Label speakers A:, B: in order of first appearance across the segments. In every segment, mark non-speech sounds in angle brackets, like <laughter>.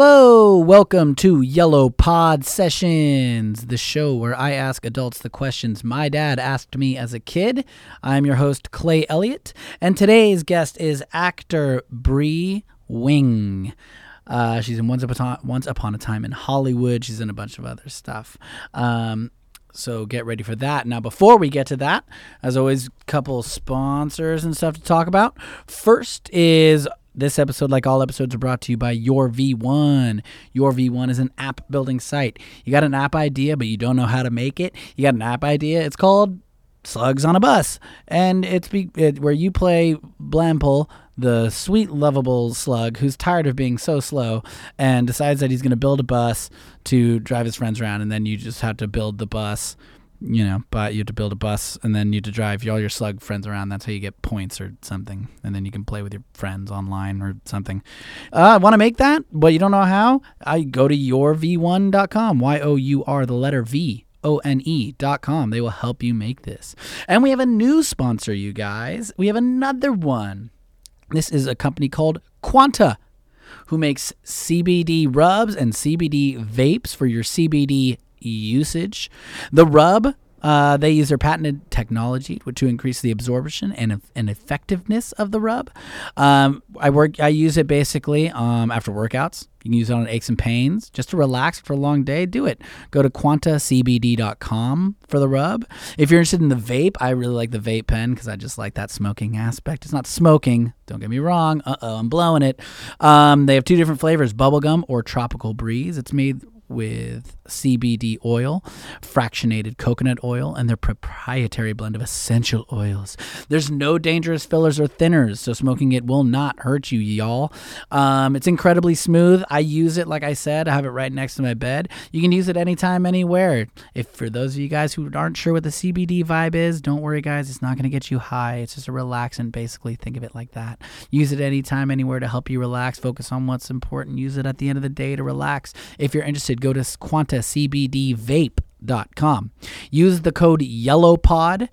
A: Hello, welcome to Yellow Pod Sessions, the show where I ask adults the questions my dad asked me as a kid. I'm your host, Clay Elliott, and today's guest is actor Bree Wing. Uh, she's in Once Upon, Once Upon a Time in Hollywood. She's in a bunch of other stuff. Um, so get ready for that. Now, before we get to that, as always, couple sponsors and stuff to talk about. First is this episode, like all episodes, are brought to you by Your V1. Your V1 is an app building site. You got an app idea, but you don't know how to make it. You got an app idea. It's called Slugs on a Bus, and it's be- it, where you play Blample, the sweet, lovable slug who's tired of being so slow and decides that he's going to build a bus to drive his friends around, and then you just have to build the bus. You know, but you have to build a bus and then you have to drive all your slug friends around. That's how you get points or something. And then you can play with your friends online or something. Uh, Want to make that, but you don't know how? I go to yourv1.com. Y O U R, the letter V. O N E dot com. They will help you make this. And we have a new sponsor, you guys. We have another one. This is a company called Quanta, who makes CBD rubs and CBD vapes for your CBD usage. The rub. Uh, they use their patented technology to- to increase the absorption and, and effectiveness of the rub. Um, I work. I use it basically um, after workouts. You can use it on aches and pains just to relax for a long day. Do it. Go to quantacbd.com for the rub. If you're interested in the vape, I really like the vape pen because I just like that smoking aspect. It's not smoking. Don't get me wrong. Uh oh, I'm blowing it. Um, they have two different flavors bubblegum or tropical breeze. It's made with CBD oil, fractionated coconut oil, and their proprietary blend of essential oils. There's no dangerous fillers or thinners, so smoking it will not hurt you, y'all. Um, it's incredibly smooth. I use it, like I said, I have it right next to my bed. You can use it anytime, anywhere. If for those of you guys who aren't sure what the CBD vibe is, don't worry, guys. It's not going to get you high. It's just a relaxant, basically. Think of it like that. Use it anytime, anywhere to help you relax. Focus on what's important. Use it at the end of the day to relax. If you're interested, go to quantacbdvape.com. Use the code YELLOWPOD,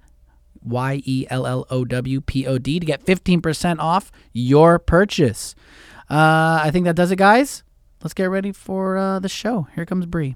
A: Y E L L O W P O D, to get 15% off your purchase. Uh, I think that does it, guys. Let's get ready for uh, the show. Here comes Bree.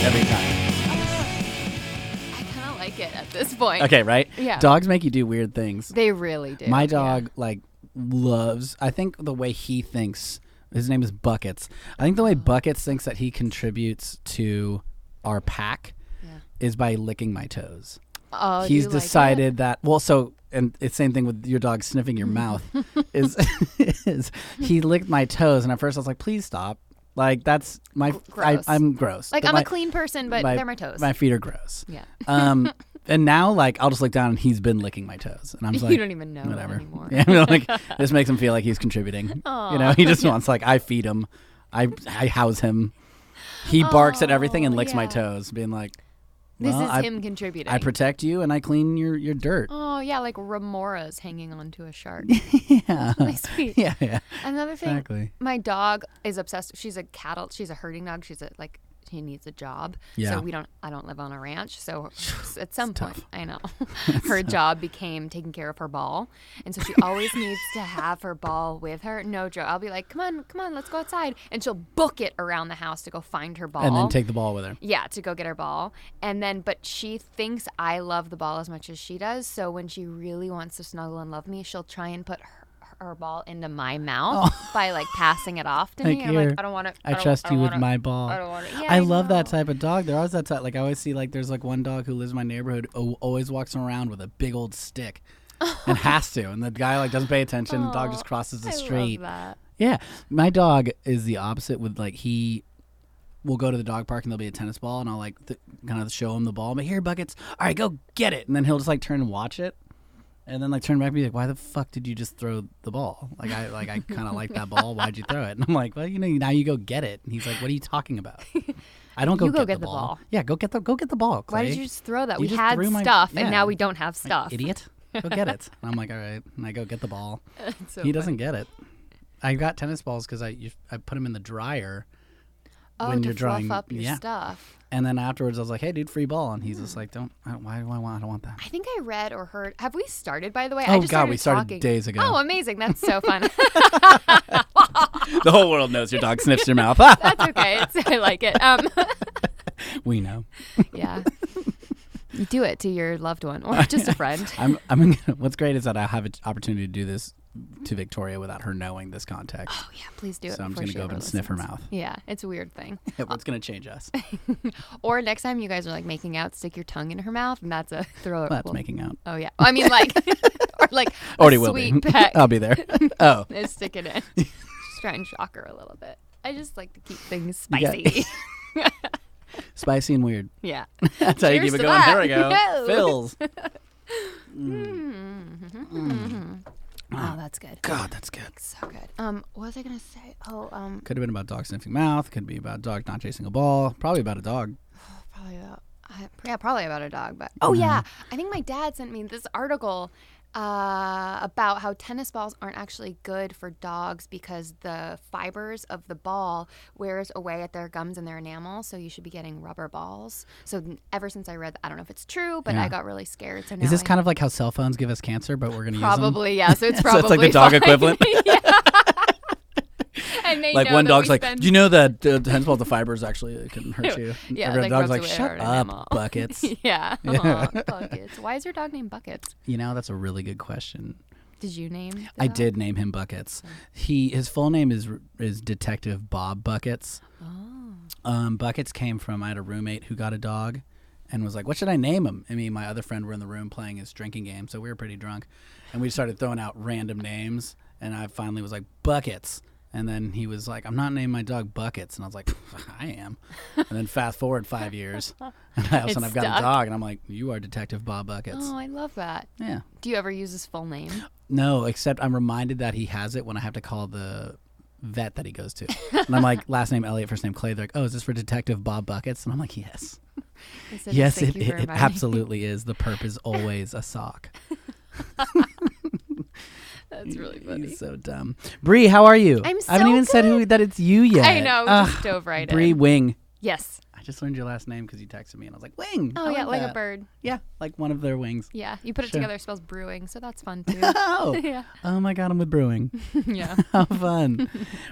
A: Every time.
B: I kind of like it at this point.
A: Okay, right?
B: Yeah.
A: Dogs make you do weird things.
B: They really do.
A: My dog like loves. I think the way he thinks. His name is Buckets. I think the
B: Oh.
A: way Buckets thinks that he contributes to our pack
B: Yeah.
A: is by licking my toes.
B: Oh,
A: He's
B: you like it?
A: decided that. Well, so and it's same thing with your dog sniffing your
B: <laughs>
A: mouth. is is he licked my toes and at first I was like, please stop. Like that's my. I,
B: gross.
A: I'm gross.
B: Like
A: But
B: I'm
A: my-
B: a clean person, but they're my toes.
A: My feet are gross.
B: yeah.
A: Um, and now like I'll just look down and he's been licking my toes, and I'm just
B: <laughs> You
A: like,
B: don't even know
A: whatever.
B: anymore.
A: <laughs> Yeah, I mean,
B: <laughs>
A: like this makes him feel like he's contributing. You know, he just wants like I feed him, I I house him. He barks at everything and
B: Aw,
A: licks my
B: Oh, yeah.
A: toes, being like,
B: This
A: well,
B: is
A: I,
B: him contributing.
A: I protect you and I clean your your dirt.
B: oh yeah, like remoras hanging onto a
A: <laughs>
B: shark. <laughs>
A: yeah,
B: Really sweet.
A: yeah, <laughs> yeah,
B: Another thing,
A: exactly.
B: my dog is obsessed. She's a cattle. She's a herding dog. She's a like. She needs a job.
A: Yeah.
B: So we don't. I don't live on a ranch.
A: <sighs>
B: So at some point,
A: <laughs>
B: I know, <laughs> her job became taking care of her ball,
A: <laughs>
B: and so she always needs to have her ball with her. No joke. I'll be like, come on, come on, let's go outside, and she'll book it around the house to go find her ball.
A: And then take the ball with her.
B: Yeah, to go get her ball. And then, but she thinks I love the ball as much as she does. So when she really wants to snuggle and love me, she'll try and put her, her ball into my mouth <laughs> by like passing it off to
A: Oh. Like
B: me. I'm like,
A: here.
B: I don't want to.
A: I trust you with my ball.
B: I don't want to. Yeah,
A: I love that
B: know.
A: type of dog. There always that type. Like I always see, like there's like one dog who lives in my neighborhood who always walks around with a big old stick, and
B: <laughs>
A: has to. And the guy like doesn't pay attention. the dog just crosses the
B: I
A: street.
B: Love that.
A: Yeah, my dog is the opposite. With like he will go to the dog park and there'll be a tennis ball, and I'll like th- kind of show him the ball. But here, buckets. All right, go get it. And then he'll just like turn and watch it. And then like turn back and be like, "Why the fuck did you just throw the ball? Like I like I kind of like that ball. Why'd you throw it?" And I'm like, "Well, you know, now you go get it." And he's like, "What are you talking
B: <laughs>
A: about? I don't go,
B: You go
A: get, the,
B: get the
A: ball.
B: ball.
A: Yeah, go get the go get the ball.
B: Why did
A: Clay.
B: you just throw that?
A: You
B: we
A: just
B: had
A: threw my-
B: stuff,
A: yeah.
B: and now we don't have stuff.
A: idiot? Go get it." And I'm like, "All right." And I go get the ball
B: <laughs> So
A: he doesn't get it. I got tennis balls because I you, I put them in the dryer,
B: Oh,
A: when
B: to
A: you're drawing.
B: fluff up your
A: yeah.
B: stuff.
A: And then afterwards, I was like, "Hey, dude, free ball," and he's just like, "Don't. I don't- Why do I want? I don't want that."
B: I think I read or heard. Have we started? By the way, I
A: Oh
B: just
A: God, we started
B: talking.
A: days ago.
B: Oh, amazing! That's so
A: <laughs>
B: fun. <laughs>
A: the whole world knows your dog sniffs your mouth.
B: That's okay. It's, I like it. Um,
A: <laughs> we know. <laughs>
B: yeah. You do it to your loved one or just
A: <laughs>
B: a friend.
A: I'm. I'm. What's great is that I have an opportunity to do this to Victoria without her knowing this context.
B: Oh yeah, please do it.
A: so I'm just gonna
B: before she
A: go up
B: ever
A: and sniff her
B: listens.
A: mouth.
B: Yeah, it's a weird thing.
A: Yeah, <laughs> What's gonna change
B: <laughs>
A: us?
B: Or next time you guys are like making out, stick your tongue in her mouth, and that's a <laughs> throw.
A: That's
B: well,
A: making out.
B: Oh yeah. I mean,
A: <laughs>
B: like, <laughs> or like a
A: Already will be. <laughs>
B: sweet peck
A: I'll
B: <laughs>
A: be there. Oh,
B: and stick
A: <laughs>
B: it in. just try and shock her a little bit. I just like to keep things
A: You got-
B: spicy. <laughs>
A: spicy and weird. <laughs>
B: yeah.
A: That's how you
B: Cheers
A: keep it
B: to
A: going.
B: that.
A: There we go.
B: <laughs>
A: Fills.
B: No. Oh, that's good.
A: God, that's good.
B: So good. Um, what was I gonna say? Oh, um,
A: Could have been about dog sniffing mouth. Could be about dog not chasing a ball. Probably about a dog.
B: probably about I, yeah, probably about a dog. But oh yeah,
A: Mm-hmm.
B: I think my dad sent me this article uh, about how tennis balls aren't actually good for dogs because the fibers of the ball wears away at their gums and their enamel. So you should be getting rubber balls. So n- ever since I read, that, I don't know if it's true, but
A: Yeah.
B: I got really scared. So now
A: Is this
B: I-
A: kind of like how cell phones give us cancer, but we're gonna use
B: probably yeah? So
A: <laughs>
B: it's
A: So
B: probably
A: it's like the dog
B: fine. <laughs>
A: equivalent?
B: Yeah. And they
A: them? Like
B: know
A: one
B: that
A: dog's
B: we
A: like,
B: spend-
A: "Do
B: <laughs>
A: you know that uh, the tennis ball, the fibers actually it can hurt you?" And
B: Yeah,
A: every
B: like
A: other dog's
B: rubs
A: like,
B: away
A: "Shut
B: our enamel."
A: up,
B: <laughs>
A: buckets."
B: Yeah.
A: <laughs> Yeah.
B: Aw, buckets. Why is your dog named Buckets?
A: you know, that's a really good question.
B: Did you name? the
A: I
B: dog?
A: did name him Buckets. He his full name is is Detective Bob Buckets.
B: Oh.
A: Um, Buckets came from I had a roommate who got a dog and was like, What should I name him? And me and my other friend were in the room playing his drinking game, so we were pretty drunk. And we started throwing out random names and I finally was like, Buckets and then he was like, I'm not naming my dog Buckets and I was like, <laughs> I am And then fast forward five years <laughs> and all of a sudden
B: It
A: I've got
B: stuck.
A: a dog and I'm like, You are Detective Bob Buckets.
B: Oh, I love that.
A: Yeah.
B: Do you ever use his full name?
A: No, except I'm reminded that he has it when I have to call the vet that he goes to. And I'm
B: <laughs>
A: like, last name Elliot, first name Clay. They're like, oh, is this for Detective Bob Buckets? And I'm like, yes.
B: I said,
A: yes,
B: "Thank
A: it,
B: you
A: it,
B: for
A: it
B: reminding me." <laughs>
A: absolutely is. The perp is always a sock.
B: That's really funny.
A: He's so dumb. Bree, how are you?
B: I'm
A: I haven't
B: so
A: even said who that it's you yet.
B: I know. We
A: Ugh,
B: just dove right
A: Bree
B: in.
A: Wing.
B: Yes.
A: I just learned your last name because you texted me and I was like, Wing.
B: Oh
A: I
B: yeah, like a
A: that.
B: bird.
A: Yeah, like one of their
B: <laughs>
A: wings.
B: Yeah. You put it
A: Sure.
B: together, it spells brewing, so that's
A: <laughs>
B: fun too. <laughs>
A: Oh,
B: yeah.
A: oh my God, I'm with brewing.
B: <laughs> Yeah.
A: How fun.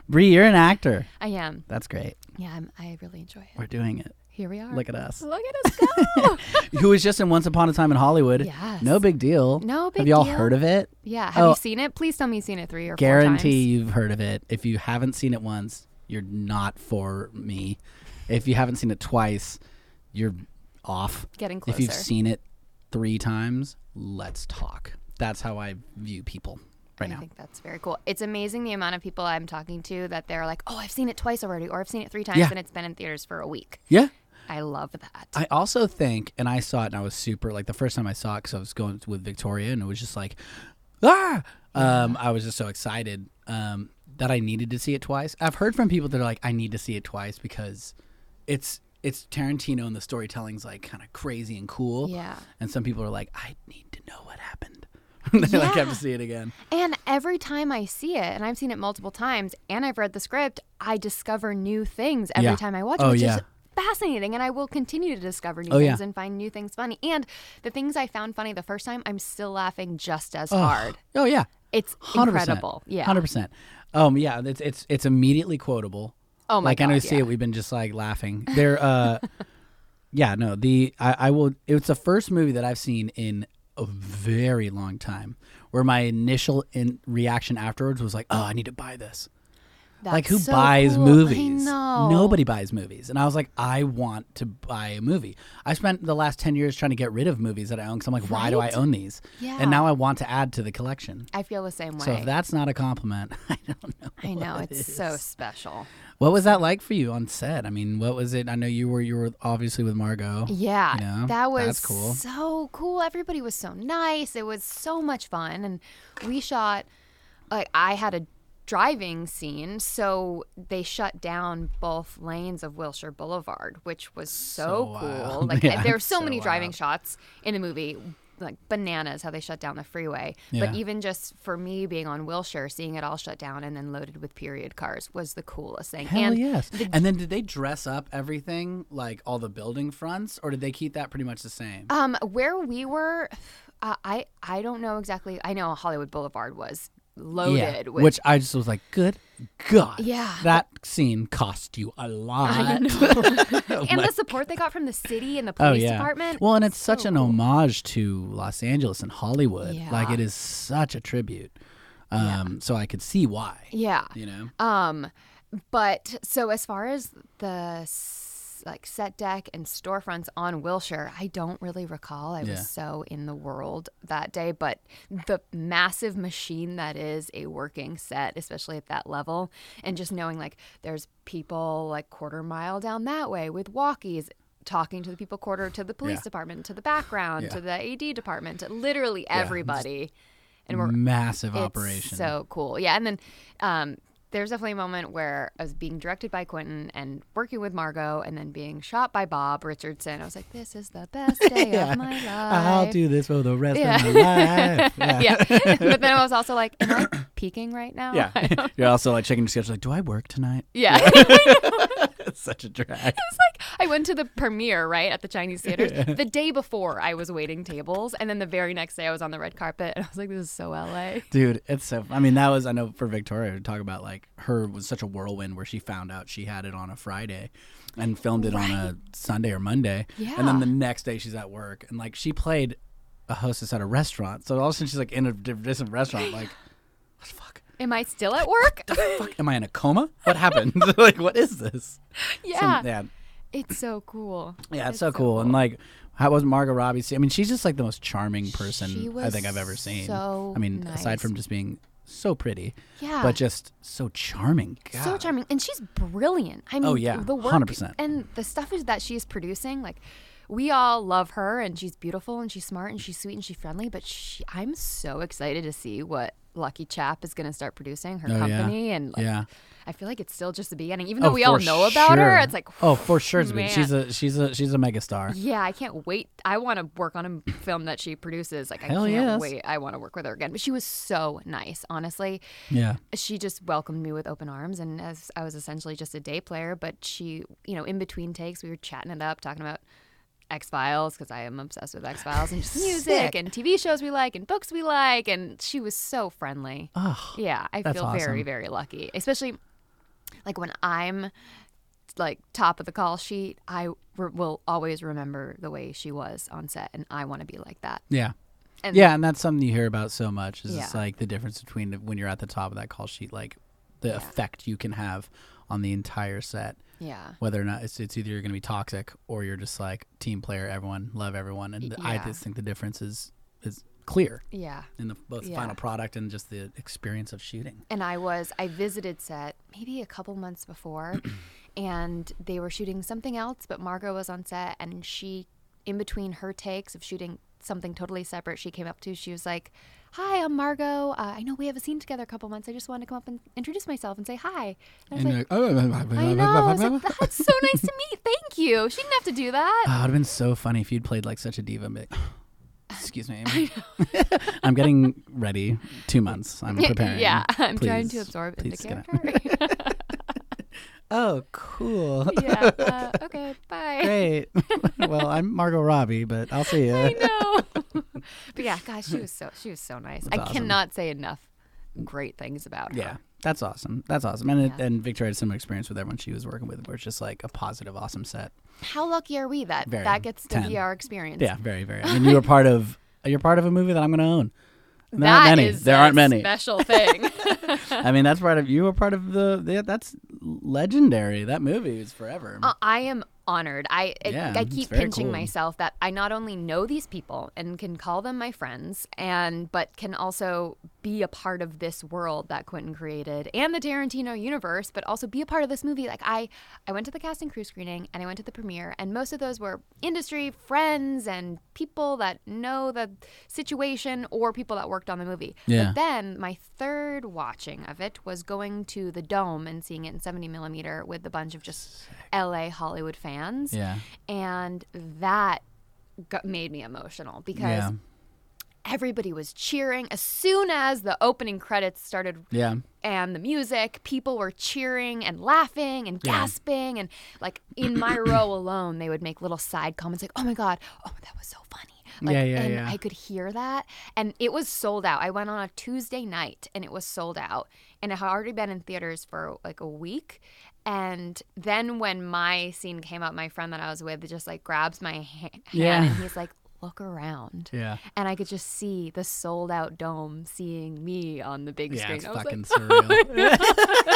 A: Bree, you're an actor.
B: I am.
A: That's great.
B: Yeah. I'm, I really enjoy it.
A: We're doing it.
B: Here we are.
A: Look at us.
B: Look
A: <laughs>
B: at us go.
A: who was just in Once Upon a Time in Hollywood.
B: Yes.
A: No big deal.
B: No big
A: Have y'all
B: deal.
A: heard of it?
B: yeah. Have
A: Oh.
B: you seen it? Please tell me you've seen it three or four times.
A: Guarantee you've heard of it. If you haven't seen it once, you're not for me. If you haven't seen it twice, you're off.
B: Getting
A: If you've
B: closer.
A: seen it three times, let's talk. That's how I view people right
B: I
A: now.
B: think that's very cool. It's amazing the amount of people I'm talking to that they're like, "Oh, I've seen it twice already, or I've seen it three times,
A: Yeah.
B: and it's been in theaters for a week."
A: Yeah.
B: I love that.
A: I also think, and I saw it and I was super like the first time I saw it because I was going with Victoria and it was just like, ah, um, I was just so excited um, that I needed to see it twice. I've heard from people that are like, I need to see it twice because it's it's Tarantino and the storytelling's like kind of crazy and cool.
B: Yeah.
A: And some people are like, I need to know what happened. <laughs> they like have
B: Yeah.
A: to see it again.
B: and every time I see it, and I've seen it multiple times, and I've read the script, I discover new things every
A: Yeah.
B: time I watch
A: Oh,
B: it, which
A: yeah.
B: is fascinating. And I will continue to discover new
A: Oh, yeah.
B: things and find new things funny. And the things I found funny the first time, I'm still laughing just as hard.
A: Oh yeah.
B: It's
A: 100%.
B: incredible. Yeah.
A: Hundred percent. Um yeah, it's it's it's immediately quotable.
B: Oh my
A: like I
B: God,
A: know you see
B: yeah.
A: it, we've been just like laughing. There uh <laughs> yeah, no, the I, I will it's the first movie that I've seen in a very long time where my initial in reaction afterwards was like, Oh, I need to buy this. like
B: That's
A: who
B: so
A: buys
B: cool.
A: movies?
B: I know.
A: Nobody buys movies. And I was like, I want to buy a movie. I spent the last ten years trying to get rid of movies that I own because I'm like, why do I own these?
B: Yeah.
A: And now I want to add to the collection.
B: I feel the same way.
A: So if that's not a compliment, <laughs> I don't know.
B: I know
A: what
B: it's so special.
A: What was that like for you on set? I mean, what was it? I know you were you were obviously with Margot.
B: Yeah,
A: You know,
B: that was
A: that's cool.
B: so cool. Everybody was so nice. It was so much fun, and we shot. Like I had a driving scene, so they shut down both lanes of Wilshire Boulevard, which was so,
A: So
B: cool.
A: wild.
B: Like
A: Yeah, <laughs>
B: there were
A: it's
B: so,
A: so
B: many driving
A: wild.
B: shots in the movie. like bananas how they shut down the freeway.
A: Yeah.
B: But even just for me being on Wilshire, seeing it all shut down and then loaded with period cars was the coolest thing.
A: Hell
B: and
A: yes.
B: the-
A: and then did they dress up everything, like all the building fronts, or did they keep that pretty much the same?
B: Um, where we were, <sighs> uh, I I don't know exactly. I know Hollywood Boulevard was loaded with.
A: which I just was like, good God.
B: Yeah.
A: That scene cost you a lot.
B: I
A: <laughs> Oh
B: <laughs> and
A: my
B: the support they got from the city and the
A: Oh
B: police
A: yeah.
B: department.
A: Well, and it's such
B: so
A: an
B: cool.
A: homage to Los Angeles and Hollywood. Like
B: Yeah.
A: it is such a tribute. Um, So I could see why.
B: Yeah.
A: You know.
B: Um, but so as far as the s- like set deck and storefronts on Wilshire, I don't really recall. I
A: Yeah.
B: was so in the world that day, but the massive machine that is a working set, especially at that level, and just knowing like there's people like quarter mile down that way with walkies. Talking to the people quarter, to the police
A: Yeah.
B: department, to the background,
A: Yeah.
B: to the AD department, to literally
A: just
B: everybody. and we're
A: Massive
B: it's
A: operation.
B: So cool. Yeah. And then um, there's definitely a moment where I was being directed by Quentin and working with Margot and then being shot by Bob Richardson. I was like, this is the
A: <laughs>
B: best day
A: Yeah.
B: of my life.
A: I'll do this for the rest
B: Yeah.
A: of my life.
B: <laughs>
A: Yeah. <laughs>
B: yeah. but then I was also like, am I <coughs> peaking right now? I don't-
A: Yeah. You're also like checking your schedule. Like, do I work tonight?
B: <laughs> Yeah. it's
A: <laughs> It's such a drag.
B: like <laughs> I went to the premiere, right, at the Chinese theaters. The day before I was waiting tables and then the very next day I was on the red carpet <laughs> and I was like, this is
A: <laughs>
B: so LA.
A: <laughs> Dude, it's so. I mean, that was. I know for Victoria to talk about like her was such a whirlwind where she found out she had it on a Friday, and filmed it on a Sunday or Monday. And then
B: Yeah.
A: the next day she's at work and like she played a hostess at a restaurant. So all of a sudden she's like in a di- different restaurant. Like, what the fuck?
B: Am I still at work?
A: Fuck, am I in a coma? What happened? <laughs> like, what is this? So,
B: <laughs> yeah.
A: yeah.
B: It's so cool.
A: Yeah, it's so, cool. And like, how was Margot Robbie? I mean, she's just like the most charming person
B: She
A: I
B: was
A: think I've ever seen.
B: so
A: I mean, aside
B: nice.
A: from just being so pretty,
B: Yeah.
A: but just so charming. God.
B: so charming and she's brilliant i mean
A: Oh, yeah.
B: the work
A: 100%.
B: and the stuff is that she's producing like we all love her and she's beautiful and she's smart and she's sweet and she's friendly but she, i'm so excited to see what lucky chap is going to start producing her
A: Oh, yeah.
B: company and like,
A: Yeah. Oh,
B: i feel like it's still just the beginning even though we
A: for
B: all know about her
A: sure.
B: it's like
A: oh, for sure, it's been-
B: man.
A: she's a she's a she's a
B: <laughs>
A: megastar.
B: yeah i can't wait i want to work on a film that she produces like
A: Hell
B: i can't
A: yes.
B: wait i want to work with her again but she was so nice honestly
A: Yeah,
B: she just welcomed me with open arms and as I was essentially just a day player but she you know in between takes we were chatting it up talking about X Files because I am obsessed with X Files and just
A: <laughs>
B: music
A: Sick.
B: and TV shows we like and books we like and she was so friendly
A: oh,
B: yeah I
A: That's
B: feel very
A: awesome.
B: very lucky especially like when I'm like top of the call sheet I re- will always remember the way she was on set and I want to be like that
A: yeah,
B: and
A: yeah. And that's something you hear about so much. Is it's
B: Yeah.
A: like the difference between when you're at the top of that call sheet, like the effect you can have on the entire set.
B: yeah
A: Whether or not it's, it's either you're going to be toxic or you're just like team player, everyone love everyone, and the, I
B: yeah.
A: just think the difference is is clear
B: yeah
A: in the both the
B: Yeah.
A: final product and just the experience of shooting.
B: and I was I visited set maybe a couple months
A: <clears throat>
B: before, and they were shooting something else, but Margot was on set, and she, in between her takes of shooting something totally separate, she came up to she was like, "Hi, I'm Margot. Uh, I know we have a scene together a couple months. I just wanted to come up and introduce myself and say hi." And I was
A: uh,
B: like.
A: "Oh,
B: I know. I was like, That's so nice to meet. Thank you. She didn't have to do that.
A: Oh, it would have been so funny if you'd played like such a diva.
B: <sighs>
A: But, excuse
B: <laughs>
A: me. I'm getting ready. Two months. I'm preparing.
B: <laughs> yeah, I'm trying to
A: Please-
B: absorb in the
A: please get out.
B: character.
A: Oh, cool.
B: <laughs> yeah. Uh, okay. Bye.
A: <laughs>
B: <laughs>
A: Great. well, I'm Margot Robbie, but I'll see you.
B: no. but
A: <laughs>
B: yeah, gosh, she was so she was so nice. I
A: awesome.
B: cannot say enough great things about her.
A: Yeah. That's awesome. That's awesome. And, it,
B: Yeah.
A: and Victoria had some experience with everyone she was working with, where it's just like a positive, awesome set.
B: How lucky are we that
A: Very.
B: that gets to
A: 10.
B: be our experience?
A: Yeah, very, very. I mean,
B: <laughs>
A: you were part of you're part of a movie that I'm going to own. And There
B: That
A: aren't many.
B: is
A: There
B: a
A: aren't many.
B: Special
A: <laughs>
B: thing.
A: I mean, that's part of you were part of the. Yeah, that's legendary. That movie is forever.
B: Uh, I am honored. I I-
A: Yeah,
B: I
A: it's
B: keep
A: very
B: pinching
A: cool.
B: myself that I not only know these people and can call them my friends, and but can also be a part of this world that Quentin created and the Tarantino universe, but also be a part of this movie. Like I, I went to the cast and crew screening and I went to the premiere, and most of those were industry friends and people that know the situation or people that worked on the movie.
A: Yeah.
B: But then my third watching of it was going to the dome and seeing it in 70 millimeter with a bunch of just LA Hollywood fans.
A: yeah.
B: And that got, made me emotional because
A: Yeah.
B: everybody was cheering. As soon as the opening credits started
A: Yeah.
B: and the music, people were cheering and laughing and gasping. And like
A: <clears throat>
B: in my row alone, they would make little side comments like, oh my God, oh, that was so funny. Like,
A: Yeah, yeah,
B: and
A: yeah.
B: I could hear that. And it was sold out. I went on a Tuesday night and it was sold out. And it had already been in theaters for like a week. And then when my scene came up, my friend that I was with just like grabs my ha- hand
A: Yeah.
B: and he's like, look around
A: Yeah.
B: and I could just see the sold out dome seeing me on the big
A: Yeah,
B: screen.
A: it's
B: I was
A: fucking
B: like,
A: surreal.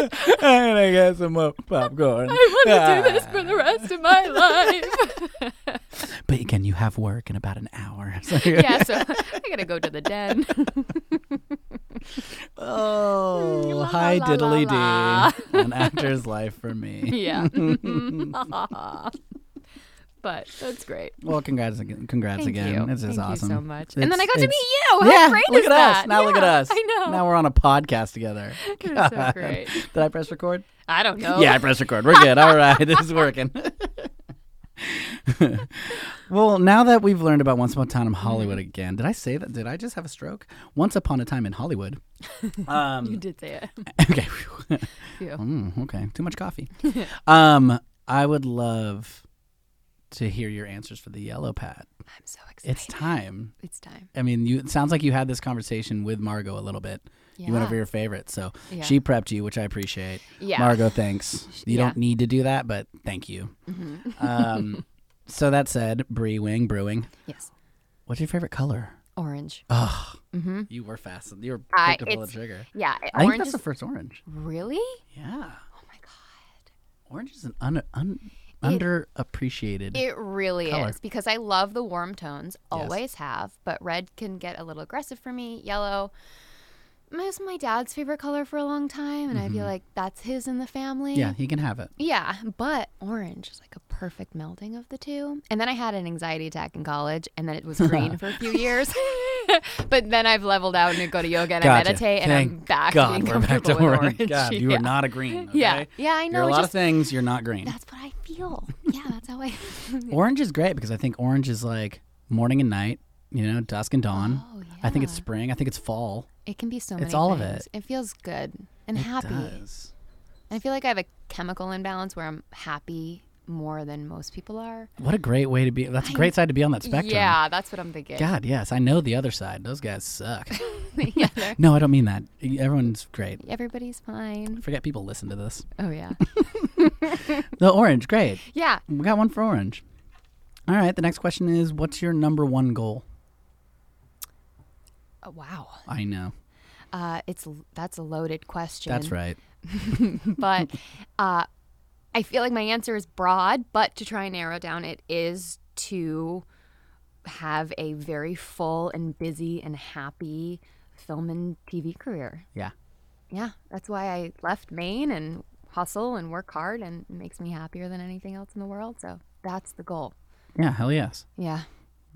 B: <laughs>
A: <laughs> I'm gonna get some more popcorn.
B: <laughs> I want to do this for the rest of my life.
A: <laughs> But again, you have work in about an hour. <laughs> So-
B: <laughs> yeah, so I gotta go to the den. <laughs>
A: Oh,
B: Mm, la,
A: hi
B: la, la,
A: diddly
B: la.
A: dee. <laughs> An actor's life for
B: <laughs>
A: me.
B: yeah. but that's great.
A: Well, congrats again. Congrats
B: Thank
A: again.
B: you.
A: This is
B: Thank
A: awesome.
B: you so much. and then I
A: It's-
B: got to meet
A: it's-
B: you. How
A: yeah,
B: great
A: look
B: is
A: at
B: that?
A: us. Now look at
B: Yeah,
A: us.
B: I know.
A: Now we're on a podcast together.
B: <laughs>
A: <laughs>
B: You're so
A: God.
B: great.
A: Did I press record?
B: I don't know.
A: Yeah, I pressed record. We're good. All right, this is working. <laughs> well, now that we've learned about Once Upon a Time in Hollywood
B: Mm-hmm.
A: again, did I say that? Did I just have a stroke? Once Upon a Time in Hollywood.
B: <laughs>
A: Um,
B: <laughs> You did say it.
A: okay. phew.
B: You.
A: Mm, okay. Too much
B: <laughs>
A: coffee. um, I would love to hear your answers for the yellow pad.
B: I'm so excited.
A: It's
B: It's,
A: time.
B: time.
A: I mean, you. It sounds like you had this conversation with Margot a little bit. You went over your favorites, so
B: Yeah.
A: she prepped you, which I appreciate.
B: Yeah.
A: Margot, thanks. You
B: Yeah. Mm-hmm.
A: don't need to do that, but thank you.
B: <laughs>
A: Um, so that said, Bree Wing Brewing.
B: Yes.
A: What's your favorite color?
B: Orange.
A: Ugh,
B: Mm-hmm.
A: you were fast. You were quick
B: I-
A: to pull the
B: it's-
A: trigger.
B: Yeah.
A: I think
B: Orange
A: that's
B: is
A: the first orange.
B: really? Oh
A: Yeah,
B: my god.
A: orange is an un, un, underappreciated.
B: It really
A: color.
B: is because I love the warm tones, always have, but red can get a little aggressive for me. Yellow it was my dad's favorite color for a long time, and I feel like that's his in the family.
A: Mm-hmm. yeah, he can have it.
B: Yeah, but orange is like a perfect melding of the two. And then I had an anxiety attack in college, and then
A: <laughs>
B: it was green for a few years. <laughs> but then I've leveled out and go to yoga and I
A: Gotcha.
B: meditate, and I'm
A: Thank
B: back
A: God,
B: being
A: we're back to
B: comfortable with
A: orange.
B: <laughs>
A: God, you
B: yeah.
A: are not a green.
B: yeah,
A: okay?
B: yeah, I know.
A: You're a
B: it
A: lot
B: just,
A: of things. You're not green.
B: that's what I feel. Yeah, that's how I. <laughs>
A: Orange is great because I think orange is like morning and night. You know, dusk and dawn.
B: Oh,
A: I think it's
B: yeah.
A: spring. I think it's fall.
B: It can be so many.
A: It's all of
B: things. It feels good and happy.
A: Does.
B: I feel like I have a chemical imbalance where I'm happy more than most people are.
A: What a great way to be. That's a great side to be on that spectrum.
B: Yeah, that's what I'm thinking.
A: God, yes, I know the other side. Those guys suck.
B: <laughs> Yeah, they're-
A: no, I don't mean that. Everyone's great.
B: everybody's fine.
A: Forget people listen to this.
B: Oh
A: <laughs>
B: yeah,
A: The orange, great.
B: yeah.
A: We got one for orange. All right, the next question is what's your number one goal?
B: Oh, wow,
A: I know.
B: uh, it's l- that's a loaded question.
A: That's right.
B: But
A: <laughs>
B: uh, I feel like my answer is broad. But to try and narrow down, it is to have a very full and busy and happy film and TV career.
A: Yeah.
B: yeah, that's why I left Maine and hustle and work hard, and it makes me happier than anything else in the world. So that's the goal.
A: Yeah, hell yes.
B: Yeah,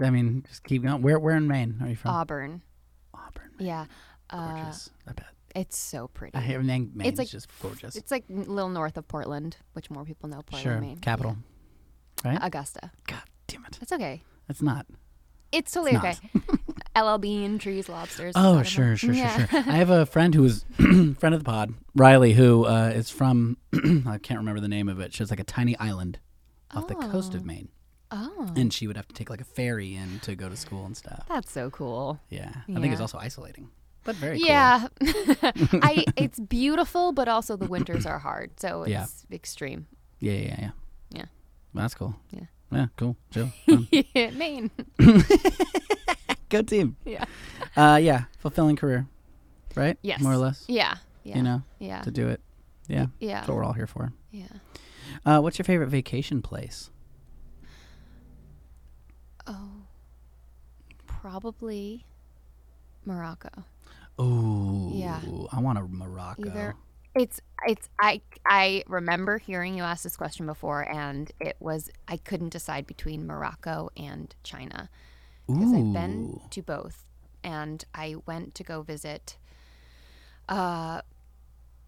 A: I mean, just keep going. Where where in Maine are you from?
B: Auburn.
A: Auburn.
B: Yeah, uh,
A: Gorgeous. I bet.
B: it's so pretty.
A: I hear Maine, Maine's
B: like-
A: just gorgeous.
B: It's like a little north of Portland, which more people know Portland,
A: Sure.
B: Maine.
A: Capital.
B: Yeah. Augusta.
A: God damn it.
B: That's okay.
A: It's not.
B: It's
A: <laughs>
B: totally
A: not.
B: okay. LL Bean, trees, lobsters.
A: Oh,
B: I don't know.
A: sure, sure,
B: Yeah.
A: sure, sure. I have a friend who is <clears throat> friend of the pod, Riley, who uh, is from <clears throat> I can't remember the name of it. She was like a tiny island off the coast of Maine,
B: <laughs> Oh,
A: and she would have to take like a ferry in to go to school and stuff.
B: that's so cool.
A: Yeah, I think it's
B: Yeah.
A: also isolating, but very
B: Yeah, <laughs>
A: <laughs>
B: I. It's beautiful, but also the winters are hard, so it's
A: Yeah.
B: extreme.
A: cool. Yeah, yeah, yeah.
B: Yeah.
A: <laughs>
B: <laughs>
A: Well, that's cool.
B: Yeah.
A: yeah, cool.
B: <laughs>
A: Chill. Fun.
B: Maine.
A: Go team.
B: Yeah.
A: Uh, yeah, fulfilling career, right?
B: Yes.
A: more or less.
B: Yeah. Yeah.
A: You know,
B: Yeah.
A: to do it. Yeah,
B: yeah.
A: that's what we're all here for.
B: Yeah.
A: Uh, what's your favorite vacation place?
B: Oh. Probably Morocco.
A: Ooh,
B: Yeah.
A: I want a Morocco.
B: Either it's it's I I remember hearing you ask this question before and it was I couldn't decide between Morocco and China because I've been to both and I went to go visit uh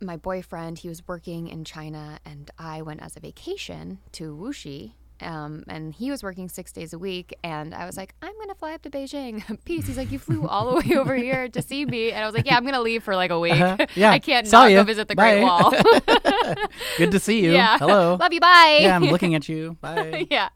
B: my boyfriend, he was working in China, and I went as a vacation to Wuxi. Um, and he was working six days a week, and I was like, I'm going going to fly up to Beijing. <laughs> Peace. He's like, you flew all the way over here to see me. And I was like, yeah, I'm going to leave for like a week. <laughs>
A: Uh-huh. Yeah.
B: I can't
A: Saw
B: not
A: ya.
B: go visit the
A: Bye." <laughs>
B: Great Wall. <laughs>
A: Good to see you.
B: yeah.
A: Hello.
B: <laughs> Love you. Bye.
A: yeah, I'm looking at
B: <laughs>
A: you. Bye.
B: yeah.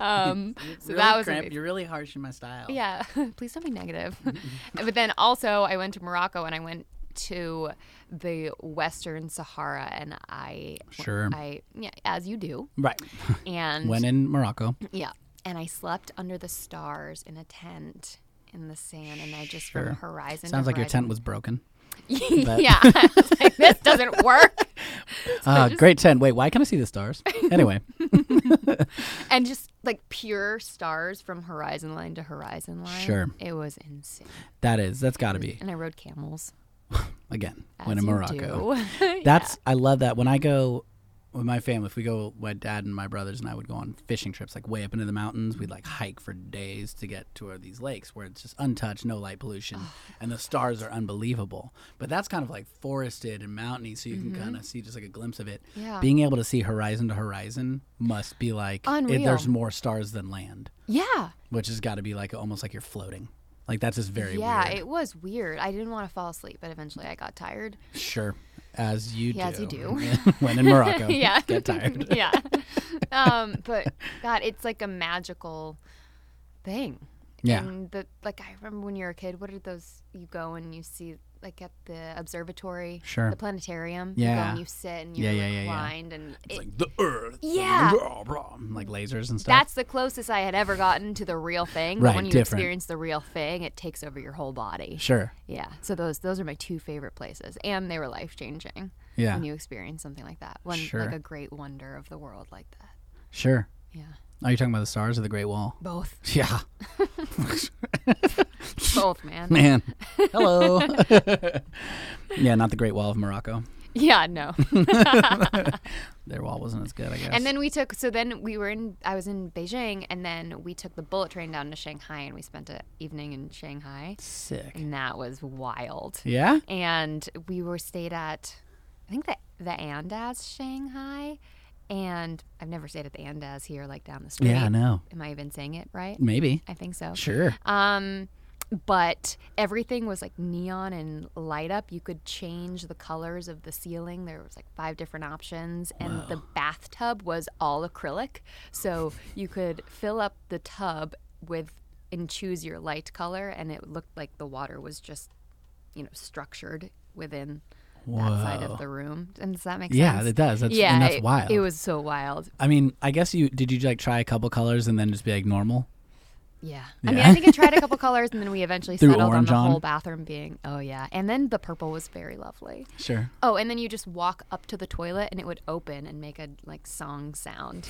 B: Um, so
A: Really
B: that was
A: cramp-
B: amazing.
A: You're really harsh in my style.
B: Yeah, <laughs> please don't
A: <laughs>
B: be negative. <laughs> but then also, I went to Morocco and I went to the Western Sahara, and I
A: Sure.
B: I yeah, as
A: <laughs>
B: you do,
A: Right.
B: and
A: When in Morocco.
B: yeah, and I slept under the stars in a tent in the sand, and I just
A: Sure.
B: from horizon.
A: Sounds
B: to
A: like your
B: horizon.
A: tent was broken.
B: <laughs> tent. yeah, I was like, this
A: <laughs>
B: doesn't work. <laughs>
A: Uh, great tent. Wait, why can I see the stars? Anyway,
B: And just like pure stars from horizon line to horizon line.
A: Sure.
B: it was insane.
A: that is that's got to be
B: And I rode camels.
A: again
B: As
A: when in
B: you Oh,
A: Morocco.
B: do. <laughs>
A: That's I love that. When I go with my family, if we go, my dad and my brothers and I would go on fishing trips, like way up into the mountains. We'd like hike for days to get to where these lakes where it's just untouched, no light pollution, and the stars are unbelievable. But that's kind of like forested and mountainy, so you can kind of see just like a glimpse of it.
B: Mm-hmm. Yeah.
A: Being able to see horizon to horizon must be like
B: Unreal.
A: there's more stars than land,
B: yeah.
A: which has got to be like almost like you're floating. Like that's just very
B: yeah,
A: weird.
B: it was weird. I didn't want to fall asleep, but eventually I got
A: <laughs>
B: tired.
A: Sure. As you do.
B: Yeah, as you
A: <laughs> when in Morocco.
B: <laughs> yeah.
A: Get tired.
B: <laughs> yeah. Um, but God, it's like a magical thing.
A: Yeah.
B: And the like I remember when you were a kid, what are those you go and you see like at the observatory,
A: Sure.
B: the planetarium. You
A: Yeah.
B: go and you sit and
A: Yeah,
B: you're
A: yeah, yeah, yeah.
B: reclined and it,
A: Like the earth.
B: Yeah.
A: Blah, blah, like lasers and stuff.
B: that's the closest I had ever gotten to the real thing.
A: Right,
B: but when you
A: different.
B: experience the real thing, it takes over your whole body.
A: sure.
B: Yeah. So those those are my two favorite places, and they were life changing.
A: Yeah.
B: When you experience something like that, when
A: Sure.
B: like a great wonder of the world like that.
A: Sure.
B: Yeah.
A: Are you talking about the stars or the Great Wall? <laughs>
B: Both.
A: Yeah.
B: <laughs>
A: <laughs>
B: Both, man.
A: Man.
B: <laughs>
A: Hello. <laughs> yeah, not the Great Wall of Morocco. <laughs>
B: Yeah. No.
A: Their wall wasn't as good, I guess.
B: And then we took. So then we were in. I was in Beijing, and then we took the bullet train down to Shanghai, and we spent an evening in Shanghai,
A: Sick.
B: and that was wild.
A: Yeah?
B: and we were stayed at I think the the Andaz Shanghai and I've never stayed at the Andaz here like down the street.
A: Yeah, I know.
B: Am I even saying it right?
A: Maybe.
B: I think so.
A: Sure.
B: Um but everything was like neon and light up. You could change the colors of the ceiling. There was like five different options and the bathtub was all acrylic. So you could fill up the tub with and choose your light color and it looked like the water was just you know structured within that side
A: Whoa.
B: of the room. And does that make
A: yeah,
B: sense?
A: it does. That's,
B: yeah,
A: and that's
B: it,
A: wild.
B: It was so wild.
A: I mean, I guess you did you like try a couple colors and then just be like normal?
B: Yeah. I mean,
A: Yeah.
B: I think I tried
A: <laughs>
B: a couple colors and then we eventually
A: Threw
B: settled on
A: orange
B: the
A: on.
B: whole bathroom being, oh, yeah. And then the purple was very lovely.
A: Sure.
B: Oh, and then you just walk up to the toilet and it would open and make a like
A: <laughs>
B: song sound,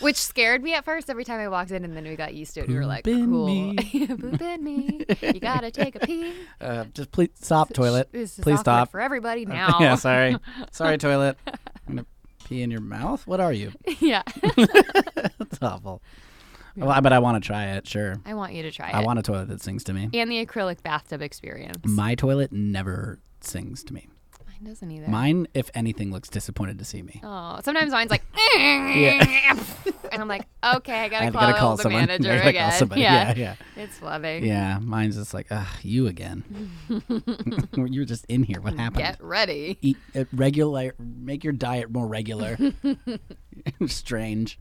B: which scared me at first every time I walked in. And then we got used to it. and We were like,
A: Poop in
B: cool. <laughs>
A: me.
B: Poop in me.
A: <laughs>
B: You got to take a pee.
A: Uh, just please stop, toilet.
B: This is
A: please
B: awkward
A: stop. Uh,
B: for everybody now.
A: <laughs> yeah, sorry. Sorry, toilet. I'm gonna pee in your mouth. What are you?
B: <laughs>
A: <laughs>
B: yeah.
A: That's awful. Well, but I want to try it. Sure,
B: I want you to try it.
A: I want a toilet that sings to me.
B: and the acrylic bathtub experience.
A: My toilet never sings to me.
B: Mine doesn't either.
A: Mine, if anything, looks disappointed to see me.
B: Oh, sometimes mine's like, <laughs> and I'm like, okay, I gotta,
A: I've
B: call,
A: gotta call
B: the
A: someone. <laughs>
B: manager
A: I gotta call
B: again.
A: somebody.
B: Yeah.
A: yeah,
B: it's funny.
A: yeah, yeah. Mine's just like, ugh, you
B: <laughs>
A: again. <laughs> you were just in here. What happened?
B: Get ready.
A: Eat uh, regular. Make your diet more
B: <laughs>
A: regular. <laughs> Strange.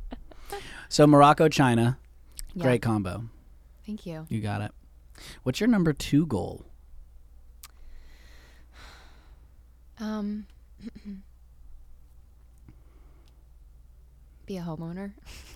A: So Morocco, China,
B: Yeah.
A: great combo.
B: Thank you.
A: You got it. What's your number two goal?
B: Um, <clears throat> be a homeowner.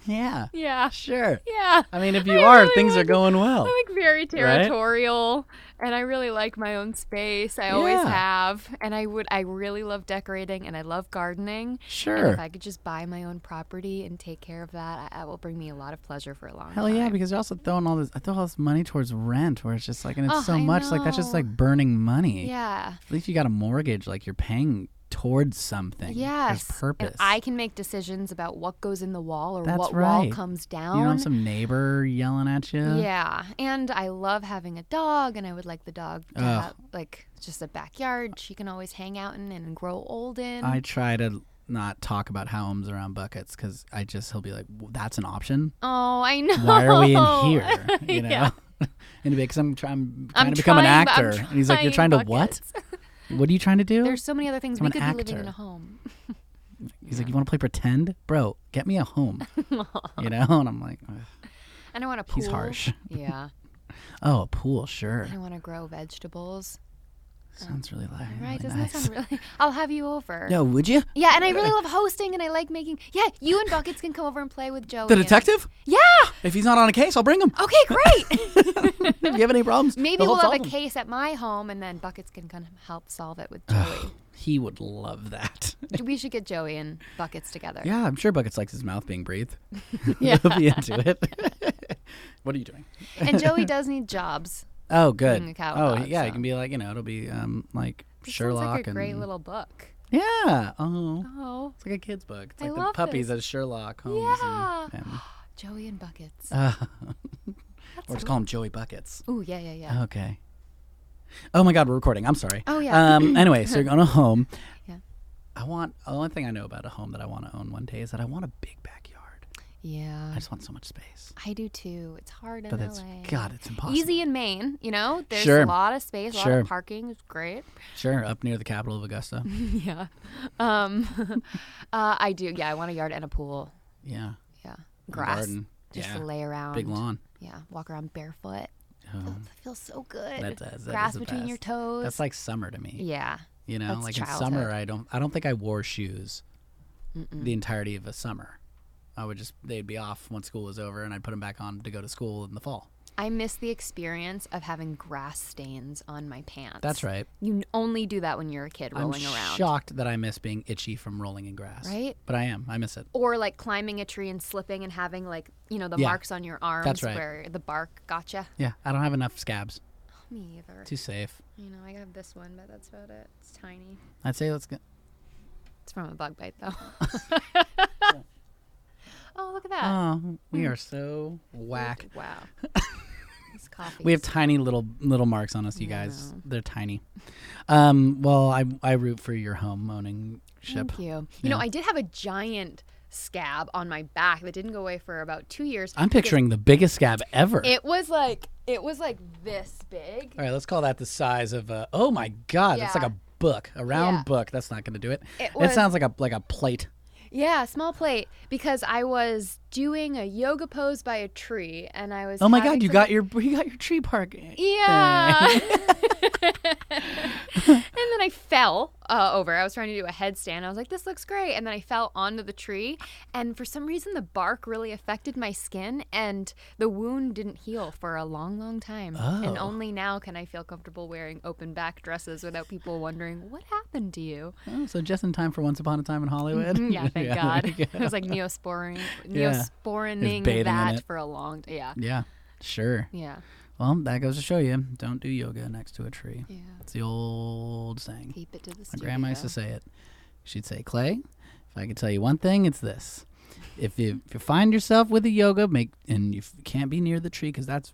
A: Yeah.
B: Yeah.
A: Sure.
B: Yeah.
A: I mean, if you
B: I
A: are,
B: really
A: things are
B: would.
A: going well.
B: I'm like very territorial, and I really like my own space. I always
A: Yeah.
B: have, and I would. I really love decorating, and I love gardening. And
A: Sure.
B: if I could just buy my own property and take care of that, I, that will bring me a lot of pleasure for a long
A: Hell
B: time.
A: yeah, because you're also throwing all this, I throw all this money towards rent where it's just like, and it's
B: Oh,
A: so
B: I
A: much, like that's just
B: know.
A: like burning money.
B: Yeah.
A: At least you got a mortgage, like you're paying towards something.
B: Yes.
A: There's
B: and
A: purpose.
B: I can make decisions about what goes in the wall or
A: That's
B: what
A: right.
B: wall comes down.
A: you don't have some neighbor yelling at you.
B: yeah. And I love having a dog and I would like the dog to
A: Ugh.
B: have like just a backyard she can always hang out in and grow old in.
A: I try to not talk about Howums around buckets because I just he'll be like, "W- "That's an option.
B: Oh, I know.
A: Why are we
B: <laughs>
A: in here?" You know,
B: Yeah.
A: <laughs> and because I'm, try- I'm trying
B: I'm
A: to become an
B: trying-
A: actor,
B: I'm
A: and he's like, "You're trying
B: trying
A: to what? What are you trying to do?"
B: There's so many other things
A: I'm
B: we
A: an
B: could be living in
A: actor.
B: a home.
A: he's like, "You want to play pretend, bro? Get me a
B: <laughs>
A: home." you know, and I'm like, "Ugh."
B: And I want a pool.
A: He's harsh.
B: Yeah.
A: "Oh, a pool, sure.
B: I want to
A: <laughs>
B: grow vegetables.
A: Sounds really li- really
B: Right? Doesn't
A: nice." <laughs>
B: that sound Oh, really? I'll have you over.
A: no, would you?
B: Yeah, and I
A: <laughs>
B: really love hosting, and I like making. Yeah, you and Buckets can come over and play with Joey.
A: The
B: and-
A: detective?
B: Yeah.
A: If he's not on a case, I'll bring him.
B: Okay,
A: <laughs>
B: great.
A: if you have any problems,
B: <laughs> Maybe
A: he'll
B: we'll
A: help
B: have a
A: solve 'em.
B: case at my home, and then Buckets can kind of help solve it with Joey.
A: He would love that.
B: we should get Joey and Buckets together.
A: Yeah, I'm sure Buckets likes his mouth being
B: <laughs>
A: breathed. <laughs>
B: Yeah.
A: He'll be into it. <laughs> what are you doing?
B: And
A: <laughs>
B: Joey does need jobs.
A: Oh, good.
B: Being a cow
A: oh,
B: dog,
A: yeah. It
B: so.
A: can be like you know, it'll be um like
B: This sounds
A: Sherlock
B: like a
A: and
B: great little book.
A: yeah. Oh,
B: Oh,
A: it's like a kid's book. It's
B: I
A: like the
B: love
A: puppies
B: this.
A: of Sherlock Holmes.
B: Yeah.
A: And
B: <gasps>
A: family.
B: Joey and Buckets.
A: Uh,
B: That's
A: or just call Uh, him Joey Buckets.
B: Ooh, yeah, yeah, yeah.
A: Okay. Oh my God, we're recording. I'm sorry.
B: Oh, yeah. <laughs>
A: Um. Anyway, so you're going to home.
B: Yeah.
A: I want. The only thing I know about a home that I want to own one day is that I want a big backyard. I
B: Yeah.
A: just want so much space.
B: I do too. It's hard in
A: But it's
B: LA.
A: God, it's impossible.
B: Easy in Maine, you know? There's
A: Sure.
B: a lot of space, a lot
A: Sure.
B: of parking. It's great.
A: Sure, up near the capital of Augusta.
B: Mm-hmm. yeah. Um, <laughs> uh, I do. Yeah, I want a yard and a pool.
A: Yeah.
B: Yeah. Grass.
A: garden.
B: Just
A: Yeah.
B: lay around.
A: Big lawn.
B: Yeah. Walk around barefoot.
A: Oh,
B: That feels so good.
A: that does. that
B: uh, Grass
A: is the
B: between your
A: best.
B: toes.
A: That's like summer to me.
B: yeah.
A: You know,
B: that's
A: like in
B: childhood.
A: summer, I don't. I don't think I wore shoes the entirety of a summer. I would just they'd be off once school was over, and I'd put them back on to go to school in the fall.
B: I miss the experience of having grass stains on my pants.
A: That's right.
B: You n- only do that when you're a kid rolling
A: I'm
B: around.
A: shocked that I miss being itchy from rolling in grass.
B: Right?
A: But I am. I miss it.
B: or like climbing a tree and slipping and having like you know the
A: Yeah.
B: marks on your arms
A: right.
B: where the bark gotcha.
A: Yeah. I don't have enough scabs.
B: Me either.
A: Too safe.
B: You know, I have this one, but that's about it. It's tiny.
A: I'd say let's go.
B: It's from a bug bite
A: <laughs>
B: though. oh, look at that!
A: Oh,
B: hmm.
A: we are so whack.
B: Wow. <laughs> This coffee.
A: We have tiny little little marks on us, you guys. They're tiny. Um, well, I I root for your home owning ship.
B: Thank you. You know, I did have a giant scab on my back that didn't go away for about two years.
A: I'm picturing the biggest scab ever.
B: It was like it was like this big.
A: All right, let's call that the size of a. Oh my God, that's like
B: Yeah.
A: a book, a round
B: Yeah.
A: book. That's not going to do it.
B: It
A: That
B: was-
A: sounds like a like a plate.
B: Yeah, small plate because I was doing a yoga pose by a tree and I was
A: Oh my
B: having
A: God, you
B: some-
A: got your you got your tree park.
B: Yeah. <laughs> and then I fell uh, over. I was trying to do a headstand. I was like, this looks great. And then I fell onto the tree. And for some reason, the bark really affected my skin. And the wound didn't heal for a long, long time. And
A: Oh.
B: only now can I feel comfortable wearing open back dresses without people wondering, what happened
A: <laughs>
B: to you?
A: <laughs> Oh, so just in time for Once Upon a Time in Hollywood.
B: Mm-hmm, Yeah,
A: <laughs>
B: thank
A: there
B: God.
A: you
B: it was like neosporin,
A: <laughs> Yeah. Just
B: neosporining
A: bathing in
B: that
A: it.
B: for a long time. Yeah.
A: Yeah, sure.
B: Yeah.
A: Well, that goes to show you, don't do yoga next to a tree.
B: Yeah.
A: It's the old saying.
B: Keep it to the
A: My
B: studio.
A: grandma used to say it. She'd say, Clay, if I could tell you one thing, it's this. If you, if you find yourself with a yoga, make and you f- can't be near the tree because that's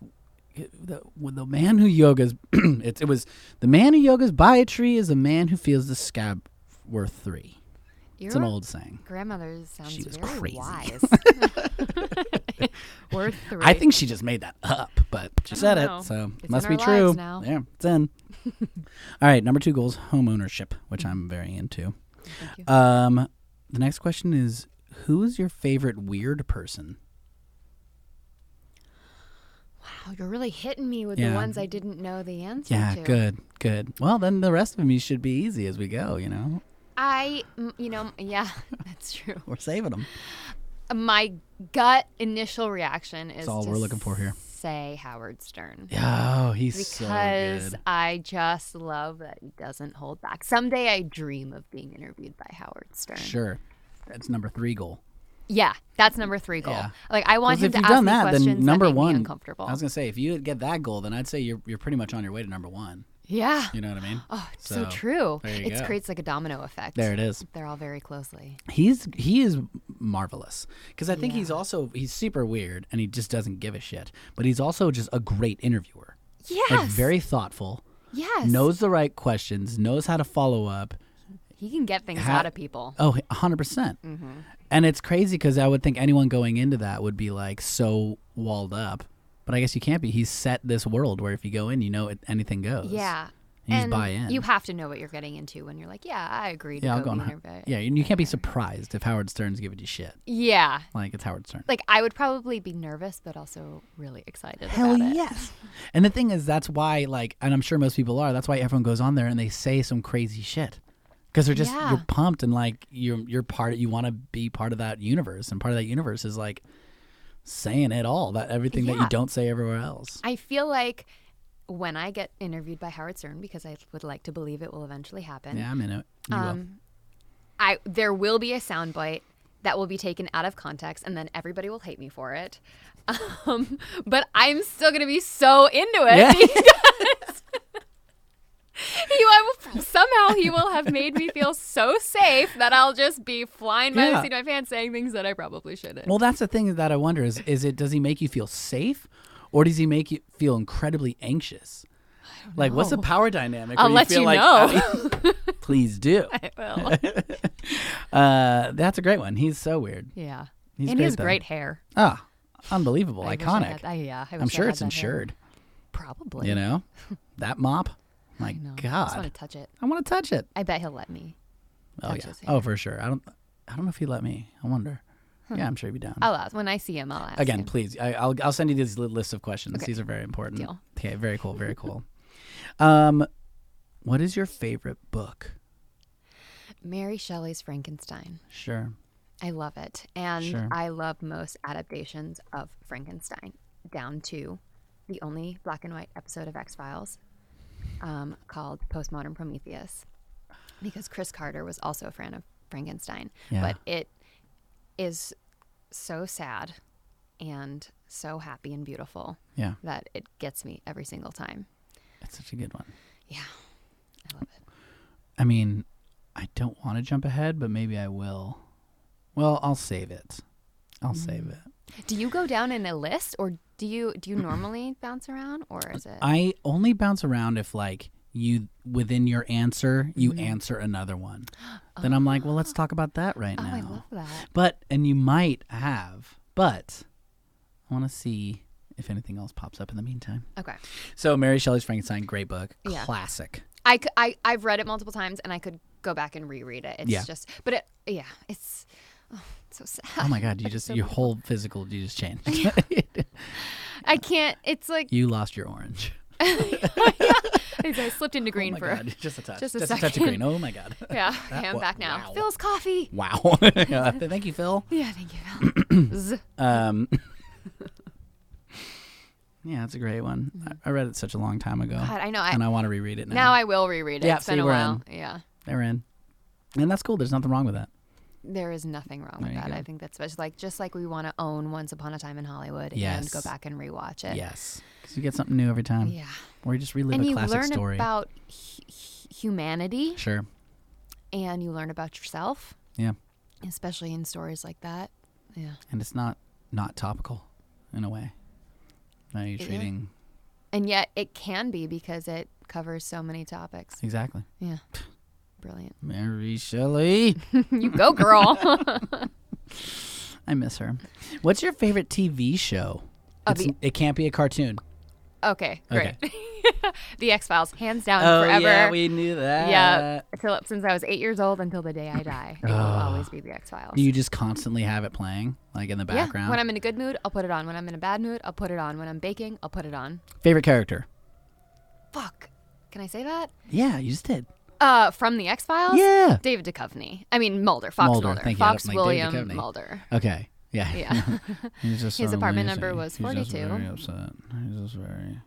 A: eh, the, when the man who yogas, <clears throat> it, it was the man who yogas by a tree is a man who feels the scab worth three. It's an
B: You're-
A: old saying.
B: grandmother sounds
A: was
B: very
A: crazy. <laughs>
B: wise. <laughs> We're three.
A: I think she just made that up, but she said
B: don't
A: it,
B: know.
A: so
B: It's in
A: must
B: our
A: be
B: lives
A: true.
B: now.
A: Yeah, it's in.
B: <laughs>
A: All right, number two goal is home ownership, which I'm very into.
B: you.
A: Um, the next question is, who is your favorite weird person?
B: Wow, you're really hitting me with
A: Yeah.
B: the ones I didn't know the answer
A: Yeah,
B: to.
A: good, good. Well, then the rest of them should be easy as we go. You know,
B: I, mm, you know, yeah, <laughs> that's true. Uh,
A: we're saving them.
B: My gut initial reaction is
A: all
B: to
A: we're looking for here.
B: Say Howard Stern.
A: Oh, he's
B: Because
A: so good.
B: I just love that he doesn't hold back. Someday I dream of being interviewed by Howard Stern.
A: Sure, that's number three goal.
B: Yeah, that's number three goal.
A: Yeah.
B: Like I want
A: 'Cause
B: him
A: if
B: to
A: you've
B: ask
A: done
B: me
A: that,
B: questions
A: then number
B: that make
A: one.
B: me uncomfortable.
A: I was gonna say, if you get that goal, then I'd say you're you're pretty much on your way to number one.
B: yeah.
A: You know what I mean?
B: Oh, it's so,
A: So,
B: true.
A: there you
B: It
A: go.
B: creates like a domino effect.
A: There it is.
B: They're all very closely.
A: he's he is marvelous because I think he's also he's super weird and he just doesn't give a shit. But he's also just a great interviewer.
B: Yes.
A: Like very thoughtful,
B: yes.
A: knows the right questions, knows how to follow up.
B: He can get things
A: Ha-
B: out of people.
A: Oh, 100%. percent
B: Mm-hmm.
A: And it's crazy because I would think anyone going into that would be like so walled up. But I guess you can't be. He's set this world where if you go in, you know it, anything goes.
B: Yeah.
A: You just
B: and
A: buy in.
B: you have to know what you're getting into when you're like, yeah, I agree to
A: Yeah, I'll
B: go,
A: go on.
B: be
A: Ho-
B: an interview.
A: yeah, and you can't be surprised if Howard Stern's giving you shit.
B: Yeah.
A: Like it's Howard Stern.
B: Like I would probably be nervous, but also really excited.
A: Hell
B: about it. <laughs>
A: yes. And the thing is, that's why, like, and I'm sure most people are. That's why everyone goes on there and they say some crazy shit because they're just
B: Yeah.
A: you're pumped and like you're you're part. You want to be part of that universe, and part of that universe is like saying it all that everything that you
B: Yeah.
A: don't say everywhere else.
B: I feel like when I get interviewed by Howard Stern, because I would like to believe it will eventually happen,
A: Yeah, I'm in it. You will.
B: Um, I there will be a soundbite that will be taken out of context, and then everybody will hate me for it. <laughs> Um, but I'm still gonna be so into it.
A: <laughs>
B: <laughs>
A: Yeah.
B: He, I will, somehow he will have made me feel so safe that I'll just be flying by
A: Yeah.
B: the seat of my pants, saying things that I probably shouldn't. <laughs>
A: Well, that's the thing that I wonder is is it does he make you feel safe, or does he make you feel incredibly anxious? Like, what's the power dynamic?
B: I'll
A: where
B: let
A: feel
B: you
A: like,
B: know. <laughs>
A: please do. <laughs>
B: well,
A: Uh, that's a great one. He's so weird.
B: yeah,
A: He's
B: and
A: great,
B: he has
A: though.
B: great hair.
A: Ah, unbelievable,
B: I wish I
A: iconic.
B: had- I- yeah, I
A: I'm
B: wish I
A: sure
B: had
A: it's
B: that hair.
A: insured.
B: Probably.
A: You
B: <laughs>
A: know, that mop. My
B: I know. I just
A: God,
B: want to touch it.
A: I want to touch it.
B: I bet he'll let me.
A: Oh
B: touch
A: yeah.
B: his hair.
A: Oh for sure. I don't. I don't know if he let me. I wonder. Yeah, I'm sure he'd be down.
B: I'll ask Oh, when I see him. I'll ask
A: Again,
B: him.
A: please. I, I'll I'll send you these li- lists of questions.
B: Okay.
A: These are very important.
B: Deal.
A: Okay. Very cool. Very cool. um, what is your favorite book?
B: Mary Shelley's Frankenstein.
A: Sure.
B: I love it, and
A: Sure.
B: I love most adaptations of Frankenstein, down to the only black and white episode of X Files, um, called Postmodern Prometheus, because Chris Carter was also a fan of Frankenstein,
A: Yeah.
B: but it is so sad and so happy and beautiful
A: Yeah,
B: that it gets me every single time.
A: that's such a good one.
B: Yeah, I love it.
A: I mean, I don't want to jump ahead, but maybe I will. Well, I'll save it. I'll
B: Mm-hmm.
A: save it.
B: Do you go down in a list, or do you
A: <clears throat>
B: do you normally bounce around, or is it?
A: I only bounce around if like you within your answer you
B: Mm-hmm.
A: answer another
B: <gasps>
A: one. Then I'm like, well, let's talk about that right
B: oh,
A: now.
B: I love that.
A: But and you might have, but I want to see if anything else pops up in the meantime.
B: Okay.
A: So Mary Shelley's Frankenstein, great book,
B: Yeah. <laughs>
A: classic.
B: I, c- I have read it multiple times and I could go back and reread it. It's
A: Yeah.
B: just, but it, yeah, it's oh, it's so sad.
A: Oh my God, you just your whole physical you just changed.
B: <laughs> I can't. It's like
A: you lost your orange.
B: I slipped into <laughs> green
A: <laughs> oh my
B: for.
A: God, just a touch,
B: just a
A: touch of
B: second.
A: green. Oh my God.
B: <laughs>
A: <laughs>
B: Yeah, okay, I'm
A: wa-
B: back now.
A: wow.
B: Phil's coffee.
A: Wow. <laughs> Yeah, Thank you, Phil.
B: Yeah, thank
A: <clears throat>
B: you. Phil. Z-
A: Um, <laughs> yeah, it's a great one. I, I read it such a long time ago,
B: Mm-hmm. God, I know. I,
A: and I want to reread it now.
B: now I will reread it.
A: Yeah,
B: it's been
A: see,
B: a
A: we're
B: while. Yeah,
A: They're in, and that's cool. There's nothing wrong with that.
B: there is nothing wrong with
A: you
B: that.
A: go.
B: I think that's just like just like we want to own Once Upon a Time in Hollywood and
A: Yes.
B: go back and rewatch it.
A: Yes, because you get something new every time.
B: Yeah.
A: Or you just relive
B: And
A: a
B: you
A: classic
B: learn
A: story.
B: about hu- hu- humanity,
A: sure.
B: and you learn about yourself.
A: Yeah,
B: especially in stories like that. Yeah.
A: and it's not not topical, in a way. Now you're
B: Yeah.
A: treating
B: And yet it can be because it covers so many topics.
A: exactly
B: Yeah. Brilliant.
A: Mary Shelley.
B: You go, girl.
A: I miss her. What's your favorite TV show?
B: Of
A: It's-
B: the-
A: it can't be a cartoon.
B: <laughs> okay, great.
A: Okay.
B: <laughs> the X Files, hands down,
A: oh
B: forever.
A: yeah, we knew that.
B: yeah. Till, since I was eight years old until the day I die, it will always be the X Files.
A: Do you just constantly have it playing, like in the
B: Yeah.
A: background?
B: When I'm in a good mood, I'll put it on. When I'm in a bad mood, I'll put it on. When I'm baking, I'll put it on.
A: Favorite character?
B: Fuck. Can I say that?
A: Yeah, you just did.
B: Uh, from the X Files?
A: Yeah.
B: David Duchovny. I mean Mulder. Fox
A: Mulder,
B: Mulder.
A: thank you. I
B: Fox
A: don't like David
B: William
A: Duchovny. <laughs>
B: Mulder.
A: Okay. Yeah.
B: Yeah.
A: He's just
B: His
A: so
B: apartment
A: lazy.
B: number was
A: He's just
B: 42.
A: very upset. He's just very.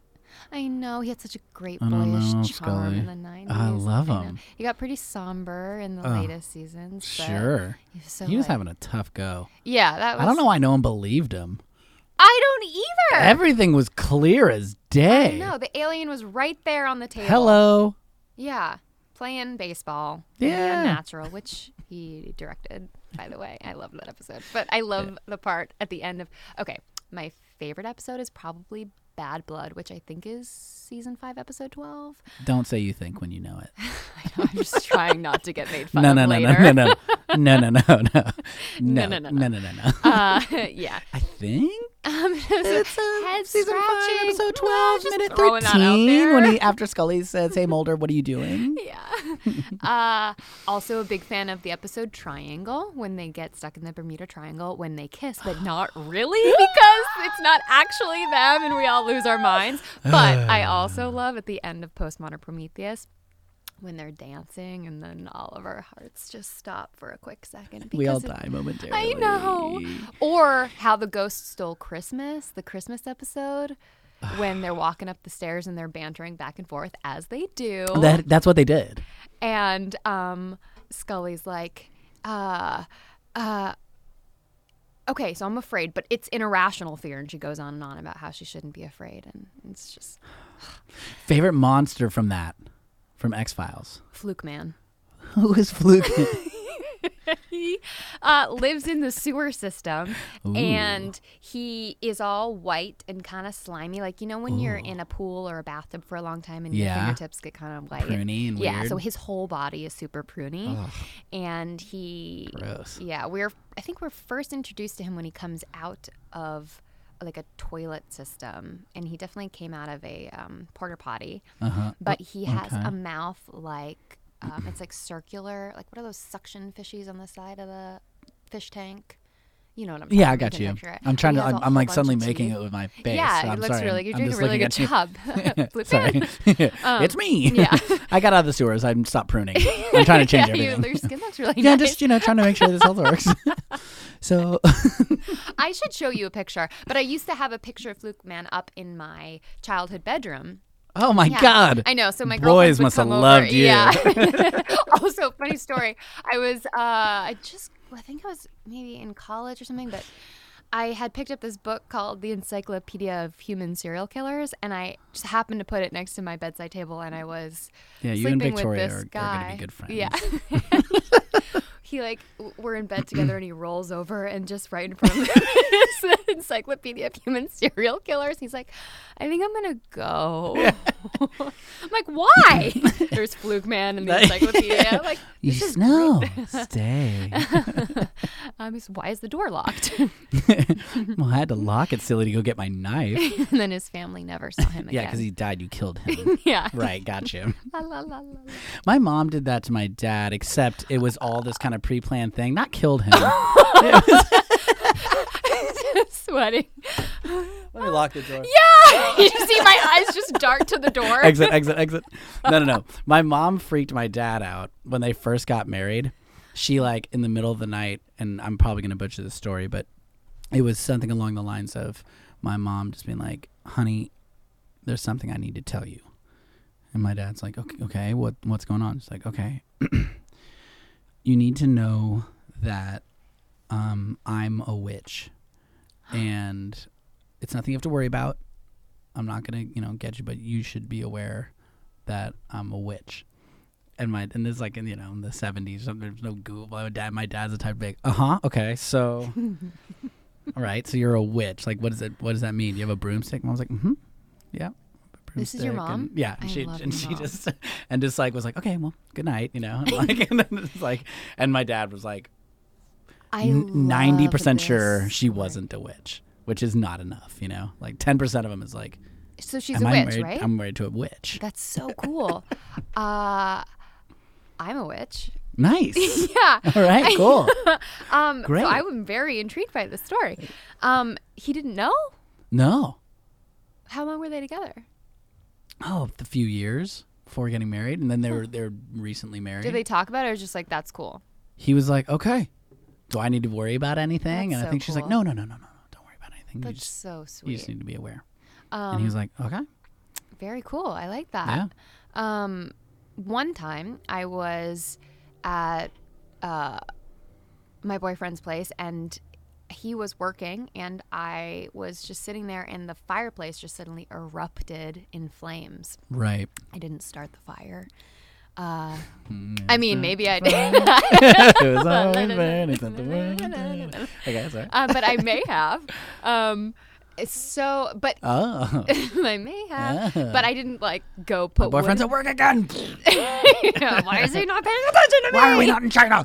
B: I know he had such a great
A: I don't
B: boyish
A: know,
B: charm in the
A: Scully.
B: nineties.
A: I love
B: know.
A: him.
B: He got pretty somber in the
A: Oh,
B: latest seasons. but
A: Sure.
B: He was, so
A: he was
B: like-
A: having a tough go.
B: Yeah, that was.
A: I don't know why no one believed him.
B: I don't either.
A: Everything was clear as day.
B: No, the alien was right there on the table.
A: Hello.
B: Yeah, playing baseball.
A: Yeah.
B: Natural, which he directed. By the way, I love that episode. But I love the part at the end of. Okay, my favorite episode is probably Bad Blood, which I think is season five, episode 12.
A: Don't say you think when you know it.
B: I know, <laughs> I'm just trying not to get made fun
A: No,
B: of
A: no, no, no,
B: later.
A: no, no, no, no,
B: <laughs>
A: no, no, no,
B: No,
A: no,
B: no, no,
A: no, no, no.
B: Uh,
A: <laughs>
B: <laughs> yeah.
A: I think
B: Um, <laughs>
A: it's uh,
B: head
A: season five,
B: scratching.
A: episode
B: Well,
A: twelve,
B: just
A: minute
B: throwing that out
A: thirteen. When
B: there.
A: he after Scully says, "Hey Mulder, what are you
B: <laughs>
A: doing?"
B: Yeah. uh, also, a big fan of the episode Triangle when they get stuck in the Bermuda Triangle when they kiss, but not
A: <gasps>
B: really because it's not actually them and we all lose our minds.
A: <sighs>
B: But I also love at the end of Postmodern Prometheus. When they're dancing, and then all of our hearts just stop for a quick second.
A: We all
B: because it-
A: die momentarily.
B: I know. Or how the ghost stole Christmas, the Christmas episode, when they're walking up the stairs and they're bantering back and forth as they do.
A: That that's what they did.
B: and um, Scully's like, uh, uh, okay, so I'm afraid, but it's an irrational fear. And she goes on and on about how she shouldn't be afraid. And it's just
A: Favorite monster from that, from X Files.
B: fluke man.
A: <laughs> Who is
B: <laughs>
A: Fluke?
B: he uh, lives in the sewer system and he is all white and kind of slimy. Like, you know, when you're in a pool or a bathtub for a long time and
A: Yeah.
B: your fingertips get kind of white.
A: Pruny and
B: yeah, so
A: weird.
B: his whole body is super pruny. And he.
A: Gross.
B: Yeah, we're. I think we're first introduced to him when he comes out of like a toilet system and he definitely came out of a um, porter potty
A: Uh-huh.
B: but he
A: Oh,
B: has a mouth like um, it's like circular like what are those suction fishies on the side of the fish tank you know what i'm
A: Yeah, I
B: talking-
A: got
B: can
A: you.
B: picture it.
A: I'm
B: But
A: trying
B: he
A: to.
B: has
A: I'm,
B: a
A: I'm
B: whole
A: like
B: bunch
A: suddenly
B: of
A: making
B: teeth.
A: it with my face.
B: yeah
A: so
B: it
A: I'm
B: looks
A: sorry. I'm-
B: really good you're
A: I'm
B: doing a
A: just
B: really
A: looking
B: good job
A: at you.
B: <laughs>
A: <laughs> Sorry, it's me.
B: Um, yeah.
A: <laughs> I got out of the sewers. I stopped
B: <laughs>
A: pruning. I'm trying to change
B: yeah,
A: everything.
B: you, your skin looks really
A: yeah,
B: nice.
A: just you know, trying to make sure this all works. <laughs> so <laughs>
B: I should show you a picture, but I used to have a picture of Fluke Man up in my childhood bedroom.
A: Oh my
B: Yeah,
A: God!
B: I know. So my
A: Boys
B: girlfriends would
A: must have
B: come over.
A: loved you. <laughs>
B: Yeah. <laughs> also, funny story. I was, uh, I just, I think I was maybe in college or something, but I had picked up this book called The Encyclopedia of Human Serial Killers, and I just happened to put it next to my bedside table, and I was
A: Yeah, you and
B: sleeping
A: Victoria
B: with this
A: are- are
B: guy.
A: gonna be good friends.
B: Yeah. <laughs> he like w- we're in bed together and he rolls over and just right in <laughs> front of him is the encyclopedia of human serial killers he's like i think i'm gonna go <laughs> i'm
A: <laughs>
B: like why there's fluke man in the encyclopedia like
A: you just no,
B: <laughs>
A: stay. <laughs>
B: um, he's- why is the door locked <laughs>
A: well, I had to lock it silly to go get my
B: <laughs>
A: knife.
B: and then his family never saw him
A: Yeah,
B: again
A: because he died. You killed
B: <laughs>
A: him.
B: yeah
A: right, gotcha.
B: La, la, la, la, la. <laughs>
A: My mom did that to my dad, except it was all this kind of pre-planned thing. Not killed
B: <laughs>
A: him.
B: sweating <laughs>
A: Let me lock the door.
B: yeah you see my eyes just dart to the door
A: <laughs> exit, exit, exit. No, no, no. My mom freaked my dad out when they first got married. She like in the middle of the night, and I'm probably gonna butcher this story, but it was something along the lines of my mom just being like, "Honey, there's something I need to tell you," and my dad's like, "Okay, okay, what what's going on?" She's like, "Okay, <clears throat> you need to know that um, I'm a witch, and it's nothing you have to worry about. I'm not gonna, you know, get you, but you should be aware that I'm a witch. And my and this is like in you know in the seventies, there's no Google. My dad, my dad's the type of like, uh huh, okay, so,
B: <laughs>
A: all right, so you're a witch. Like, what does it? What does that mean? Do you have a broomstick? Mom's like, mm-hmm, yeah.
B: This is your
A: broomstick,"
B: mom?
A: And, yeah, and
B: I
A: she
B: love
A: and
B: your
A: she
B: mom.
A: just and just like was like, okay, well, good night, you
B: <laughs>
A: know, <laughs> and like and then it's like, and my dad was like,
B: I
A: ninety percent
B: love
A: sure
B: this
A: she
B: story.
A: wasn't a witch, which is not enough, you know. Like ten percent of them is like,
B: So she's
A: am
B: a
A: I
B: witch,
A: married?
B: right?
A: I'm married to a witch.
B: That's so cool. uh, I'm a
A: <laughs>
B: witch.
A: <laughs>
B: <laughs>
A: Nice.
B: Yeah.
A: All right, cool.
B: <laughs> Um,
A: Great.
B: So I'm very intrigued by this story. Um, he didn't know.
A: no,
B: How long were they together?
A: oh, a few years before getting married, and then they were they're recently married.
B: Did they talk about it? Or was just like that's cool.
A: he was like, okay, do I need to worry about anything?
B: That's
A: and I
B: so
A: think she's like,
B: cool.
A: no, no, no, no, no, no, don't worry about anything. You
B: That's
A: just,
B: so
A: you
B: sweet.
A: just need to be aware. and he was like, okay,
B: Very cool. I like that.
A: yeah.
B: Um, one time I was at uh, my boyfriend's place and he was working and I was just sitting there and the fireplace just suddenly erupted in flames. <laughs>
A: Right. <laughs>
B: I didn't start the fire.
A: Hmm,
B: Uh, I mean, maybe I did,
A: It was
B: <laughs>
A: always burning something. Okay, sorry. <laughs>
B: uh, but I may have. Um, It's so, but
A: Oh.
B: <laughs> I may have,
A: Ah.
B: but I didn't like go put.
A: Boyfriend's at
B: wood-
A: work again.
B: <laughs> Yeah, Why is he not paying attention to me?
A: Why are we not in
B: <laughs>
A: China?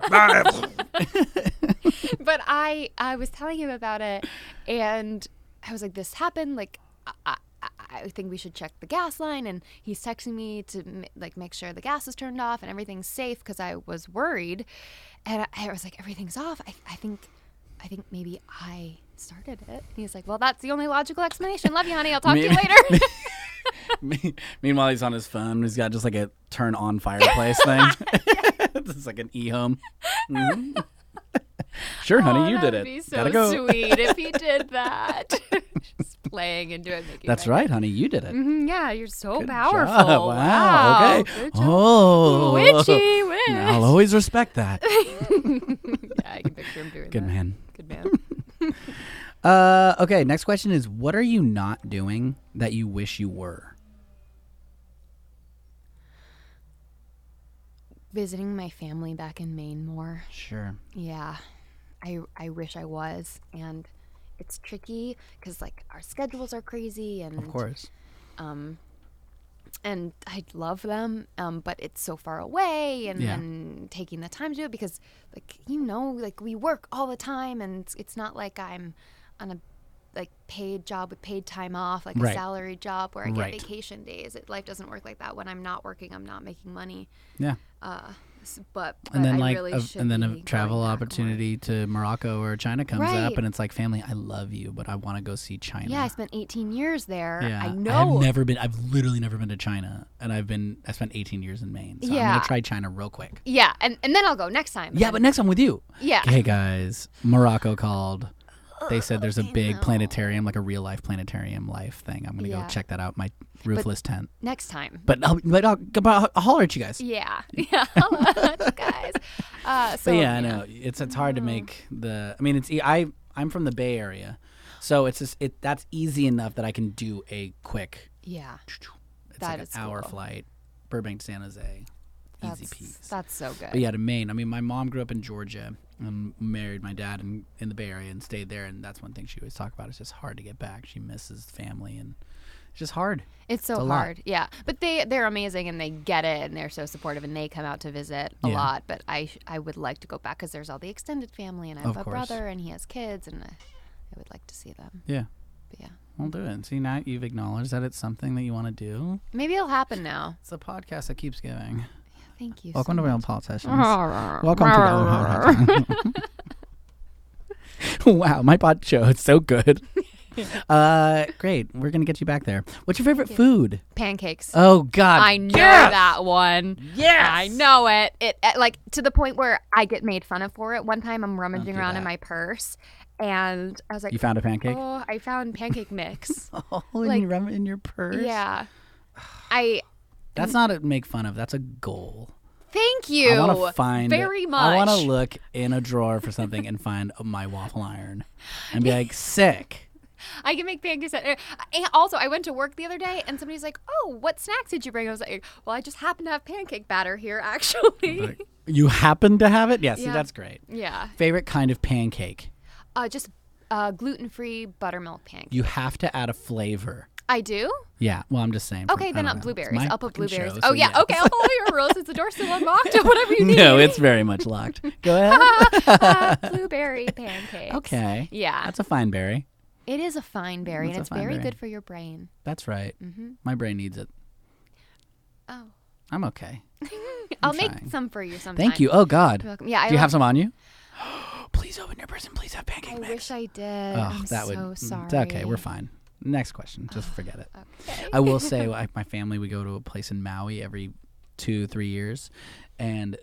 B: but I I was telling him about it, and I was like, "This happened. Like, I, I, I think we should check the gas line." And he's texting me to m- like make sure the gas is turned off and everything's safe because I was worried, and I, I was like, "Everything's off. I, I think, I think maybe I." Started it. And he's like, Well, that's the only logical explanation. Love you, honey. I'll talk to
A: <laughs>
B: you
A: Maybe-
B: later. <laughs>
A: Me- Meanwhile, he's on his phone. He's got just like a turn on
B: <laughs>
A: fireplace thing. <laughs> it's like an e home. sure, honey, you
B: Oh,
A: did
B: that'd
A: it.
B: Be so
A: Gotta go.
B: sweet
A: <laughs>
B: if he did that. <laughs> Just playing into it, making.
A: That's
B: my-
A: right, honey, you did it.
B: Mhm, yeah, you're so
A: Good job.
B: powerful.
A: Wow. Okay.
B: Good job.
A: Oh.
B: Witchy, witch.
A: I'll always respect
B: <laughs>
A: that.
B: yeah, I can picture him doing
A: Good
B: that.
A: man.
B: Good man.
A: Uh, okay, next question is what are you not doing that you wish you were?
B: Visiting my family back in Maine more.
A: Sure.
B: Yeah, I I wish I was, and it's tricky because like our schedules are crazy, and
A: Of course.
B: and I love them, um, but it's so far away, and,
A: Yeah.
B: and taking the time to do it because, like you know, like we work all the time, and it's, it's not like I'm on a like paid job with paid time off, like
A: Right.
B: a salary job where I get
A: Right.
B: vacation days. It, life doesn't work like that. When I'm not working, I'm not making money.
A: Yeah.
B: Uh, s- but,
A: And
B: but
A: then
B: I
A: like
B: really
A: a,
B: should
A: and then
B: be
A: a
B: going
A: travel
B: back more.
A: opportunity to Morocco or China comes up
B: Right.
A: and it's like family, I love you, but I want to go see China.
B: Yeah, I spent 18 years there.
A: Yeah.
B: I
A: have
B: know.
A: never been I've literally never been to China and I've been I spent 18 years in Maine. So I'm going
B: Yeah.
A: to try China real quick.
B: yeah, and, and then I'll go next time.
A: Yeah,
B: And-
A: but next I'm with you.
B: yeah.
A: Hey guys, Morocco called. They said there's a big planetarium, like a real life planetarium life thing. I'm gonna
B: Yeah.
A: go check that out. My roofless tent.
B: Next time.
A: But I'll, but I'll, I'll, I'll holler at you guys. <laughs>
B: Yeah, <laughs> yeah, I'll let you guys. Uh,
A: But
B: so Mm-hmm.
A: yeah, I know it's it's hard to make the. I mean, it's e- I I'm from the Bay Area, so it's just, it that's easy enough that I can do a quick.
B: yeah,
A: It's
B: That
A: like an
B: is
A: hour
B: cool.
A: flight, Burbank to San Jose,
B: that's
A: easy peasy.
B: that's so good.
A: But yeah, to Maine. I mean, my mom grew up in Georgia and married my dad in, in the Bay Area and stayed there. And that's one thing she always talked about. It's just hard to get back. She misses family and it's just hard.
B: It's so
A: It's a lot.
B: hard. Yeah, but they they're amazing and they get it and they're so supportive and they come out to visit a
A: Yeah.
B: lot. But I sh- I would like to go back because there's all the extended family and I have
A: Of
B: a
A: course.
B: brother and he has kids and uh, I would like to see them.
A: Yeah.
B: But yeah,
A: I'll do it. See, now you've acknowledged that it's something that you want to do.
B: maybe it'll happen now.
A: It's a podcast that keeps going.
B: Thank you.
A: Welcome to
B: so
A: Real
B: much.
A: Paul Sessions. Welcome to the <laughs> Wow, my pod show. It's so <laughs> good. Uh, great. We're going to get you back there. What's your favorite food?
B: <laughs> pancakes.
A: Oh, God.
B: I know
A: yes!
B: that one.
A: Yes.
B: I know it. It uh, like to the point where I get made fun of for it. One time I'm rummaging
A: do
B: around in
A: that.
B: my purse and I was like,
A: You found a pancake?
B: "Oh, I found
A: <laughs>
B: pancake mix."
A: Oh, and
B: Like-
A: you rub it in your purse.
B: yeah. I
A: That's not a make fun of. That's a goal.
B: thank you.
A: I want to find.
B: very much.
A: I want to look in a drawer for something and find <laughs> my waffle iron, and be like, sick.
B: I can make pancakes. at- And also, I went to work the other day and somebody's like, "Oh, what snacks did you bring?" I was like, "Well, I just happen to have pancake batter here <laughs> actually."
A: Like, you happen to have it. Yeah. See,
B: Yeah.
A: that's great.
B: yeah.
A: Favorite kind of pancake.
B: Uh just uh, gluten-free buttermilk pancake.
A: You have to add a flavor.
B: I do.
A: Yeah. Well, I'm just saying. for- I
B: Okay,
A: don't
B: then up
A: know. It's
B: blueberries.
A: my
B: I'll put
A: fucking
B: blueberries.
A: show,
B: oh
A: so
B: yeah, okay, <laughs> I'll follow your rules. It's a door still
A: <laughs>
B: unlocked. Whatever you need.
A: No, it's very much locked.
B: <laughs>
A: Go ahead.
B: Uh,
A: <laughs>
B: blueberry pancakes.
A: okay.
B: Yeah.
A: That's a fine berry.
B: It is a fine berry,
A: That's
B: and
A: a
B: it's
A: fine
B: very
A: berry.
B: good for your brain.
A: That's right.
B: Mm-hmm.
A: My brain needs it.
B: Oh,
A: I'm okay.
B: I'll make
A: trying.
B: some for you sometime.
A: Thank you. Oh God.
B: You're welcome. Yeah, I
A: Do you have
B: love-
A: some on you? <gasps> please open your purse and please have pancake
B: I
A: mix.
B: wish I did.
A: Oh,
B: I'm
A: that would.
B: so
A: mm,
B: sorry.
A: It's okay. We're fine. Next question. Just forget it. I will
B: <laughs>
A: say, I, my family we go to a place in Maui every two, three years, and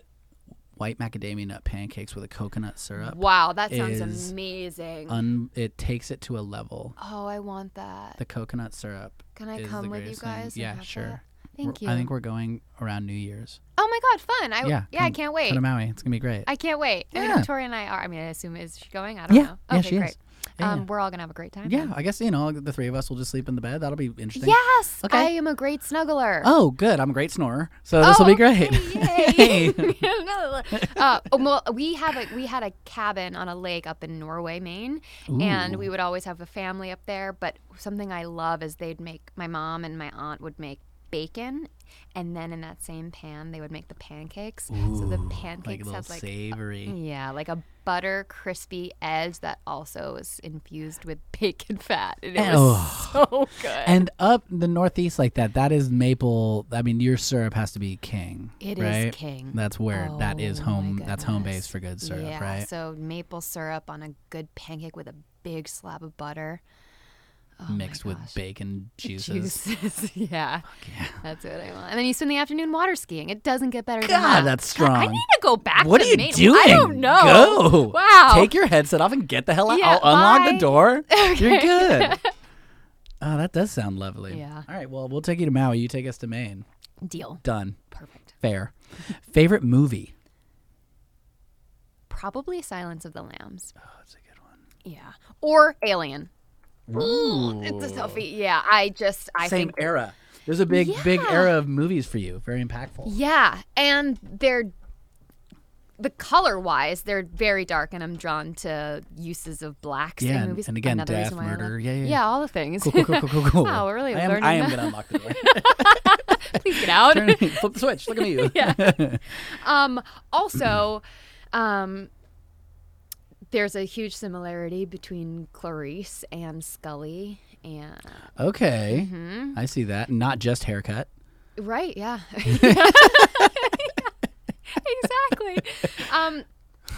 A: white macadamia nut pancakes with a coconut syrup.
B: Wow, that sounds
A: is
B: amazing.
A: Un, it takes it to a level.
B: oh, I want that.
A: The coconut syrup.
B: Can I
A: is the
B: come with you
A: greatest thing.
B: guys and
A: Yeah,
B: have
A: sure.
B: that?
A: We're-
B: Thank you.
A: I think we're going around New Year's.
B: oh my god, fun. I
A: yeah.
B: yeah, I
A: come-
B: can't wait.
A: Come to Maui. It's gonna be great.
B: I can't wait. I mean,
A: Yeah.
B: Victoria and I are. I mean, I assume is she going? I don't
A: Yeah.
B: know.
A: Yeah,
B: Okay,
A: she is.
B: great.
A: Yeah,
B: um,
A: yeah.
B: we're all gonna have a great time.
A: Yeah, I guess you know the three of us will just sleep in the bed. That'll be interesting.
B: Yes.
A: Okay.
B: I am a great snuggler.
A: Oh, good. I'm a great snorer, so this will be
B: Oh,
A: great. <laughs>
B: <laughs> okay,
A: Hey.
B: yay. uh, oh, well, we have a we had a cabin on a lake up in Norway, Maine, and we would always have a family up there. But something I love is they'd make my mom and my aunt would make bacon, and then in that same pan they would make the pancakes. so the
A: Ooh, like a
B: pancakes
A: little
B: had like
A: savory.
B: yeah, like a butter crispy edge that also was infused with <laughs> bacon fat, and it was so good.
A: And up the northeast like that, that is maple. I mean, your syrup has to be king.
B: It is
A: right?
B: king.
A: That's where that is
B: Oh, my
A: home. That's home
B: goodness.
A: base for good syrup,
B: yeah,
A: right?
B: So maple syrup on a good pancake with a big slab of butter. <laughs> Oh my
A: Mixed with
B: gosh.
A: bacon juices.
B: Juices. yeah.
A: yeah.
B: That's what I want. And then you spend the afternoon water skiing. It doesn't get better than that.
A: God, that's
B: I
A: strong.
B: need to go back
A: what
B: to
A: are you
B: Maine.
A: doing?
B: I don't know.
A: Go.
B: Wow.
A: Take your headset off and get the hell out.
B: Yeah,
A: I'll unlock
B: bye.
A: the
B: <laughs>
A: door. You're good. oh, that does sound lovely.
B: Yeah.
A: All right. Well, we'll take you to Maui. You take us to Maine.
B: Deal.
A: Done.
B: Perfect.
A: Fair. Favorite movie?
B: Probably Silence of the Lambs.
A: Oh, that's a good one.
B: Yeah. Or Alien.
A: Ooh.
B: It's a selfie. Yeah. I just I
A: Same
B: think
A: era. There's a big, big
B: Yeah.
A: era of movies for you. Very impactful.
B: Yeah, and they're the color wise, they're very dark, and I'm drawn to uses of blacks
A: Yeah,
B: in
A: and-
B: movies.
A: and again,
B: Another
A: death,
B: reason why I love-
A: murder. Yeah, yeah, yeah.
B: yeah, all the
A: <laughs>
B: things.
A: Cool, cool, cool, cool, cool, cool.
B: Wow, we're really
A: I am, I
B: learning
A: am
B: that.
A: gonna unlock the door.
B: <laughs>
A: <laughs>
B: Please <laughs> get out.
A: Turn- Flip the switch. Look at
B: <laughs>
A: you.
B: Um, also, um, there's a huge similarity between Clarice and Scully, and
A: Okay.
B: Mm-hmm.
A: I see that. Not just haircut. <laughs>
B: right, yeah, <laughs> exactly. Um,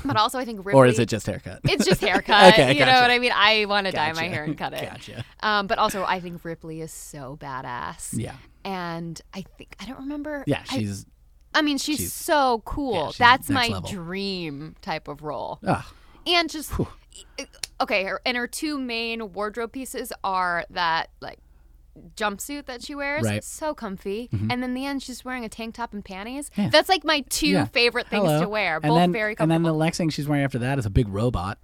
B: but also, I think Ripley.
A: Or is it just haircut?
B: It's just haircut.
A: <laughs> Okay,
B: you know
A: gotcha.
B: what I mean? I want to dye my
A: Gotcha.
B: hair and cut it.
A: Gotcha.
B: Um, but also, I think Ripley is so badass.
A: Yeah.
B: And I think I don't remember.
A: Yeah,
B: I-
A: she's
B: I, mean, she's,
A: she's-
B: so cool.
A: yeah, she's
B: That's my
A: next level.
B: dream type of role.
A: ah,
B: And just okay. Her, and her two main wardrobe pieces are that like jumpsuit that she wears,
A: Right. Mm-hmm.
B: so comfy. And then the end, she's wearing a tank top and panties.
A: Yeah.
B: That's like my two
A: yeah.
B: favorite things
A: Hello.
B: to wear.
A: And
B: Both
A: then-
B: very
A: And
B: comfortable.
A: then the next thing she's wearing after that is a big robot.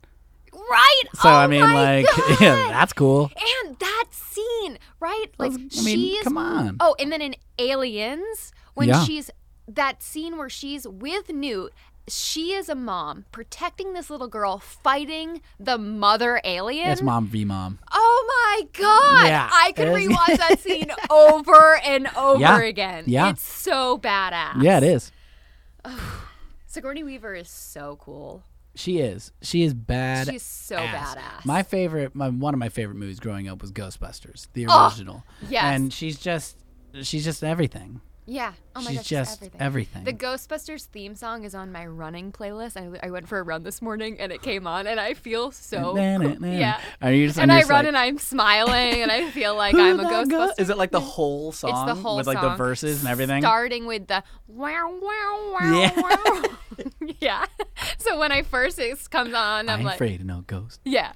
B: right.
A: So
B: oh
A: I mean,
B: my
A: like, <laughs>
B: God.
A: yeah, that's cool.
B: And that scene, right? Like
A: I mean,
B: she's
A: come on.
B: Oh, and then in Aliens, when
A: Yeah.
B: she's that scene where she's with Newt, she is a mom protecting this little girl fighting the mother alien.
A: That's mom v mom.
B: Oh my god!
A: Yeah.
B: I could
A: It is-
B: rewatch that
A: <laughs>
B: scene over and over
A: Yeah.
B: again.
A: Yeah.
B: It's so badass.
A: Yeah, it is.
B: Sigourney Weaver is so cool.
A: She is. She is bad.
B: She's so
A: ass.
B: badass.
A: My favorite, my one of my favorite movies growing up was Ghostbusters, the
B: Oh,
A: original.
B: yes.
A: And she's just, she's just everything.
B: Yeah. Oh my
A: she's
B: gosh,
A: just
B: everything.
A: everything.
B: The Ghostbusters theme song is on my running playlist. I, I went for a run this morning and it came on, and I feel so.
A: Na-na-na.
B: Oh, cool. Yeah.
A: Are you just,
B: And
A: you're
B: I
A: just
B: run
A: like,
B: and I'm smiling and
A: <laughs>
B: I feel like
A: "Who
B: I'm a
A: the go-"
B: Ghostbuster.
A: Is it like the whole song?
B: it's the whole
A: With like the
B: song,
A: verses and everything?
B: Starting with the wow, wow, wow, <laughs>
A: Yeah.
B: wow. yeah. So when I first it comes on,
A: I
B: I'm
A: ain't
B: like,
A: afraid of no ghost.
B: yeah.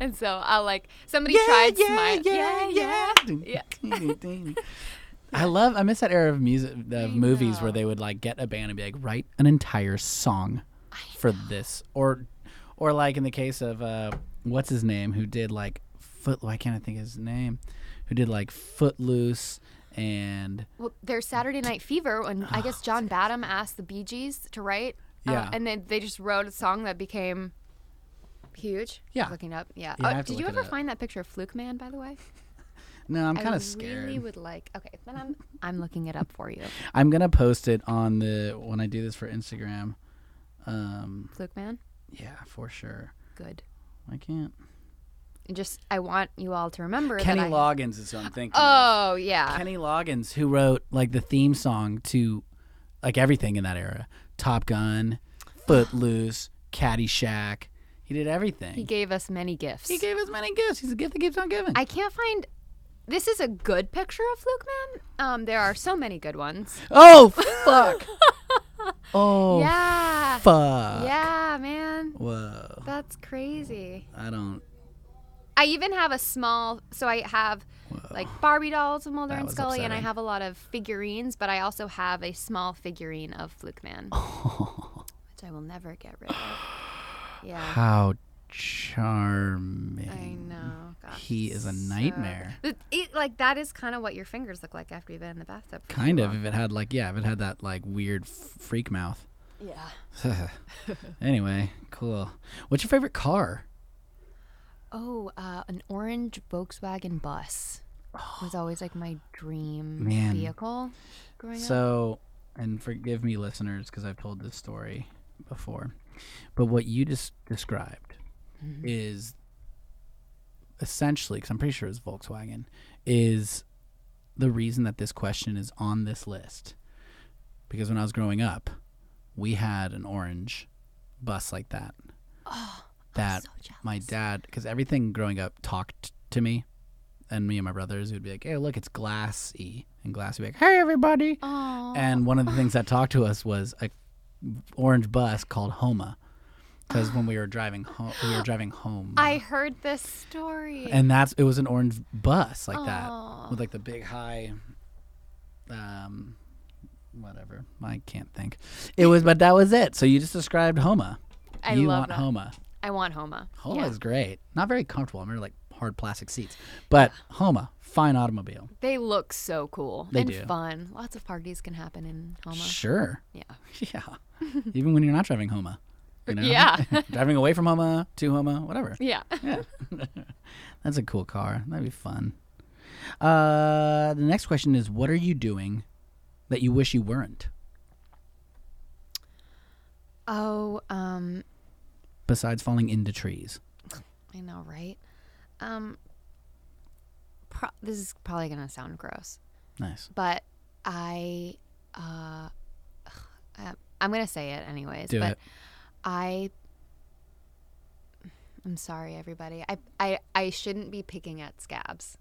B: And so I like somebody tried smiling. Yeah, yeah,
A: yeah,
B: <laughs>
A: I love. I miss that era of music, of movies where
B: know.
A: they would like get a band and be like, write an entire song for this, or, or like in the case of uh, what's his name who did like foot. Why can't I think of his name? Who did like Footloose and
B: Well, there's Saturday Night Fever, and I guess John Badham asked the Bee Gees to write.
A: Oh,
B: uh,
A: Yeah.
B: and then they just wrote a song that became huge.
A: Yeah.
B: Looking up. Yeah.
A: Yeah, I
B: oh,
A: have to
B: did you
A: look it
B: ever
A: up.
B: find that picture of Fluke Man, by the way?
A: no, I'm kind
B: I
A: of scared.
B: really would like. Okay, then I'm I'm looking it up for you. <laughs>
A: I'm gonna post it on the when I do this for Instagram. Um,
B: Fluke Man,
A: yeah, for sure.
B: good.
A: I can't.
B: And just I want you all to remember
A: Kenny
B: that I.
A: Loggins is who I'm thinking. of.
B: oh
A: <laughs>
B: yeah.
A: Kenny Loggins, who wrote like the theme song to like everything in that era Top Gun, Footloose, Caddyshack. He did everything.
B: he gave us many gifts.
A: He gave us many gifts. He's a gift that keeps on giving.
B: I can't find. This is a good picture of Fluke Man. Um, there are so many good ones.
A: <laughs> oh,
B: <laughs>
A: fuck. oh,
B: yeah.
A: fuck.
B: Yeah, man.
A: Whoa.
B: That's crazy.
A: I don't.
B: I even have a small, so I have like Barbie dolls of Mulder and
A: was
B: Scully, and I
A: upsetting.
B: have a lot of figurines, but I also have a small figurine
A: <laughs> <sighs>
B: of Fluke Man, which I will never get rid of. Yeah.
A: How charming.
B: I know. God,
A: He is a nightmare.
B: But it, like that is kind of what your fingers look like after you've been in the bathtub. for too
A: Kind of.
B: long.
A: If it had like yeah, if it had that like weird f- freak mouth.
B: Yeah.
A: <laughs> anyway, cool. What's your favorite car?
B: Oh, uh, an orange Volkswagen
A: <sighs>
B: bus was always like my dream
A: Man.
B: vehicle growing up.
A: So, and forgive me, listeners, because I've told this story before, but what you just described
B: Mm-hmm.
A: is essentially, because I'm pretty sure it's Volkswagen, is the reason that this question is on this list. Because when I was growing up, we had an orange bus like that. that
B: Oh, so jealous.
A: my dad, because everything growing up talked to me, and me and my brothers would be like, "Hey, look, it's glassy," and glassy would be like, "Hey, everybody!"
B: Oh,
A: And one of the things that talked to us was a orange bus called Homa, because when we were driving home, we were driving home,
B: I heard this story.
A: and that's it was an orange bus like
B: Aw.
A: that with like the big high, um, whatever. I can't think. It was, but that was it. So you just described Homa.
B: I
A: you
B: love
A: want
B: that.
A: Homa.
B: I want Homa.
A: Homa
B: Yeah.
A: is great. Not very comfortable. I remember like hard plastic seats, but Homa, fine automobile.
B: They look so cool
A: They
B: and
A: do.
B: fun. Lots of parties can happen in Homa.
A: Sure.
B: Yeah.
A: <laughs> Yeah. Even when you're not driving Homa. You know?
B: Yeah.
A: <laughs> driving away from Homa to Homa, whatever.
B: Yeah. <laughs>
A: That's a cool car. That'd be fun. Uh, the next question is What are you doing that you wish you weren't?
B: Oh, um,
A: Besides falling into trees,
B: I know, right? Um, pro- this is probably gonna sound gross,
A: nice.
B: but I, uh, I- I'm gonna say it anyways.
A: Do
B: but
A: it.
B: I, I'm sorry, everybody. I, I, I shouldn't be picking at scabs,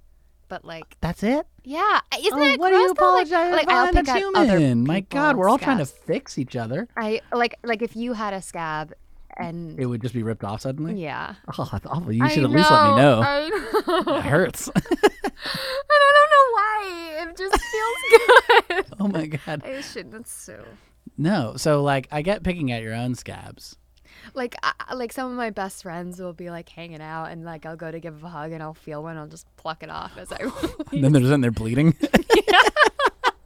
B: but like,
A: That's it.
B: yeah, isn't
A: Oh,
B: that
A: what are
B: gross?
A: you
B: though? Like-
A: apologizing
B: like,
A: for?
B: I'll pick
A: That's
B: at other
A: human. My God,
B: people's
A: we're all trying to
B: scabs.
A: fix each other.
B: I like like if you had a scab, and
A: It would just be ripped off suddenly.
B: yeah.
A: Oh, that's awful. You
B: I
A: should at least let me know.
B: <laughs> I know.
A: it hurts. <laughs>
B: And I don't know why. It just feels <laughs> good.
A: oh my god.
B: I shouldn't. That's so.
A: No. So like I get picking at your own scabs.
B: Like, I, like some of my best friends will be like hanging out, and like I'll go to give a hug, and I'll feel one. I'll just pluck it off as I. <laughs>
A: And then there's and they're bleeding.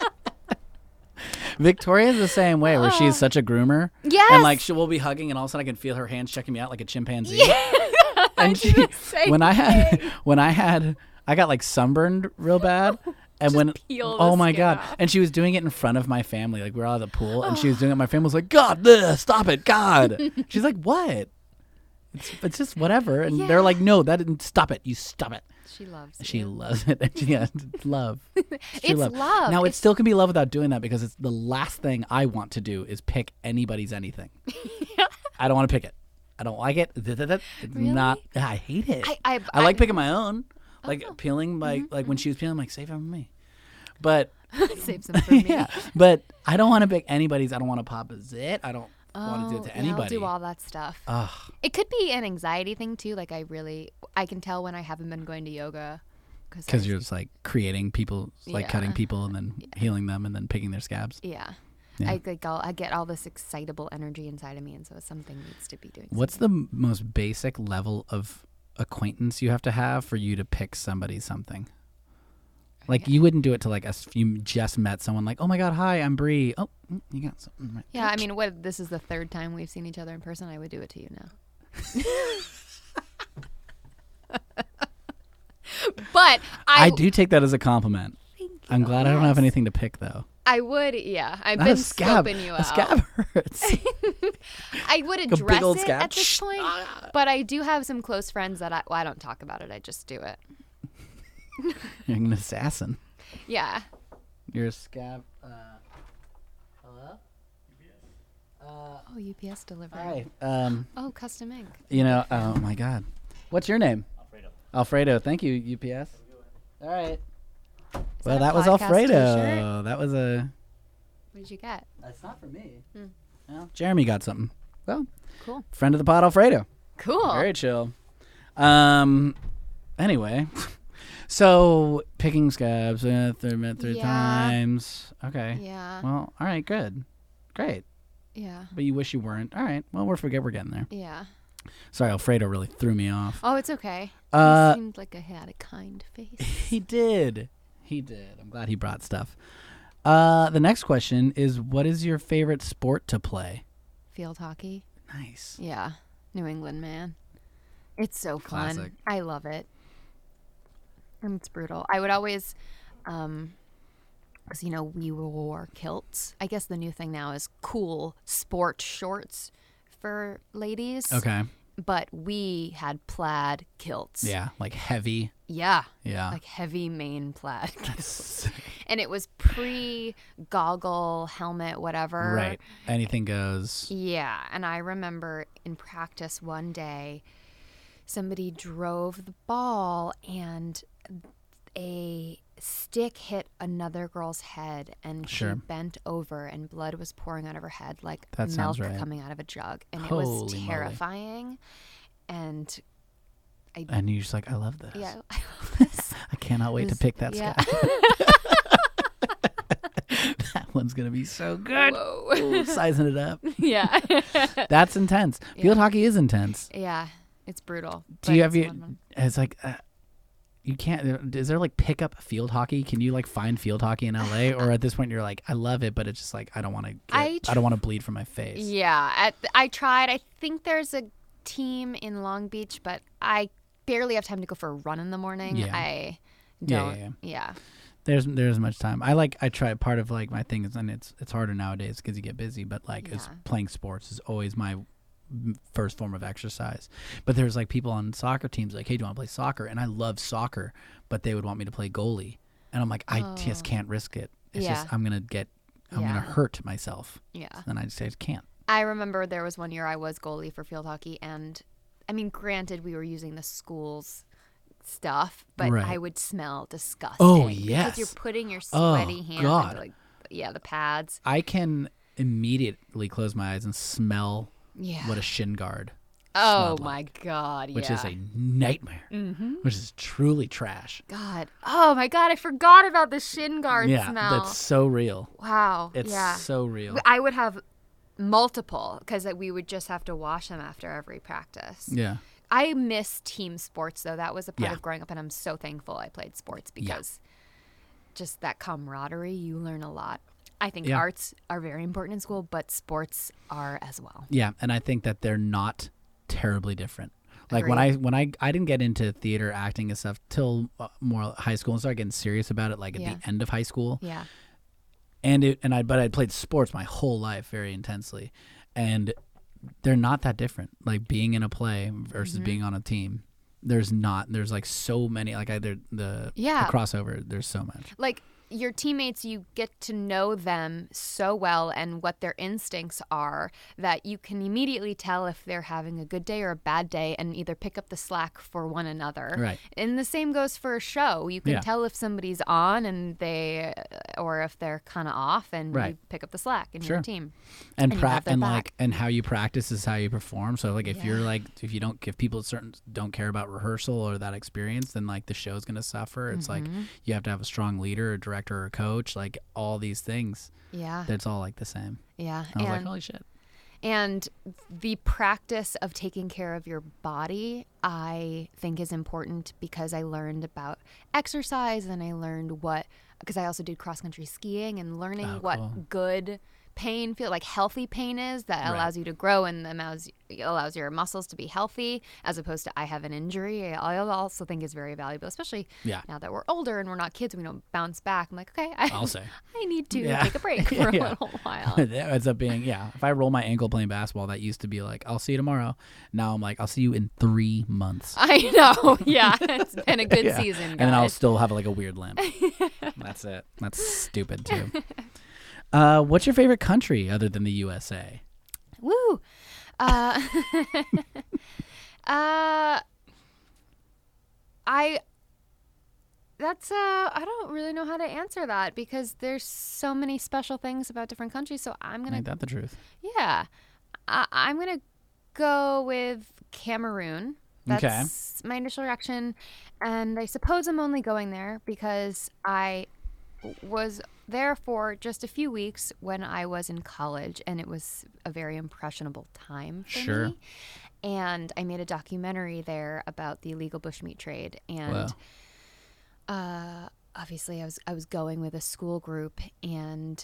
A: <laughs> Victoria's the same way, where she's such a groomer.
B: Yes!
A: And like she will be hugging, and all of a sudden I can feel her hands checking me out like a chimpanzee.
B: <laughs> I
A: <laughs> And
B: do the same
A: when I had, <laughs> when I had, I got like sunburned real
B: <laughs>
A: bad. And when,
B: peel the
A: oh my
B: skin
A: god!
B: off.
A: And she was doing it in front of my family, like we were out of the pool, and she was
B: <gasps>
A: doing it. My family was like, "God, ugh, stop it, God!" She's like, "What?" It's, it's just whatever, and
B: Yeah.
A: they're like, "No, that didn't stop it. You stop it."
B: she loves.
A: She
B: you.
A: loves it. <laughs> And she has love. She
B: <laughs> It's love.
A: Now it
B: It's-
A: still can be love without doing that because it's the last thing I want to do is pick anybody's
B: <laughs>
A: anything. I don't want to pick it. I don't like it. Th- th- th- It's not. I hate it.
B: I-
A: like
B: I- I- Oh. Mm-hmm,
A: picking my own. Like peeling my like when she was peeling, I'm like save it from me. But <laughs>
B: <laughs> Save some for me.
A: yeah, but I don't want to pick anybody's. I don't want to pop a zit. I don't want to do
B: Oh,
A: it to
B: yeah, I'll
A: anybody. Uh,
B: do all that stuff.
A: Ugh.
B: It could be an anxiety thing too. Like I really, I can tell when I haven't been going to yoga
A: because you're just like creating people, like
B: Yeah.
A: cutting people and then healing them and then picking their scabs.
B: Yeah.
A: Yeah.
B: I like I'll, I get all this excitable energy inside of me, and so something needs to be doing.
A: What's the m- most basic level of acquaintance you have to have for you to pick somebody something? Like you wouldn't do it to like us. You just met someone. Like, oh my god, hi, I'm Bree. Oh, mm, you got something. Right.
B: Yeah, I mean, what? This is the third time we've seen each other in person. I would do it to you now. <laughs> but I,
A: I do take that as a compliment. I'm glad I don't have anything to pick though.
B: I would, yeah. I've
A: Not
B: been
A: a scab.
B: scoping you
A: a
B: out.
A: scab hurts.
B: <laughs> I would address
A: old
B: it
A: scab.
B: at this
A: Shh. Ah.
B: point, but I do have some close friends that I, well, I don't talk about it. I just do it.
A: You're an assassin.
B: Yeah.
A: You're a scab. Uh,
B: Oh, UPS delivery.
A: hi. Um,
B: Oh, custom ink.
A: You know, oh my God. What's your name? Alfredo. Alfredo. Thank you, UPS. All right. well,
B: that a
A: that, was
B: podcast
A: Alfredo.
B: t-shirt?
A: That was a.
B: What did you get?
A: That's not for me.
B: Hmm.
A: Well, Jeremy got something. Well,
B: Cool.
A: friend of the pod, Alfredo.
B: Cool.
A: Very chill. Um. Anyway, <laughs> so picking scabs uh, through through
B: Yeah.
A: times. Okay.
B: yeah.
A: Well, all right, good, great.
B: Yeah.
A: But you wish you weren't. All right. Well, we're forget we're getting there.
B: Yeah.
A: Sorry, Alfredo really threw me off.
B: Oh, it's okay.
A: Uh,
B: he seemed like I had a kind
A: <laughs>
B: face.
A: He did. He did. I'm glad he brought stuff. Uh, the next question is What is your favorite sport to play?
B: Field hockey.
A: Nice.
B: Yeah. New England man. It's so fun.
A: Classic.
B: I love it. And it's brutal. I would always um because you know we wore kilts. I guess the new thing now is cool sport shorts for ladies.
A: Okay.
B: But we had plaid kilts.
A: Yeah. Like heavy.
B: Yeah.
A: Yeah. <laughs>
B: Like heavy main plaid.
A: That's-
B: and it was pre goggle, helmet, whatever.
A: right. Anything goes.
B: Yeah, and I remember in practice one day, somebody drove the ball and a stick hit another girl's head and
A: Sure.
B: she bent over and blood was pouring out of her head like
A: That
B: milk
A: sounds right.
B: coming out of a jug and it was
A: Holy moly.
B: terrifying and
A: And you're just like, I love this.
B: yeah <laughs> I love this.
A: I cannot wait to
B: This-
A: pick that
B: yeah.
A: sky. <laughs> that one's going to be so good.
B: Whoa.
A: Ooh, sizing it up.
B: <laughs>
A: <laughs>
B: yeah
A: That's intense. Field hockey is intense.
B: yeah it's brutal
A: Do
B: but
A: you have
B: it's
A: you?
B: fun.
A: It's like uh, you can't. uh, Is there like pick up field hockey? Can you like find field hockey in
B: <laughs>
A: LA? Or at this point, you're like, I love it, but it's just like I don't want to. I,
B: I
A: don't want to bleed from my face.
B: Yeah, at th- I tried. I think there's a team in Long Beach, but I barely have time to go for a run in the morning.
A: Yeah.
B: I
A: Yeah, yeah,
B: don't. Yeah,
A: There's there's much time. I like I try part of like my thing is and it's it's harder nowadays because you get busy. But like it's
B: Yeah.
A: playing sports is always my m- first form of exercise. But there's like people on soccer teams like, hey, do you want to play soccer? And I love soccer, but they would want me to play goalie, and I'm like, I just can't risk it. It's
B: Oh. Yeah.
A: just I'm gonna get I'm
B: Yeah. Uh.
A: gonna hurt myself.
B: yeah.
A: And I just, I just can't.
B: I remember there was one year I was goalie for field hockey, and I mean, granted, we were using the school's stuff, but
A: Right. Oh,
B: I would smell disgusting. because
A: yes.
B: you're putting your
A: Oh,
B: sweaty hands
A: God.
B: into like yeah the pads.
A: I can immediately close my eyes and smell
B: Yeah.
A: what a shin guard,
B: oh
A: smelled
B: my god.
A: which
B: yeah. Mm-hmm.
A: is a nightmare, which is truly trash.
B: God. Oh my god. I forgot about the shin guard
A: yeah,
B: smell.
A: that's so real.
B: wow.
A: It's
B: yeah.
A: so real.
B: I would have multiple because we would just have to wash them after every practice.
A: yeah,
B: I miss team sports though. That was a part
A: Yeah.
B: of growing up, and I'm so thankful I played sports because just that camaraderie, you learn a lot. I think
A: Yeah.
B: arts are very important in school, but sports are as well.
A: yeah, and I think that they're not terribly different. Like when I when I I didn't get into theater acting and stuff till uh, more high school and started getting serious about it like at
B: Yeah.
A: the end of high school.
B: Yeah.
A: and it and I but I played sports my whole life very intensely, and they're not that different. Like being in a play versus
B: Mm-hmm.
A: being on a team. There's not. There's like so many. Like either the
B: Yeah.
A: the crossover. There's so much.
B: Like your teammates, you get to know them so well and what their instincts are that you can immediately tell if they're having a good day or a bad day and either pick up the slack for one another.
A: Right.
B: And the same goes for a show. You can
A: Yeah.
B: tell if somebody's on and they, or if they're kind of off and you
A: Right.
B: pick up the slack in
A: Sure.
B: your team.
A: And,
B: And you
A: pra-
B: have their
A: and
B: back.
A: like and how you practice is how you perform. So like if you're
B: Yeah.
A: like if you don't if people certain don't care about rehearsal or that experience, then like the show's gonna suffer. It's
B: Mm-hmm.
A: like you have to have a strong leader, or director, or coach. Like all these things.
B: Yeah.
A: That's all like the same.
B: yeah.
A: I was
B: Ah. and
A: like, holy shit.
B: And the practice of taking care of your body, I think, is important because I learned about exercise and I learned what, because I also did cross country skiing and learning
A: Oh,
B: what
A: cool.
B: good pain feel like healthy pain is that
A: Right.
B: allows you to grow and allows allows your muscles to be healthy as opposed to I have an injury. I also think is very valuable, especially
A: Yeah.
B: now that we're older and we're not kids, we don't bounce back. I'm like, okay, I,
A: I'll say.
B: <laughs>
A: <laughs>
B: I need to
A: Yeah.
B: take
A: <laughs>
B: a break for
A: Yeah,
B: a
A: yeah.
B: little
A: <laughs>
B: while.
A: it ends up being yeah. If I roll my ankle playing basketball, that used to be like I'll see you tomorrow. Now I'm like I'll see you in three months,
B: I <laughs> know. Yeah, it's
A: <laughs>
B: been a good
A: Yeah.
B: season.
A: and then I'll
B: guys.
A: still have like a weird
B: <laughs>
A: limp. That's it. That's stupid too. Uh, what's your favorite country other than the USA?
B: Woo. Uh, <laughs> uh, I. That's uh, I don't really know how to answer that because there's so many special things about different countries. So I'm gonna,
A: Ain't that the truth?
B: yeah, I, I'm gonna go with Cameroon.
A: Okay.
B: That's my initial reaction, and I suppose I'm only going there because I was there for just a few weeks when I was in college, and it was a very impressionable time for
A: Sure.
B: me. and I made a documentary there about the illegal bushmeat trade and
A: Wow.
B: uh, obviously I was I was going with a school group and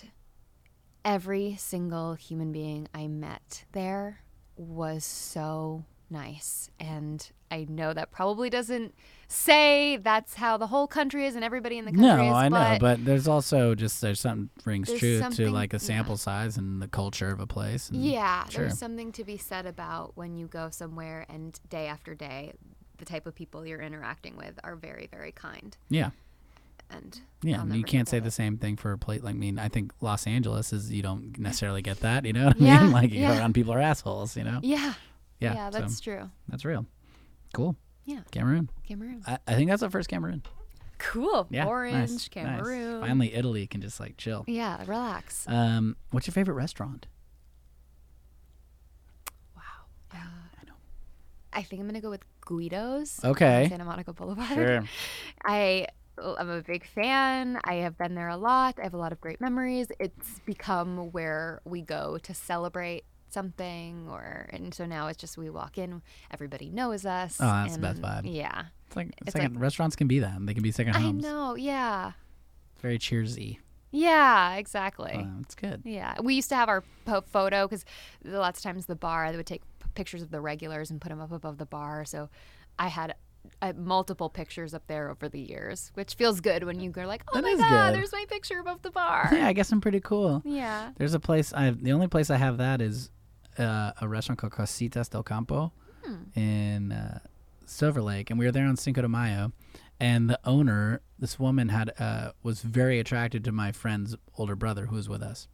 B: every single human being I met there was so nice and I know that probably doesn't say that's how the whole country is and everybody in the country is
A: No, I know,
B: but
A: but there's also just there's something rings
B: There's
A: true to
B: something-
A: like a
B: yeah.
A: sample size and the culture of a place. And
B: Yeah,
A: sure.
B: there's something to be said about when you go somewhere and day after day, the type of people you're interacting with are very, very kind.
A: yeah,
B: And
A: yeah.
B: I'll
A: and
B: never
A: you can't say
B: forget
A: the
B: it.
A: same thing for a plate. Like, I mean, I think Los Angeles is you don't necessarily get that. You know what I
B: Yeah,
A: mean? <laughs> Like, you go
B: yeah.
A: around people are assholes. You know?
B: Yeah,
A: Yeah,
B: yeah,
A: so
B: that's true.
A: that's real. Cool.
B: Yeah,
A: Cameroon.
B: Cameroon.
A: I, I think that's the first Cameroon.
B: Cool.
A: Yeah. nice,
B: Orange,
A: nice.
B: Cameroon.
A: Finally, Italy can just like chill.
B: Yeah, relax.
A: Um, what's your favorite
B: <laughs>
A: restaurant?
B: Uh, I know. I think I'm gonna go with Guido's. on
A: Okay.
B: Santa Monica Boulevard. <laughs> I I'm a big fan. I have been there a lot. I have a lot of great memories. It's become where we go to celebrate something or and so now it's just we walk in, everybody knows us.
A: Oh, that's the best
B: and-
A: vibe.
B: Yeah.
A: It's like
B: It's
A: second restaurants can be that. and They can be second
B: I
A: homes.
B: know, yeah.
A: It's very cheersy.
B: Yeah, exactly.
A: Uh, it's good.
B: Yeah, we used to have our po- photo because lots of times the bar they would take p- pictures of the regulars and put them up above the bar. So I had uh, multiple pictures up there over the years, which feels good when you go like, oh
A: That
B: my
A: is
B: god,
A: good.
B: there's my picture above the bar.
A: <laughs> Yeah, I guess I'm pretty cool.
B: yeah.
A: There's a place I the only place I have that is uh, a restaurant called Casitas del Campo
B: Hmm.
A: in uh, Silver Lake, and we were there on Cinco de Mayo, and the owner, this woman, had uh, was very attracted to my friend's older brother who was with us.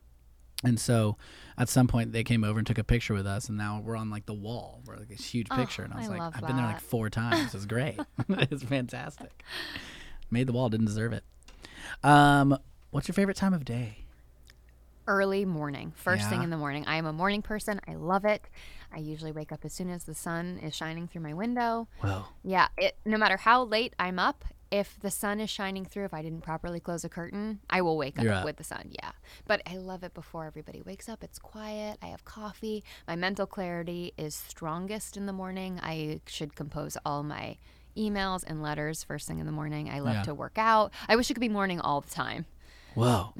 A: And so, at some point, they came over and took a picture with us, and now we're on like the wall, we're like this huge picture. And I
B: I
A: was like,
B: love
A: I've been there like
B: that.
A: four times. It's
B: <laughs>
A: great. <laughs> it's fantastic. Made the wall, didn't deserve it. Um, what's your favorite time of day?
B: Early morning, first thing
A: Yeah.
B: in the morning. I am a morning person. I love it. I usually wake up as soon as the sun is shining through my window.
A: Whoa.
B: Yeah, it, no matter how late I'm up, if the sun is shining through, if I didn't properly close a curtain, I will wake up,
A: You're up.
B: with the sun. Yeah. But I love it before everybody wakes up. It's quiet. I have coffee. My mental clarity is strongest in the morning. I should compose all my emails and letters first thing in the morning. I love
A: Yeah.
B: to work out. I wish it could be morning all the time.
A: Whoa.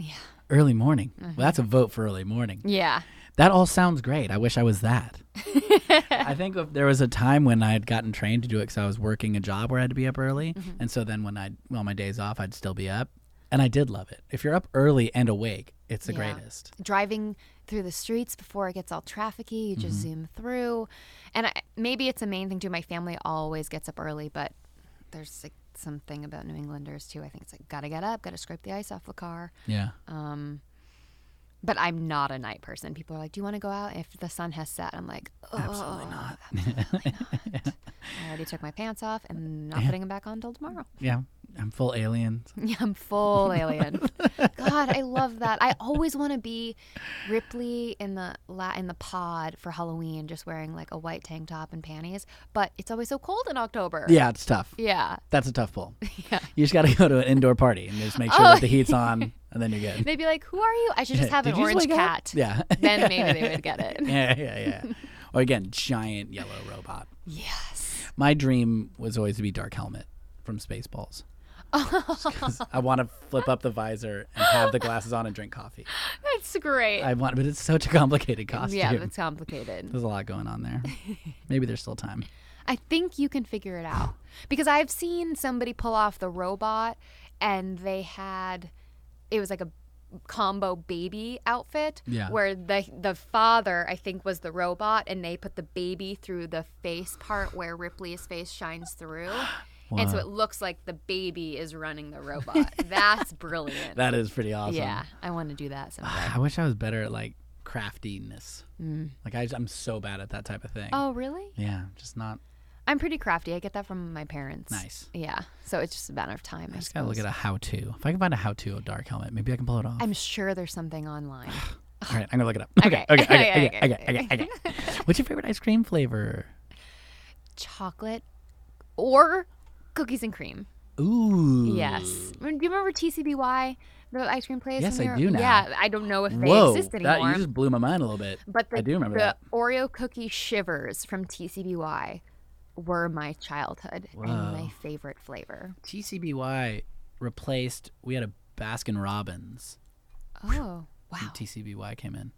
A: Early morning.
B: Mm-hmm.
A: Well, that's a vote for early morning.
B: Yeah.
A: That all sounds great. I wish I was
B: <laughs>
A: that. I think if there was a time when I had gotten trained to do it because I was working a job where I had to be up early.
B: Mm-hmm.
A: And so then when I, well, my days off, I'd still be up. And I did love it. If you're up early and awake, it's the
B: Yeah.
A: greatest.
B: driving through the streets before it gets all trafficky. You just zoom through, and I, maybe it's a main thing too. My family always gets up early, but there's like something about New Englanders too. I think it's like gotta get up, gotta scrape the ice off the car.
A: Yeah.
B: Um, but I'm not a night person. People are like, "Do you want to go out if the sun has set?" I'm like, oh, "Absolutely not." I already took my pants off <laughs> and not putting them back on till tomorrow.
A: yeah. I'm full alien.
B: Yeah, <laughs> I'm full alien. God, I love that. I always want to be Ripley in the la- in the pod for Halloween, just wearing like a white tank top and panties. But it's always so cold in October.
A: Yeah, it's tough.
B: Yeah.
A: That's a tough pull.
B: <laughs> Yeah.
A: You just got to <laughs> go to an indoor party and just make sure
B: Oh.
A: that the heat's
B: <laughs>
A: on and then you're good.
B: They'd be like, "Who are you?" I
A: <laughs>
B: should just have
A: Did
B: an
A: you just
B: orange
A: wake up?
B: cat.
A: Yeah. <laughs>
B: Then maybe they would get it.
A: yeah, yeah, yeah. Or again, giant yellow robot.
B: Yes.
A: My dream was always to be Dark Helmet from Spaceballs. Just
B: <laughs>
A: 'cause I want to flip up the visor and have the glasses on and drink coffee.
B: That's great.
A: I want, but it's such a complicated costume.
B: yeah, that's complicated.
A: There's a lot going on there. Maybe there's still time.
B: I think you can figure it out because I've seen somebody pull off the robot and they had it was like a combo baby outfit
A: Yeah.
B: where the the father I think was the robot and they put the baby through the face part where Ripley's face shines
A: <gasps>
B: through. And so
A: Wow.
B: it looks like the baby is running
A: <laughs>
B: the robot. That's brilliant.
A: That is pretty awesome. Ah.
B: Yeah, I want to do that someday.
A: I wish I was better at like craftiness. Like I, I'm so bad at that type of thing.
B: Mm. oh, really?
A: Yeah, just not.
B: I'm pretty crafty. I get that from my parents.
A: Nice.
B: Yeah. So it's just a matter of time. I
A: Just gotta look
B: suppose.
A: at a how-to. If I can find a how-to of Dark Helmet, maybe I can pull it off.
B: I'm sure there's
A: <sighs>
B: something online.
A: All right, I'm gonna look it up. Okay,
B: Okay.
A: okay, okay, okay,
B: Okay,
A: okay, okay, okay, What's your favorite ice cream flavor?
B: Chocolate or cookies and cream.
A: <laughs> Ooh.
B: Yes. Do you remember TCBY, the ice cream place?
A: Yes,
B: when we
A: I
B: were-
A: do now.
B: Yeah, I don't know if they
A: Whoa.
B: exist
A: That,
B: anymore.
A: you just blew my mind a little bit.
B: but the,
A: I do remember
B: the
A: that.
B: Oreo cookie shivers from TCBY were my childhood and
A: Whoa.
B: my favorite
A: <sighs>
B: flavor.
A: TCBY replaced. We had a Baskin Robbins.
B: Oh,
A: when
B: wow.
A: TCBY came in.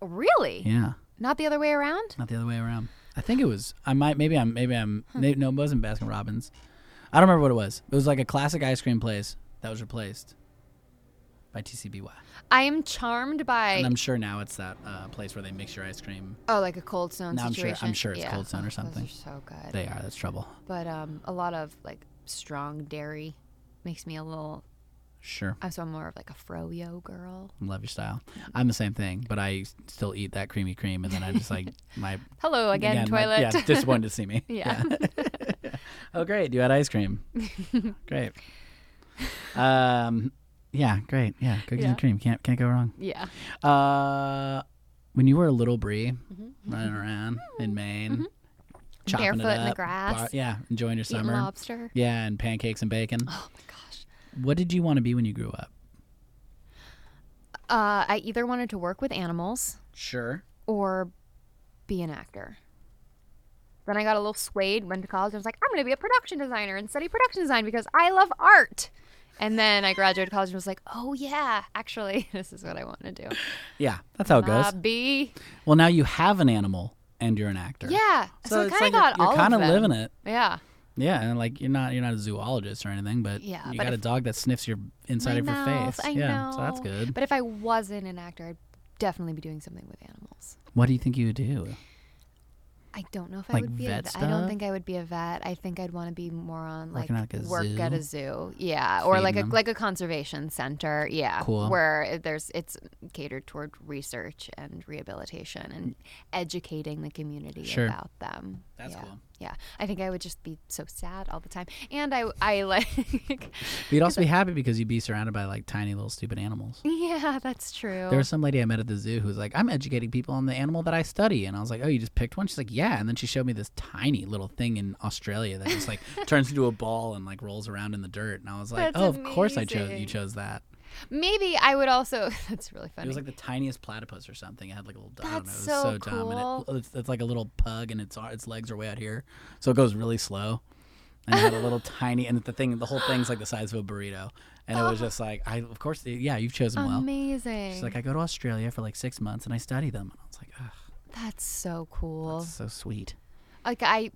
B: Really?
A: Yeah,
B: Not the other way around?
A: not the other way around. I think it was. I might. Maybe I'm. Maybe I'm.
B: Hmm.
A: may- No, it wasn't Baskin Robbins. I don't remember what it was. It was like a classic ice cream place that was replaced by TCBY.
B: I am charmed by
A: And I'm sure now it's that uh, place where they mix your ice cream.
B: oh, like a cold stone
A: No, I'm sure- I'm
B: situation.
A: sure it's Cold Stone or
B: Oh, those are
A: something.
B: so good.
A: They are. That's trouble.
B: but um, a lot of like strong dairy makes me a little.
A: Sure.
B: I'm so I'm more of like a froyo girl.
A: Love your style. I'm the same thing, but I still eat that creamy cream, and then I just
B: <laughs>
A: like my
B: Hello again,
A: my-
B: toilet.
A: yeah, disappointed to see me.
B: Yeah.
A: <laughs> oh, great. You had ice
B: <laughs>
A: cream. great. Um, yeah, great. Yeah, cookies
B: Yeah.
A: and cream. Can't can't go wrong.
B: <laughs> yeah.
A: Uh, when you were a little Brie,
B: Mm-hmm,
A: running around in Maine, chopping it
B: Barefoot in the
A: up,
B: grass.
A: yeah, enjoying your
B: Eating
A: summer.
B: lobster.
A: Yeah, and pancakes and bacon.
B: Oh my gosh.
A: What did you want to be when you grew up?
B: Uh, I either wanted to work with animals
A: Sure.
B: or be an actor. Then I got a little swayed, went to college, and was like, I'm going to be a production designer and study production design because I love art. And then I graduated college and was like, oh, yeah, actually, <laughs> this is what I want to do.
A: Yeah, that's how it goes.
B: Uh, be.
A: well, now you have an animal and you're an actor.
B: Yeah. So, I
A: it's
B: kind
A: like
B: of got
A: you're,
B: all
A: you're
B: kind of
A: kinda living it.
B: Yeah.
A: Yeah, and like you're not you're not a zoologist or anything, but
B: Yeah,
A: you
B: but
A: got a
B: if-
A: dog that sniffs your inside
B: My
A: of your
B: mouth,
A: face.
B: I
A: yeah,
B: know.
A: so that's good.
B: But if I wasn't an actor, I'd definitely be doing something with animals.
A: what do you think you would do?
B: I don't know if I
A: Like
B: would be. A,
A: vet
B: vet- I don't
A: stuff?
B: think I would be a vet. I think I'd want to be more on like,
A: Working at, like, a
B: work at a zoo, yeah, or
A: Feeding
B: like a
A: them?
B: like a conservation center, yeah,
A: Cool.
B: where it- there's it's catered toward research and rehabilitation and educating the community
A: Sure.
B: about them.
A: That's
B: yeah.
A: cool.
B: Yeah, I think I would just be so sad all the time, and I I <laughs> like
A: But you'd also be happy because you'd be surrounded by like tiny little stupid animals.
B: yeah, that's true.
A: There was some lady I met at the zoo who was like, "I'm educating people on the animal that I study," and I was like, "Oh, you just picked one?" She's like, "Yeah," and then she showed me this tiny little thing in Australia that just like <laughs> turns into a ball and like rolls around in the dirt, and I was like,
B: That's
A: "Oh, of course I chose you
B: amazing.
A: chose that."
B: Maybe I would also. <laughs> That's really funny.
A: It was like the tiniest platypus or something. It had like a little. I don't know. It was
B: That's
A: so,
B: so
A: dumb. And
B: cool.
A: it, it's, it's like a little pug, and its ar- its legs are way out here, so it goes really slow. And it had a
B: <laughs>
A: little tiny, and the thing, the whole thing's like the size of a burrito. And it
B: Oh.
A: was just like, I of course, yeah, you've chosen well.
B: Amazing.
A: She's like, I go to Australia for like six months and I study them. And I was like, ugh,
B: that's so cool.
A: that's so sweet.
B: like I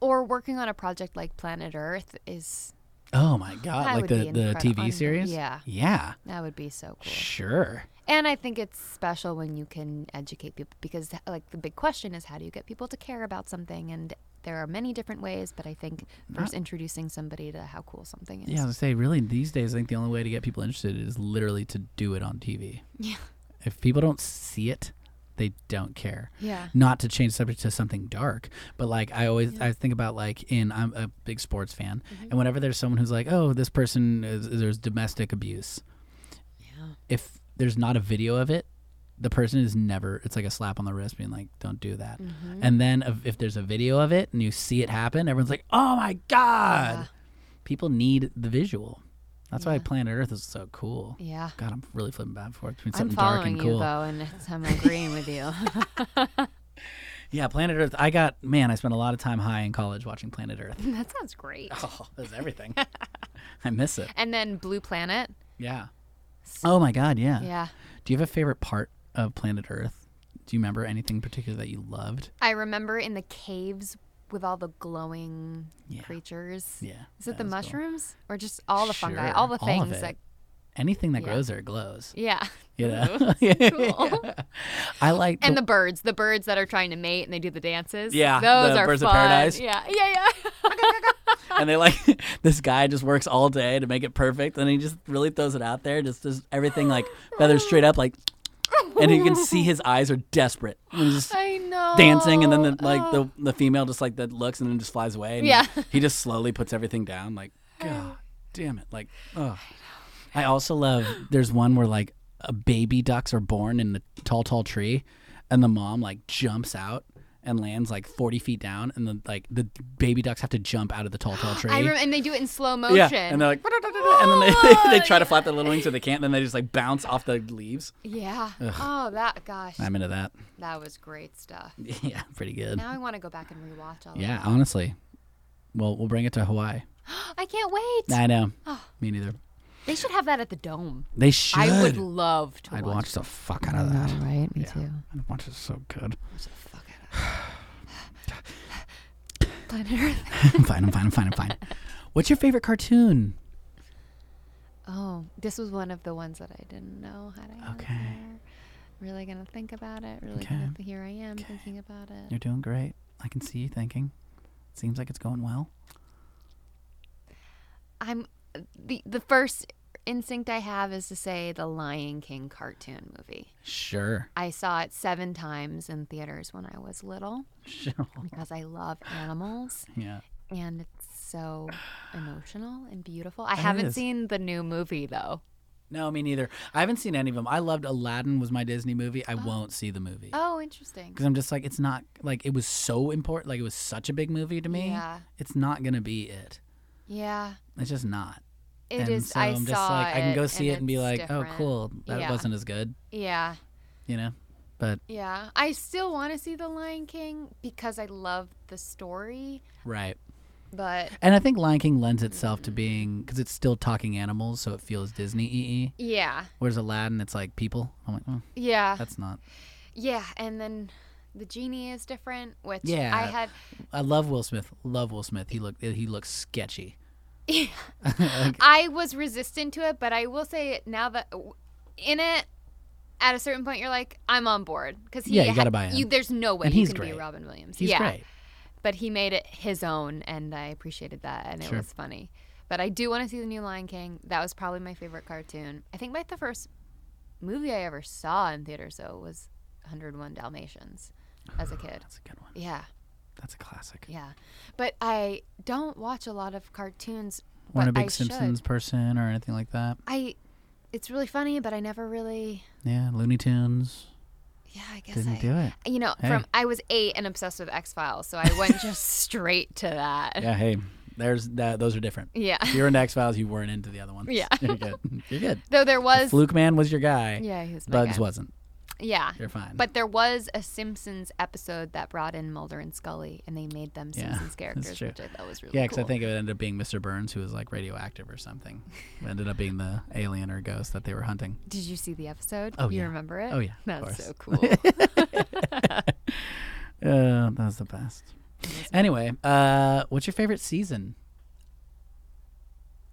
B: or working on a project like Planet Earth is
A: Oh my god,
B: That
A: like
B: would
A: the
B: be
A: the
B: incredi-
A: TV
B: unbe-
A: series.
B: yeah.
A: Yeah.
B: that would be so cool.
A: Sure.
B: And I think it's special when you can educate people because like the big question is how do you get people to care about something and there are many different ways, but I think first introducing somebody to how cool something is.
A: Yeah, I <laughs> was gonna say, really, these days, I think the only way to get people interested is literally to do it on TV.
B: Yeah.
A: If people don't see it, they don't care.
B: Yeah.
A: Not to change subject to something dark, but like I always I think about like in I'm a big sports fan, and whenever there's someone who's like, oh, this person is there's domestic abuse.
B: Yeah.
A: If there's not a video of it, the person is never. It's like a slap on the wrist, being like, don't do that. And then if- if there's a video of it and you see it happen, everyone's like, oh my god. People need the visual. That's why Planet Earth is so cool.
B: Yeah.
A: God, I'm really flipping back and forth between
B: I'm
A: something dark
B: following
A: and
B: you
A: cool.
B: though and it's- I'm agreeing with you. <laughs>
A: Yeah, Planet Earth. I got man, I spent a lot of time high in college watching Planet
B: <laughs>
A: Earth. <laughs>
B: that sounds great.
A: Oh, that's
B: <laughs>
A: everything. I miss it.
B: And then Blue Planet.
A: Yeah. Oh my God, yeah.
B: Yeah.
A: Do you have a favorite part of Planet Earth? Do you remember anything particular that you loved?
B: I remember in the caves with all the glowing
A: Yeah.
B: creatures.
A: Yeah.
B: Is it
A: that
B: the
A: was cool.
B: mushrooms or just all the fungi,
A: Sure,
B: all the
A: all of
B: things
A: it.
B: that?
A: Anything that
B: Yeah.
A: grows there glows.
B: <laughs> Yeah.
A: You know? <laughs>
B: Cool.
A: I like
B: <laughs> And the birds, the birds that are trying to mate and they do the dances.
A: Yeah,
B: Those
A: the
B: are
A: birds of
B: fun.
A: paradise.
B: Yeah. Yeah. Yeah.
A: <laughs> and they like this guy just works all day to make it perfect and he just really throws it out there just, just everything like feathers straight up like and you can see his eyes are desperate and he's just
B: <laughs> I know.
A: dancing and then the,
B: Oh,
A: like the, the female just like that looks and then just flies away and
B: Yeah.
A: he just slowly puts everything down like god damn it like oh i also love there's one where like a baby ducks are born in the tall tall tree and the mom like jumps out and lands like 40 feet down, and the like the baby ducks have to jump out of the tall, tall tree.
B: <gasps> I rem- and they do it in slow motion.
A: yeah, and they're like, <laughs> and
B: <gasps>
A: then they, <laughs> they, try to flap their little wings so they can't, and then they just like bounce off the leaves.
B: yeah. Oh, that gosh,
A: I'm into that.
B: that was great stuff.
A: <laughs> Yeah, pretty good.
B: Now I want to go back and rewatch all of
A: Yeah, honestly. Well, we'll bring it to Hawaii.
B: that. I can't wait.
A: I know. Me neither.
B: They should have that at the dome.
A: They should.
B: Oh. I would love to.
A: I'd
B: watch,
A: watch the fuck out of that.
B: that. Right? Me too.
A: I'd watch it so good. <laughs>
B: Planet Earth.
A: I'm fine. I'm fine. I'm fine. I'm
B: <laughs>
A: fine. What's your favorite cartoon?
B: Oh, this was one of the ones that I didn't know had I okay.
A: Okay.
B: Really gonna think about it. Really
A: Okay.
B: gonna. Here I am thinking about it.
A: You're doing great. I can see you thinking. Seems like it's going well.
B: I'm the the first instinct I have is to say the Lion King cartoon movie.
A: Sure.
B: I saw it seven times in theaters when I was little
A: <laughs> Sure.
B: because I love animals
A: Yeah.
B: and it's so emotional and beautiful. I haven't
A: is.
B: seen the new movie though.
A: No, me neither. I haven't seen any of them. I loved Aladdin was my Disney movie. I won't see the movie
B: Oh, interesting.
A: because I'm just like it's not like it was so important. Like it was such a big movie to me.
B: Yeah.
A: It's not gonna be it.
B: Yeah,
A: It's just not.
B: it is.
A: and So
B: I
A: am
B: saw
A: just like I can go see it and, be
B: it's
A: like, oh,
B: different.
A: cool. That
B: Yeah.
A: wasn't as good.
B: Yeah,
A: You know. But
B: yeah. I still want to see the Lion King because I love the story,
A: right.
B: but
A: And I think Lion King lends itself to being because it's still talking animals, so it feels Disney e.
B: yeah,
A: Whereas Aladdin, it's like people. I'm like, oh,
B: yeah.
A: that's not.
B: Yeah, and then the genie is different, which
A: Yeah.
B: I had. <laughs>
A: I love Will Smith. Love Will Smith. He looked. He looks sketchy. <laughs>
B: I was resistant to it, but I will say now that in it, at a certain point, you're like, I'm on board because
A: Yeah, you gotta buy in.
B: You, there's no way
A: And
B: you
A: he's
B: can
A: great.
B: be Robin Williams.
A: He's
B: yeah,
A: great.
B: but he made it his own, and I appreciated that, and
A: Sure.
B: it was funny. But I do want to see the new Lion King. That was probably my favorite cartoon. I think my the first movie I ever saw in theaters though was 101 Dalmatians as
A: <sighs>
B: a kid.
A: That's a good one.
B: Yeah.
A: That's a classic.
B: Yeah, but I don't watch a lot of cartoons.
A: Weren't
B: but
A: a big
B: I should.
A: Simpsons person or anything like that.
B: I, it's really funny, but I never really.
A: Yeah, Looney Tunes
B: Yeah, I guess
A: didn't
B: I.
A: do
B: <laughs>
A: it.
B: You know,
A: Hey.
B: from I was eight and obsessed with X Files, so I
A: <laughs>
B: went just straight to that.
A: Yeah, hey, there's that. Those are different.
B: Yeah. <laughs>
A: If you're into X Files, you weren't into the other ones.
B: Yeah.
A: <laughs> you're good. You're
B: <laughs>
A: good.
B: Though there was.
A: Fluke Man was your guy.
B: Yeah, he was my
A: Bugs
B: guy.
A: wasn't.
B: Yeah.
A: You're fine.
B: But there was a Simpsons episode that brought in Mulder and Scully, and they made them
A: Yeah,
B: Simpsons
A: <laughs> that's
B: characters,
A: true.
B: which I thought was really
A: Yeah,
B: cool.
A: because I think it ended up being Mr. Burns, who was like radioactive or something. It ended up being the alien or ghost that they were hunting.
B: Did you see the episode?
A: Oh,
B: you
A: yeah.
B: remember it?
A: Oh, yeah, of
B: That's
A: course.
B: so cool.
A: <laughs> Uh, that was the best. Anyway, uh, what's your favorite season?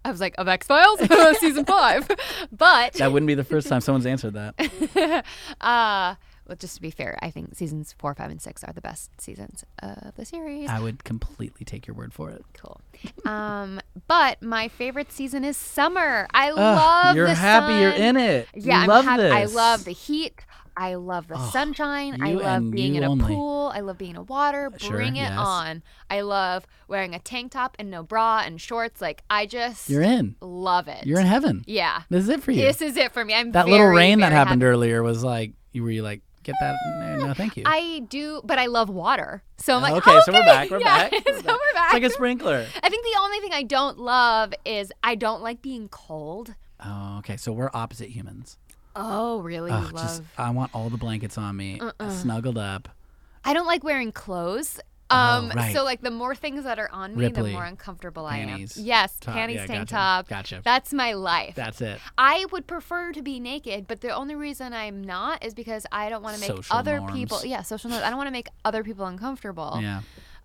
B: I was like, of X Files? <laughs> Season five. <laughs> But.
A: That wouldn't be the first time someone's answered that.
B: <laughs> Uh, well, just to be fair, I think seasons four, five, and six are the best seasons of the series.
A: I would completely take your word for it.
B: Cool. Um, but my favorite season is summer. I love.
A: you're
B: the
A: happy you're
B: sun.
A: in it.
B: Yeah,
A: you
B: I'm
A: love
B: happy.
A: this.
B: I love the heat. I love the sunshine. I
A: you
B: love
A: and
B: being
A: you
B: in a
A: only. Uh,
B: pool. I love being in water.
A: Sure,
B: Bring it
A: yes.
B: on. I love wearing a tank top and no bra and shorts. Like I just
A: You're in.
B: love it.
A: You're in heaven.
B: Yeah.
A: This is it for you.
B: This is it for me. I'm
A: that little
B: very,
A: rain that
B: very
A: happened
B: happy.
A: earlier was like, you were you like, get that? No, no thank you.
B: I do, but I love water. So I'm like,
A: okay, so we're back. We're
B: <laughs> Yeah,
A: back.
B: so we're
A: It's
B: back.
A: like a
B: <laughs>
A: sprinkler.
B: I think the only thing I don't love is I don't like being cold.
A: Oh, okay. So we're opposite humans.
B: Oh, really?
A: Oh,
B: you love. Uh-uh.
A: just I want all the blankets on me, snuggled up.
B: I don't like wearing clothes. Um,
A: Oh, right.
B: so like the more things that are on me,
A: Ripley,
B: the more uncomfortable
A: panties,
B: I am. Yes,
A: top-
B: panties,
A: yeah,
B: tank
A: gotcha,
B: top.
A: gotcha.
B: That's my life.
A: That's it.
B: I would prefer to be naked, but the only reason I'm not is because I don't want to make
A: Social
B: other
A: norms.
B: people. Yeah, social norms. I don't want to make other people uncomfortable.
A: Yeah,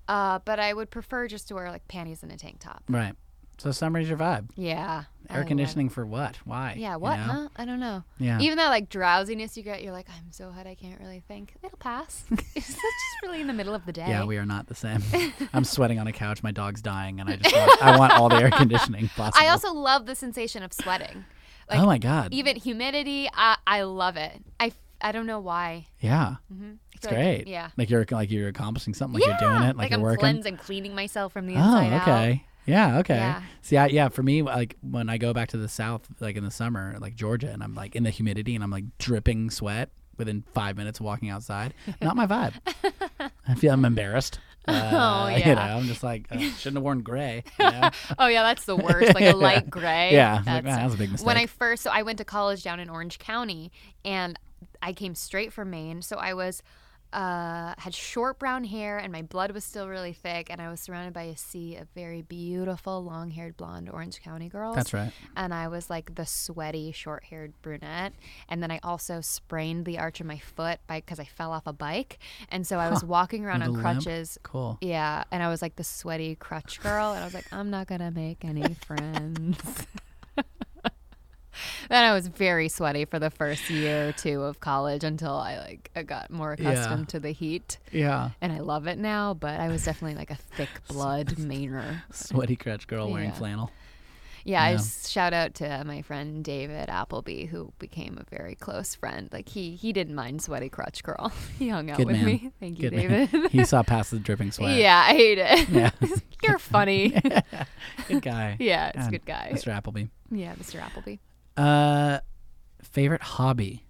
B: Uh, but I would prefer just to wear like panties and a tank top.
A: right. So summer's your vibe.
B: Oh, Yeah. I
A: Air
B: love-
A: conditioning for what? Why?
B: Yeah,
A: you
B: what,
A: know?
B: huh? I don't know.
A: Yeah.
B: Even that like drowsiness you get, you're like, I'm so hot, I can't really think. It'll pass. <laughs> it's just really in the middle of the day.
A: Yeah, we are not the
B: <laughs>
A: same. I'm sweating on a couch. My dog's dying, and I just want, I want all the air conditioning possible.
B: <laughs> I also love the sensation of sweating. Like,
A: oh my god.
B: even humidity, I, I love it. I, I don't know why.
A: yeah,
B: I
A: it's
B: feel Mm-hmm. like-
A: great.
B: yeah.
A: like you're like you're accomplishing something. Like
B: yeah.
A: you're doing it. Like,
B: Like
A: you're
B: I'm
A: working.
B: cleansing, cleaning myself from the
A: oh,
B: inside out.
A: okay. Yeah, okay.
B: Yeah.
A: See, I, yeah, for me, like when I go back to the South, like in the summer, like Georgia, and I'm like in the humidity and I'm like dripping sweat. within five minutes of walking outside. Not my
B: <laughs>
A: vibe. I feel I'm embarrassed. Uh,
B: Oh,
A: <laughs>
B: yeah.
A: You know, I'm just like, uh,
B: <laughs>
A: shouldn't have worn gray. you know?
B: Oh yeah, that's the
A: <laughs>
B: worst. Like a light gray.
A: Yeah, like, "Ah, that's a big
B: When I
A: mistake."
B: first, so I went to college down in Orange County, and I came straight from Maine. So I was, uh, had short brown hair, and my blood was still really thick, and I was surrounded by a sea of very beautiful, long-haired, blonde Orange County girls.
A: That's right.
B: And I was like the sweaty, short-haired brunette. And then I also sprained the arch of my foot by because I fell off a bike, and so I was walking around
A: With
B: on
A: a limp?
B: crutches.
A: Cool.
B: Yeah, and I was like the sweaty crutch girl, and I was like, I'm not gonna
A: <laughs>
B: make any friends. <laughs> then I was very sweaty for the first year or two of college until I like I got more
A: Yeah.
B: accustomed to the heat,
A: Yeah.
B: and I love it now. But I was definitely like a thick blood Mainer.
A: Sweaty crutch girl wearing
B: Yeah.
A: flannel.
B: Yeah, I
A: Yeah.
B: just shout out to my friend David Appleby, who became a very close friend. Like he he didn't mind sweaty crutch girl. <laughs> he hung out
A: Good
B: with
A: man.
B: me. <laughs> Thank you,
A: Good man. <laughs>
B: David. <laughs>
A: he saw past the dripping sweat.
B: Yeah, I hate it.
A: Yeah.
B: <laughs> You're
A: <laughs>
B: funny.
A: Good guy.
B: <laughs> Yeah, it's
A: God,
B: a good guy.
A: Mr. Appleby.
B: Yeah, Mr. Appleby.
A: Uh, favorite hobby?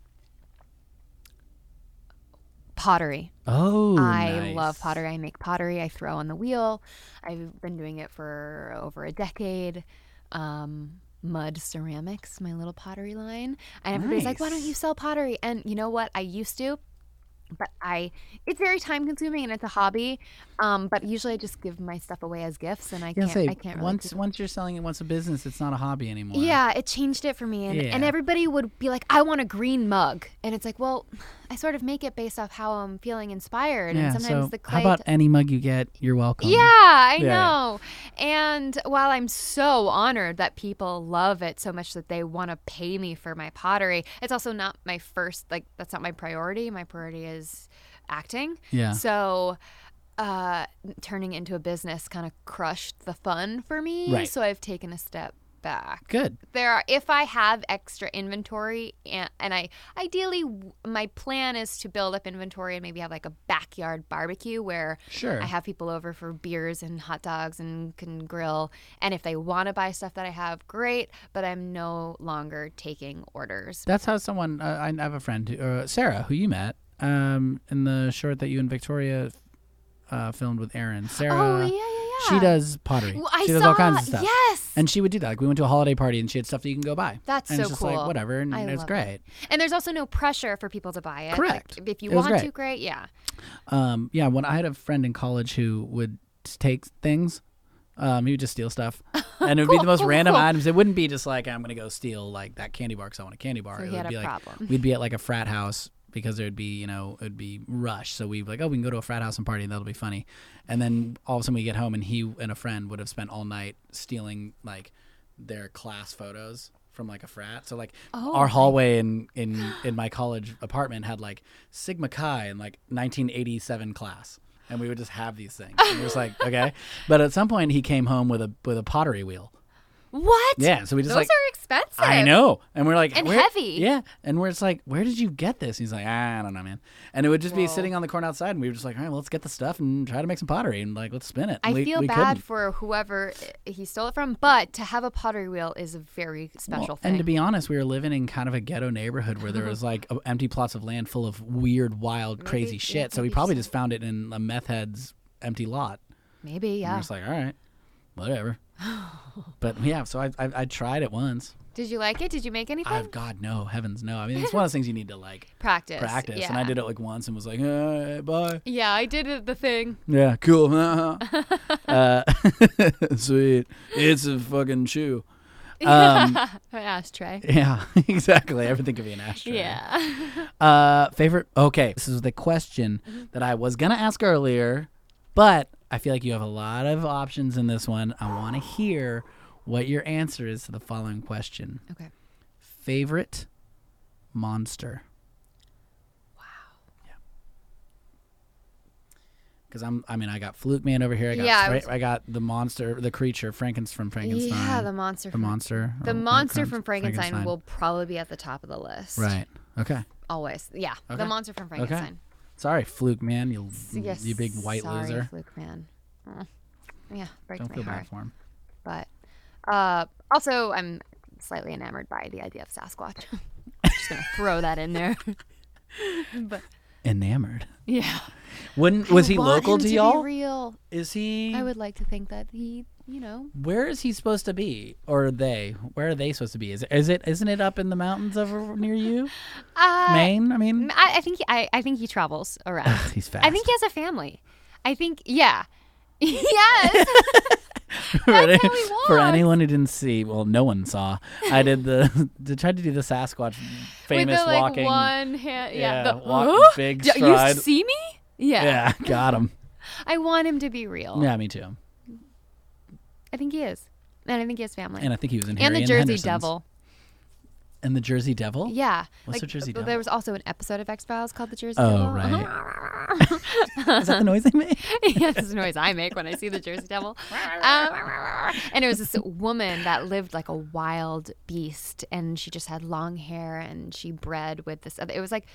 B: Pottery.
A: Oh,
B: I
A: nice.
B: love pottery. I make pottery. I throw on the wheel. I've been doing it for over a decade. Um, mud ceramics, my little pottery line. And everybody's like, why don't you
A: Nice.
B: sell pottery? And you know what? I used to. But I, it's very time consuming and it's a hobby. Um, but usually I just give my stuff away as gifts, and I
A: Yeah,
B: can't.
A: say,
B: I can't really
A: once once you're selling it once a business, it's not a hobby anymore.
B: Yeah, it changed it for me. And, and
A: Yeah.
B: everybody would be like, I want a green mug. And it's like, well, I sort of make it based off how I'm feeling inspired.
A: Yeah,
B: and sometimes
A: so
B: the clay.
A: how about any mug you get, you're welcome.
B: yeah, I
A: Yeah, yeah.
B: know. And while I'm so honored that people love it so much that they want to pay me for my pottery, it's also not my first, like, that's not my priority. My priority is acting.
A: Yeah.
B: So uh, turning it into a business kind of crushed the fun for me.
A: Right.
B: So I've taken a step back
A: Good.
B: there are if i have extra inventory and, and i ideally w- my plan is to build up inventory and maybe have like a backyard barbecue where
A: Sure.
B: i have people over for beers and hot dogs and can grill and if they want to buy stuff that i have great but i'm no longer taking orders
A: That's how someone uh, I have a friend, who, uh, Sarah, who you met um, in the short that you and Victoria uh, filmed with Aaron.
B: oh
A: Sarah,
B: yeah yeah yeah
A: she does pottery.
B: Well, I
A: she does
B: saw,
A: all kinds of stuff.
B: yes
A: And she would do that. Like we went to a holiday party and she had stuff that you can go buy.
B: That's
A: and
B: so
A: it's just
B: cool.
A: like whatever, and
B: I
A: it's
B: love it.
A: great.
B: and there's also no pressure for people to buy it Like,
A: Correct.
B: if you
A: It was
B: want
A: great.
B: to great yeah
A: Um, yeah, when I had a friend in college who would s- take things, um, he would just steal stuff, and it would be the most
B: Cool,
A: random
B: cool.
A: items. It wouldn't be just like I'm gonna go steal like that candy bar because I want a candy bar.
B: So
A: it
B: he
A: would
B: had a
A: be like
B: problem.
A: we'd be at like a frat house because there'd be you know it'd be rush, so we'd be like oh we can go to a frat house and party and that'll be funny, and then all of a sudden we get home and he and a friend would have spent all night stealing like their class photos from like a frat. So like
B: Oh,
A: our hallway in in
B: <gasps>
A: in my college apartment had like Sigma Chi and like 1987 class, and we would just have these things. And it was
B: <laughs>
A: like okay, but at some point he came home with a with a pottery wheel.
B: what
A: Yeah, so we just
B: those
A: like.
B: are expensive
A: I know, and we're like
B: And
A: "Where-"
B: heavy.
A: Yeah, and we're just like, where did you get this? He's like, "Ah, I don't know, man. And it would just be
B: Whoa.
A: sitting on the corn outside, and we were just like, all right, well, let's get the stuff and try to make some pottery, and like, let's spin it.
B: I
A: And we,
B: feel
A: we
B: bad
A: couldn't.
B: for whoever i- he stole it from, but to have a pottery wheel is a very special
A: Well,
B: thing.
A: And to be honest, we were living in kind of a ghetto neighborhood
B: <laughs>
A: where there was like a, empty plots of land full of weird, wild, crazy
B: yeah,
A: shit. so we
B: maybe
A: probably just found it in a meth head's empty lot.
B: Maybe,
A: And
B: yeah.
A: we're just like, all right,
B: <laughs>
A: whatever. but yeah, so I, I I tried it once.
B: Did you like it? Did you make anything?
A: i God, no, heavens, no. I mean, it's one of those things you need to like
B: practice.
A: practice.
B: Yeah.
A: And I did it like once and was like, all right, bye.
B: Yeah, I did it, the thing.
A: Yeah, cool. <laughs> uh, <laughs> sweet. It's a fucking shoe. Um,
B: <laughs> An ashtray.
A: yeah, <laughs> exactly. Everything could be an ashtray.
B: Yeah. <laughs>
A: Uh, favorite. Okay, this is the question
B: Mm-hmm.
A: that I was gonna ask earlier, but I feel like you have a lot of options in this one. I want to hear what your answer is to the following question.
B: okay.
A: Favorite monster. Wow. Yeah. Because I'm. I mean, I got Fluke Man over here. I got.
B: Yeah, I
A: Fra-
B: was-
A: I got the monster, the creature, Frankenstein from Frankenstein.
B: Yeah, the monster.
A: the
B: From,
A: monster. Oh,
B: the
A: or- or
B: monster
A: Crunch-
B: from Frankenstein, will probably be at the top of the list.
A: Right. Okay.
B: Always. Yeah.
A: Okay.
B: The monster from Frankenstein.
A: Sorry, Fluke Man. You.
B: So, yes.
A: You big white
B: sorry,
A: loser.
B: Fluke man. Mm. Yeah, breaks
A: Don't
B: my
A: feel
B: heart.
A: bad for him.
B: but uh, also <laughs> I'm slightly enamored by the idea of Sasquatch. Just gonna throw that in there. <laughs> but
A: Enamored.
B: yeah.
A: Wouldn't was
B: I
A: he
B: want
A: local
B: him
A: to,
B: to be
A: y'all?
B: real.
A: is he?
B: I would like to think that he, you know,
A: Where is he supposed to be, or they? Where are they supposed to be? Is is it? Isn't it up in the mountains over near you,
B: uh,
A: Maine? I <laughs> mean,
B: I, I think he, I, I think he travels around.
A: <laughs> he's fast.
B: I think he has a family. I think yeah, <laughs>
A: <laughs>
B: yes.
A: for,
B: That's how he
A: for
B: walks.
A: anyone who didn't see, well, no one saw. I did the <laughs> tried to do the Sasquatch famous
B: With the, like,
A: walking.
B: one hand. Yeah,
A: yeah,
B: the
A: walk-
B: "Huh?
A: big
B: Do
A: stride.
B: You see me? Yeah.
A: Yeah, got
B: <laughs>
A: him.
B: I want him to be real.
A: Yeah, me too.
B: I think he is, and I think he has family.
A: And I think he was in
B: And
A: Harry
B: the Jersey
A: Henderson's.
B: Devil.
A: And the Jersey Devil.
B: <laughs> Yeah.
A: What's the Jersey
B: but
A: Devil?
B: There was also an episode of X Files called the Jersey
A: Oh,
B: Devil.
A: right. Is that the noise they make?
B: <laughs> yeah, this is the noise I make when I see the Jersey Devil. Um, and it was this woman that lived like a wild beast, and she just had long hair, and she bred with this other. It was like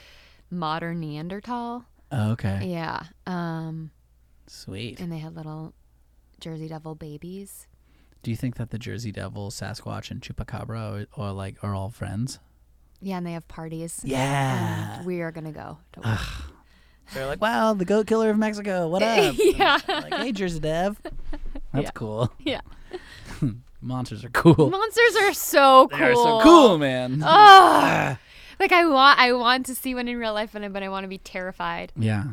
B: modern Neanderthal.
A: Oh, okay,
B: Yeah. Um,
A: sweet.
B: and they had little Jersey Devil babies.
A: Do you think that the Jersey Devil, Sasquatch, and Chupacabra are, are like are all friends?
B: Yeah, and they have parties.
A: Yeah.
B: And we are gonna go. to one.
A: They're like, wow, the goat killer of Mexico.
B: <laughs>
A: What up?
B: yeah.
A: like, hey, Jersey
B: <laughs>
A: Dev. That's
B: Yeah.
A: cool.
B: Yeah.
A: Monsters are cool. <laughs>
B: Monsters are so cool.
A: They
B: Oh.
A: are so cool, man.
B: Ugh. Like I want, I want to see one in real life, and I- but I want to be terrified.
A: Yeah.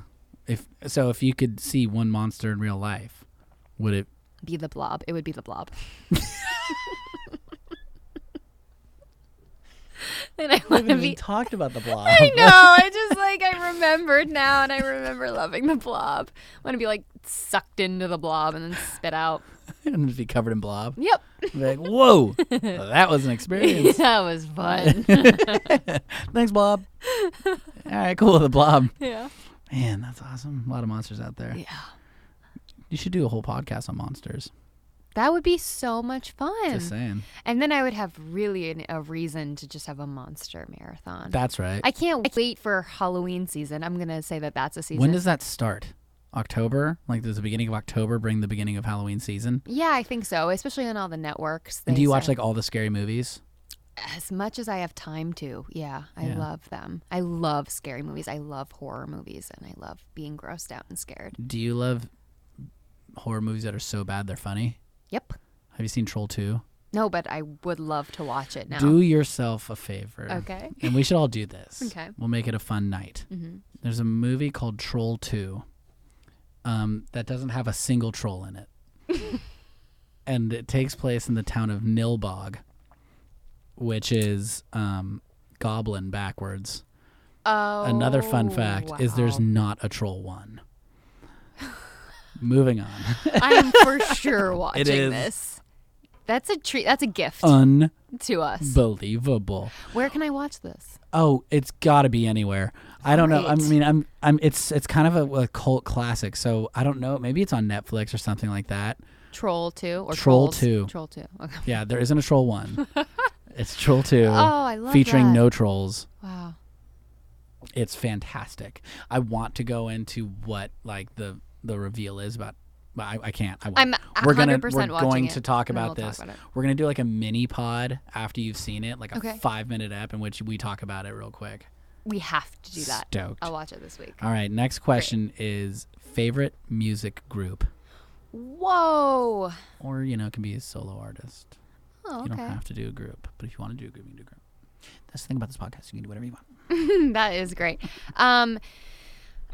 A: If so, if you could see one monster in real life, would
B: <laughs>
A: it?
B: Be the blob. It would be the blob. <laughs> and I want to be.
A: talked
B: <laughs>
A: about the blob. <laughs>
B: I know. I just like I remembered now, and I remember loving the blob. I want to be like sucked into the blob and then spit out.
A: and it'd be covered in blob.
B: Yep,
A: Like,
B: <laughs>
A: whoa, that was an experience.
B: that was fun.
A: Thanks, blob. All right, cool. The blob.
B: yeah.
A: Man, that's awesome. A lot of monsters out there.
B: Yeah.
A: You should do a whole podcast on monsters.
B: That would be so much fun.
A: Just saying.
B: And then I would have really an, a reason to just have a monster marathon.
A: That's right.
B: I can't wait for Halloween season. I'm gonna say that that's a season.
A: When does that start? October? Like, does the beginning of October bring the beginning of Halloween season?
B: yeah, I think so, especially on all the networks.
A: And
B: they
A: do you watch
B: say-
A: like all the scary movies?
B: as much as I have time to? Yeah, I
A: Yeah.
B: love them. I love scary movies. I love horror movies, and I love being grossed out and scared.
A: Do you love horror movies that are so bad they're funny?
B: Yep.
A: Have you seen Troll 2?
B: No, but I would love to watch it now.
A: Do yourself a favor.
B: Okay.
A: And we should all do this.
B: <laughs> Okay. Mm-hmm.
A: We'll make it a fun night. There's a movie called Troll 2 um, that doesn't have a single troll
B: <laughs>
A: in it. and it takes place in the town of Nilbog, which is um, goblin backwards.
B: oh,
A: Another fun fact is there's
B: wow.
A: not a troll one.
B: <laughs>
A: Moving on.
B: I am
A: <laughs>
B: for sure watching
A: is. Uh,
B: this. That's a treat. That's a gift to us.
A: Unbelievable.
B: Where can I watch this?
A: Oh, it's got to be anywhere. I don't know. I
B: Great.
A: mean, I'm, I'm. It's, it's kind of a, a cult classic. So I don't know. Maybe it's on Netflix or something like that.
B: Troll two or
A: Troll
B: Trolls?
A: two.
B: Troll two. Okay.
A: Yeah, there isn't a troll
B: <laughs>
A: one. it's troll two.
B: Oh, I love
A: featuring
B: that.
A: no trolls.
B: Wow.
A: It's fantastic. I want to go into what like the the reveal is about. But I, I can't. I won't.
B: I'm
A: we're gonna
B: 100%
A: we're
B: watching
A: going
B: it,
A: to talk
B: and then
A: about
B: we'll talk
A: this.
B: about it.
A: We're gonna do like a mini pod after you've seen it, like a
B: Okay.
A: five minute app in which we talk about it real quick.
B: We have to do that.
A: Stoked.
B: I'll watch it this week.
A: All right, next question is favorite music group,
B: Whoa.
A: or you know, it can be a solo artist.
B: Oh,
A: You don't
B: okay.
A: have to do a group, but if you want to do a group, you can do a group. That's the thing about this podcast; you can do whatever you want.
B: <laughs> that is great. Um,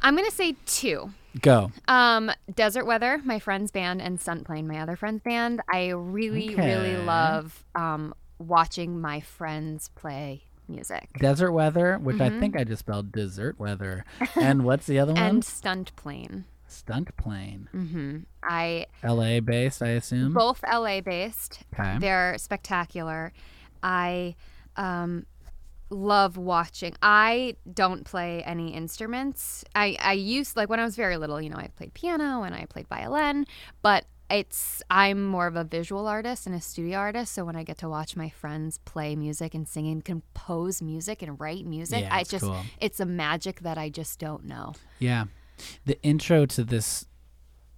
B: I'm going to say two.
A: Go.
B: Um, Desert Weather, my friend's band, and Sunplane, my other friend's band. I really,
A: Okay.
B: really love um, watching my friends play music.
A: Desert weather, which I think I just spelled dessert weather. And what's the other one?
B: Mm-hmm. <laughs> And Stunt Plane. Mm-hmm.
A: Stunt plane.
B: I
A: L.A. based, I assume.
B: both LA based.
A: Okay.
B: They're spectacular. I um, love watching. I don't play any instruments. I, I used, like, when I was very little, you know, I played piano and I played violin, but it's, I'm more of a visual artist and a studio artist. So when I get to watch my friends play music and sing and compose music and write music,
A: Yeah,
B: I
A: it's
B: just,
A: cool.
B: it's a magic that I just don't know.
A: Yeah. The intro to this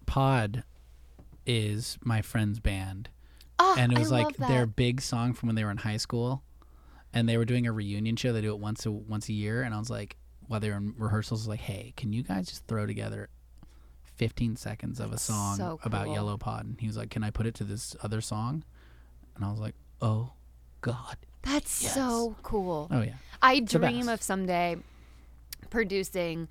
A: pod is my friend's band.
B: Oh,
A: and it was
B: I
A: like
B: love that.
A: their big song from when they were in high school and they were doing a reunion show they do it once a once a year and i was like while they were in rehearsals, like, hey, can you guys just throw together 15 seconds of a song
B: so
A: about
B: cool.
A: Yellow Pod? And he was like, can I put it to this other song? And I was like, oh, God.
B: That's
A: Yes.
B: so cool.
A: Oh, yeah.
B: I dream
A: best.
B: of someday producing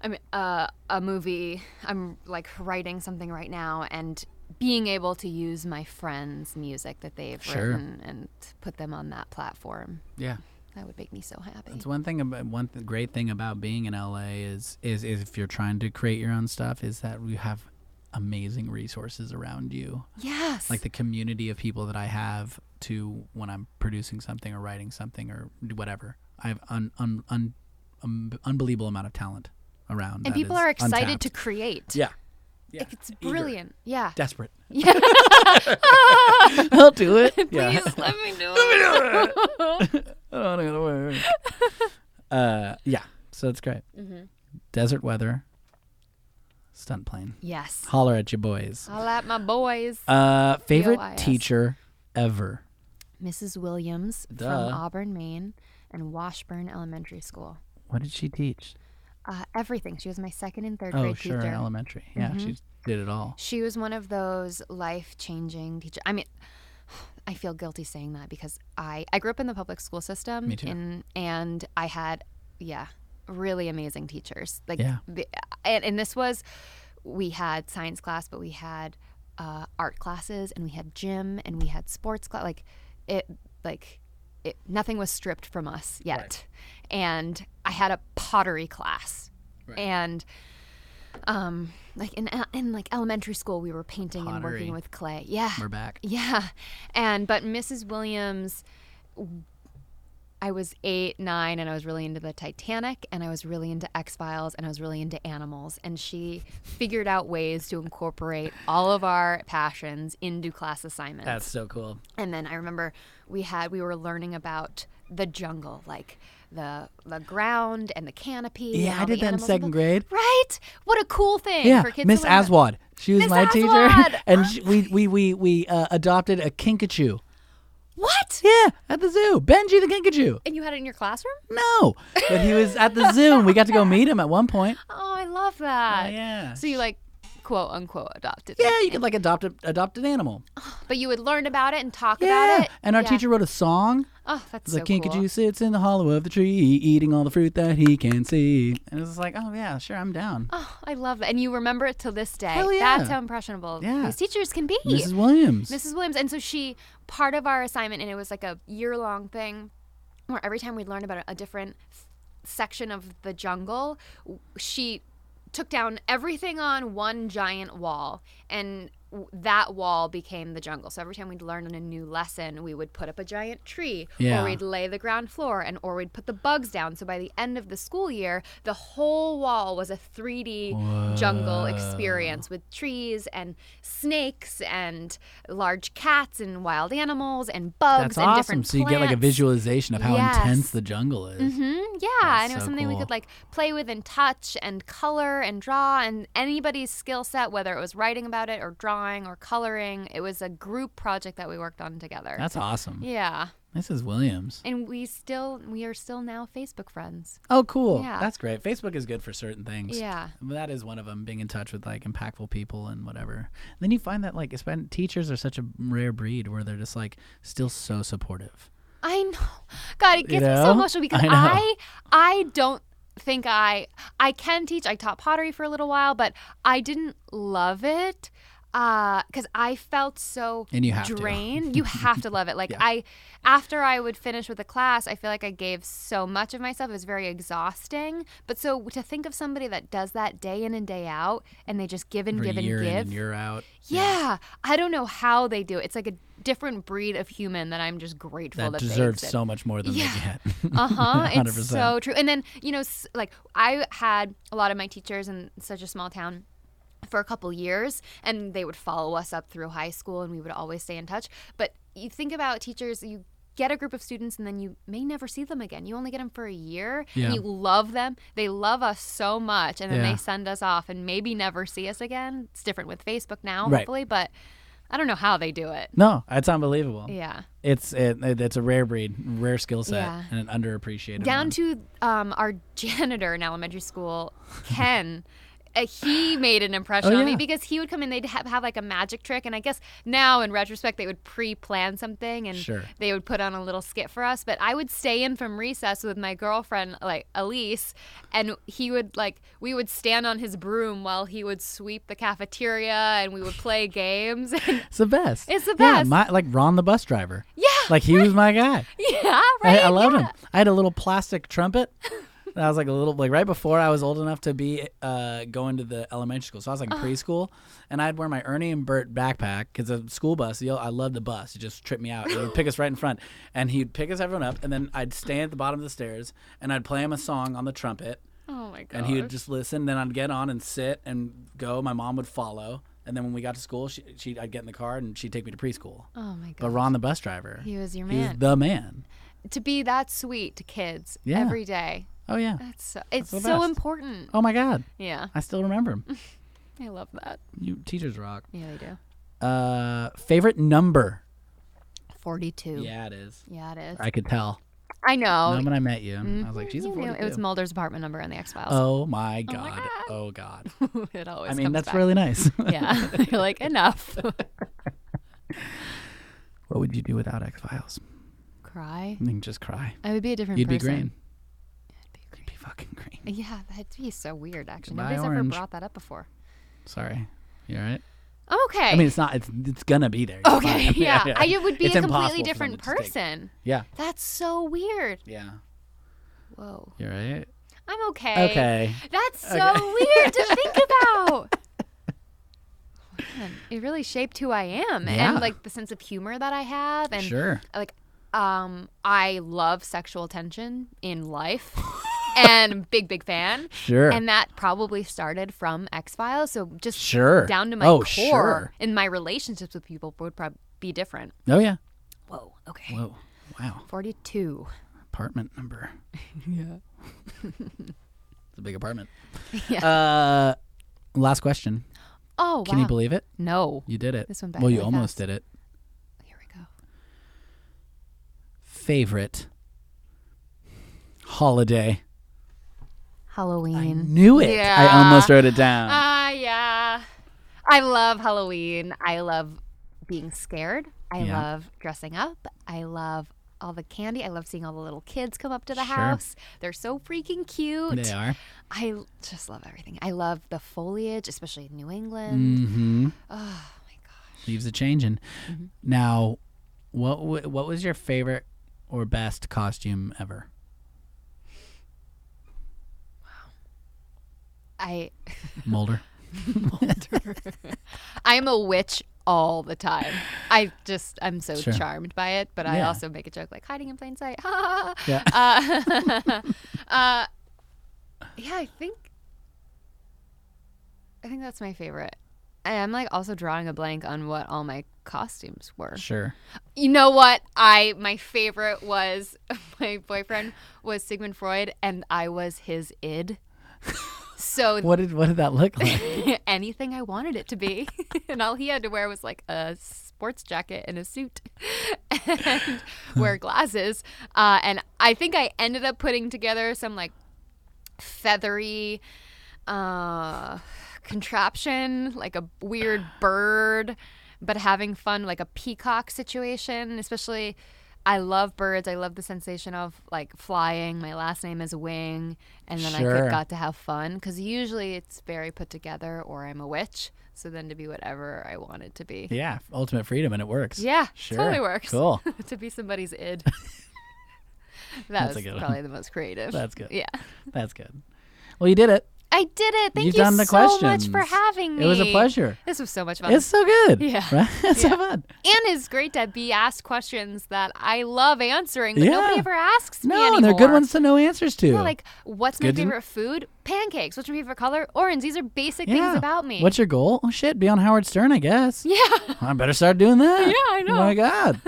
B: I mean uh, a movie. I'm like writing something right now and being able to use my friends' music that they've
A: Sure.
B: written and put them on that platform.
A: Yeah.
B: That would make me so happy.
A: It's one thing about one th- great thing about being in LA is, is is if you're trying to create your own stuff is that you have amazing resources around you.
B: yes.
A: Like the community of people that I have to when I'm producing something or writing something or do whatever. I have un, un, un, um, unbelievable amount of talent around.
B: and
A: that
B: people
A: is
B: are excited
A: untapped.
B: to create.
A: Yeah. yeah.
B: It's
A: Eager.
B: brilliant. Yeah.
A: Desperate.
B: Yeah.
A: <laughs> I'll do it. yeah.
B: <laughs> Please let me
A: <laughs>
B: do it. <laughs>
A: Oh, I don't wanna go to work. uh, yeah. So it's great.
B: Mm-hmm.
A: Desert weather. Stunt plane.
B: Yes.
A: Holler at you boys.
B: I'll at my boys.
A: Uh, favorite
B: B-O-I-S.
A: teacher ever.
B: Mrs. Williams
A: Duh.
B: from Auburn, Maine, and Washburn Elementary School.
A: What did she teach?
B: Uh, everything. She was my second and third
A: Oh,
B: grade
A: sure,
B: teacher. Mm-hmm.
A: elementary. Yeah, she did it all.
B: She was one of those life changing teachers. I mean, I feel guilty saying that because I I grew up in the public school system.
A: Me too.
B: In, and I had, yeah, really amazing teachers. Like,
A: Yeah.
B: the- and, and this was, we had science class, but we had uh, art classes, and we had gym, and we had sports class. Like, it like. It, nothing was stripped from us yet. And I had a pottery class. And um like in in like elementary school we were painting and
A: Pottery.
B: working with clay. Yeah.
A: We're back.
B: Yeah. And but Mrs. Williams I was 8, 9 and I was really into the Titanic and I was really into X-Files and I was really into animals and she figured out ways to incorporate all of our passions into class assignments.
A: That's so cool.
B: And then I remember we had we were learning about the jungle, like the the ground and the canopy. and
A: Yeah, I
B: all
A: did
B: the
A: that in
B: animals
A: second
B: and the-
A: grade.
B: Right? What a cool thing
A: Yeah,
B: for kids. to
A: Miss
B: learn about.
A: Aswad. She was
B: Miss
A: my teacher,
B: Aswad!
A: and she, we we we we uh, adopted a kinkajou.
B: What?
A: Yeah, at the zoo, Benji the kinkajou.
B: And you had it in your classroom?
A: No, but he was at the zoo, and we got to go meet him at one point.
B: Oh, I love that.
A: yeah.
B: So you like quote unquote adopted it.
A: <laughs> Yeah, you could like adopt a, adopt an animal.
B: But you would learn about it and talk
A: yeah,
B: about Oh, it.
A: and our
B: Yeah.
A: teacher wrote a song.
B: Oh, that's
A: The
B: so
A: kinkajou
B: cool.
A: sits in the hollow of the tree, eating all the fruit that he can see. And it was like, oh yeah, sure, I'm down.
B: Oh, I love that. And you remember it till this day.
A: Hell
B: That's
A: yeah.
B: how impressionable
A: Yeah.
B: these teachers can be.
A: Mrs. Williams.
B: Mrs. Williams. And so she, part of our assignment, and it was like a year long thing where every time we'd learn about a, a different f- section of the jungle, w- she took down everything on one giant wall. And w- that wall became the jungle. So every time we'd learn in a new lesson, we would put up a giant tree,
A: Yeah.
B: or we'd lay the ground floor, and or we'd put the bugs down. So by the end of the school year, the whole wall was a 3D jungle experience with trees and snakes and large cats and wild animals and bugs
A: That's
B: and
A: awesome.
B: different
A: So you get like a
B: plants.
A: visualization of how
B: Yes.
A: intense the jungle is.
B: Mhm, yeah,
A: That's
B: and it was
A: so
B: something we
A: cool.
B: could like play with and touch and color and draw and anybody's skill set, whether it was writing about it or drawing or coloring, it was a group project that we worked on together.
A: That's awesome.
B: yeah,
A: Mrs. Williams.
B: and we still we are still now Facebook friends.
A: Oh, cool.
B: Yeah.
A: That's great. Facebook is good for certain things.
B: Yeah.
A: That is one of them, being in touch with like impactful people and whatever. then you find that like especially teachers are such a rare breed where they're just like still so supportive.
B: I know. God, it gets me
A: know?
B: so emotional because
A: I know.
B: I, I don't think I I can teach. I taught pottery for a little while, but I didn't love it because I felt so
A: And you have to. <laughs>
B: drained. You have to love it. Like I, after I would finish with a class, I feel like I gave so much of myself. It was very exhausting. But so to think of somebody that does that day in and day out, and they just give and
A: For
B: give
A: a year
B: and
A: in
B: give.
A: and you're out.
B: Yeah, I don't know how they do it. It's like a different breed of human that I'm just grateful
A: That
B: that,
A: deserves
B: they
A: so much more than
B: Yeah.
A: they get. <laughs>
B: Uh huh. It's
A: 100%.
B: so true. And then you know, s- like I had a lot of my teachers in such a small town for a couple years, and they would follow us up through high school, and we would always stay in touch. But you think about teachers, you get a group of students and then you may never see them again you only get them for a year
A: Yeah.
B: and you love them they love us so much and then
A: Yeah.
B: they send us off and maybe never see us again it's different with facebook now
A: Right.
B: hopefully but I don't know how they do it.
A: No, it's unbelievable.
B: Yeah.
A: It's it, it- it's a rare breed, rare skill set,
B: Yeah.
A: and an underappreciated
B: Down
A: one.
B: to um, our <laughs> janitor in elementary school, Ken. Uh, he made an impression
A: Oh,
B: on me
A: yeah.
B: because he would come in. They'd have, have like a magic trick, and I guess now in retrospect they would pre-plan something and
A: Sure.
B: they would put on a little skit for us. But I would stay in from recess with my girlfriend, like Elise, and he would like we would stand on his broom while he would sweep the cafeteria, and we
A: <laughs>
B: would play games. And, <laughs>
A: it's the best.
B: It's the
A: Yeah,
B: best.
A: my, like Ron the bus driver.
B: yeah,
A: Like he was my guy.
B: yeah,
A: I,
B: right.
A: I uh, loved
B: yeah.
A: him. I had a little plastic trumpet. And I was like a little like right before I was old enough to be uh, going to the elementary school, so I was
B: Uh-huh.
A: like in preschool, and I'd wear my Ernie and Bert backpack because the school bus. You know, I loved the bus; it just tripped me out. It would pick us right in front, and he'd pick us everyone up, and then I'd stand at the bottom of the stairs, and I'd play him a song on the trumpet,
B: Oh my god.
A: and he would just listen. Then I'd get on and sit and go. My mom would follow, and then when we got to school, she, she I'd get in the car and she'd take me to preschool.
B: oh my god.
A: But Ron, the bus driver,
B: He was your
A: he was
B: man.
A: the man.
B: to be that sweet to kids
A: Yeah.
B: every day.
A: Oh yeah.
B: That's so, it's
A: the
B: so
A: best.
B: important.
A: Oh my God.
B: Yeah,
A: I still remember <laughs> him.
B: I love that.
A: You teachers rock.
B: Yeah, they do.
A: Uh, favorite number?
B: Forty-two.
A: Yeah, it is.
B: Yeah, it is. I,
A: I could tell.
B: know.
A: The moment I met you, I was like, she's a
B: Oh, mm-hmm. You knew
A: 42.
B: it was Mulder's apartment number on the X Files.
A: oh my God. Oh
B: <laughs>
A: God.
B: it always.
A: I mean,
B: comes
A: that's
B: back.
A: really nice.
B: <laughs> Yeah, You're
A: <laughs>
B: like enough. <laughs>
A: what would you do without X Files?
B: Cry.
A: You can just cry.
B: I would be a different
A: You'd be
B: person.
A: green.
B: I'd be
A: You'd be fucking green.
B: green. Yeah, that'd be so weird. Actually,
A: Goodbye,
B: nobody's ever
A: orange.
B: brought that up before.
A: Sorry. You all right?
B: I'm okay. <laughs>
A: I mean, it's not. It's it's gonna be there. You're <laughs>
B: okay.
A: fine.
B: Yeah. I would be
A: It's
B: a
A: impossible
B: completely
A: for them to
B: different
A: just take-
B: person.
A: Yeah.
B: That's so weird.
A: Yeah.
B: Whoa.
A: You're right.
B: I'm okay.
A: Okay.
B: That's so
A: Okay. <laughs>
B: weird to think about. Man, it really shaped who I am
A: Yeah.
B: and like the sense of humor that I have and
A: Sure.
B: like um I love sexual tension in life <laughs> and big big fan.
A: Sure.
B: And that probably started from X Files. So just
A: Sure.
B: down to my
A: Oh,
B: core
A: sure.
B: in my relationships with people would probably be different.
A: Oh yeah.
B: Whoa. Okay.
A: Whoa. Wow.
B: Forty two.
A: apartment
B: <laughs>
A: number. yeah. it's a big apartment.
B: <laughs> Yeah.
A: Uh, last question.
B: Oh wow.
A: Can you believe it?
B: no.
A: You did it.
B: This went by
A: Well, you
B: really
A: almost
B: fast.
A: did it.
B: Here we go.
A: Favorite holiday.
B: Halloween.
A: Knew it. I almost wrote it down.
B: Mm-hmm. Ah, yeah. I love Halloween. I love being scared. I
A: Yeah.
B: love dressing up. I love all the candy. I love seeing all the little kids come up to the
A: Sure.
B: house. They're so freaking cute.
A: they are.
B: I l- just love everything. I love the foliage, especially in New England.
A: Mm-hmm.
B: Oh my gosh. Mm-hmm.
A: Leaves a changing. Now, what w- what was your favorite or best costume ever?
B: I
A: Mulder.
B: <laughs> I'm a witch all the time. I just I'm so
A: Sure.
B: charmed by it, but I
A: Yeah.
B: also make a joke like hiding in plain sight. <laughs> Ha, ha,
A: Yeah.
B: ha. uh, <laughs> uh, yeah, I think I think that's my favorite. And I'm like also drawing a blank on what all my costumes were.
A: sure.
B: You know what? I my favorite was <laughs> my boyfriend was Sigmund Freud and I was his id. So
A: <laughs> What did what did that look like?
B: <laughs> anything I wanted it to be. <laughs> and all he had to wear was like a sports jacket and a suit <laughs> and wear glasses. Uh, and I think I ended up putting together some like feathery uh, contraption, like a weird bird, but having fun, like a peacock situation, especially. I love birds. I love the sensation of like flying. My last name is Wing, and then I
A: Sure.
B: could, got uh, to have fun because usually it's very put together, or I'm a witch. So then to be whatever I want it to be.
A: yeah, ultimate freedom, and it works.
B: Yeah,
A: Sure.
B: totally works.
A: Cool.
B: <laughs> to be
A: <laughs>
B: somebody's id.
A: That's
B: that
A: a
B: was
A: good one.
B: probably the most creative.
A: That's good.
B: Yeah.
A: That's good. Well, you did it.
B: I did it. Thank
A: You've
B: you
A: done the
B: so much for
A: questions.
B: having me.
A: It was a pleasure.
B: This was so much fun.
A: It's so good.
B: Yeah.
A: <laughs> Right? It's so fun.
B: and it's great to be asked questions that I love answering, but
A: Yeah.
B: nobody ever asks me
A: No,
B: anymore.
A: and they're good ones to know answers to.
B: Yeah, like, what's my
A: good to kn-
B: favorite food? Pancakes. What's your favorite color? Orange. These are basic things about me.
A: What's your <laughs> goal? Oh shit, be on Howard Stern, I guess.
B: <laughs> yeah.
A: I better start doing that.
B: Yeah, I <laughs>
A: Oh my god.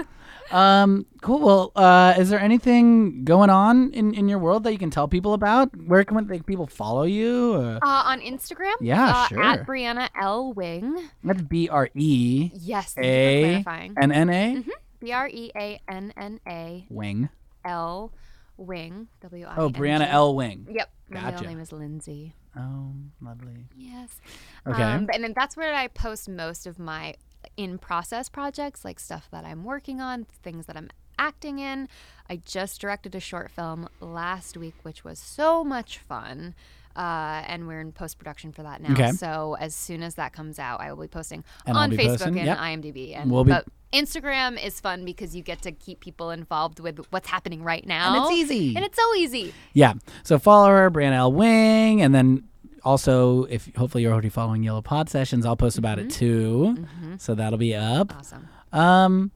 A: Um, cool. Well, uh, is there anything going on in, in your world that you can tell people about? Where can they, people follow you? Or?
B: Uh, on Instagram,
A: Yeah,
B: uh,
A: sure.
B: at Brianna L Wing.
A: That's B R E
B: Yes, thank you for
A: A
B: clarifying.
A: N N A
B: B R E A N N A
A: Wing.
B: L Wing. W I.
A: Oh, Brianna L Wing.
B: Yep. My
A: Gotcha.
B: middle name is Lindsay.
A: Oh, lovely.
B: Yes.
A: Okay.
B: Um, but- and then that's where I post most of my in process projects, like stuff that I'm working on, things that I'm acting in. I just directed a short film last week, which was so much fun. Uh, and we're in post production for that now.
A: Okay.
B: So as soon as that comes out, I will be posting
A: And I'll
B: on
A: be
B: Facebook
A: posting,
B: and
A: yep.
B: IMDb. And
A: We'll be-
B: but Instagram is fun because you get to keep people involved with what's happening right now.
A: And it's easy.
B: And it's so easy.
A: Yeah. So follow her, Brianna L. Wing, and then also if hopefully you're already following Yellow Pod Sessions, I'll post about it too. So that'll be up.
B: Mm-hmm. Awesome.
A: Um,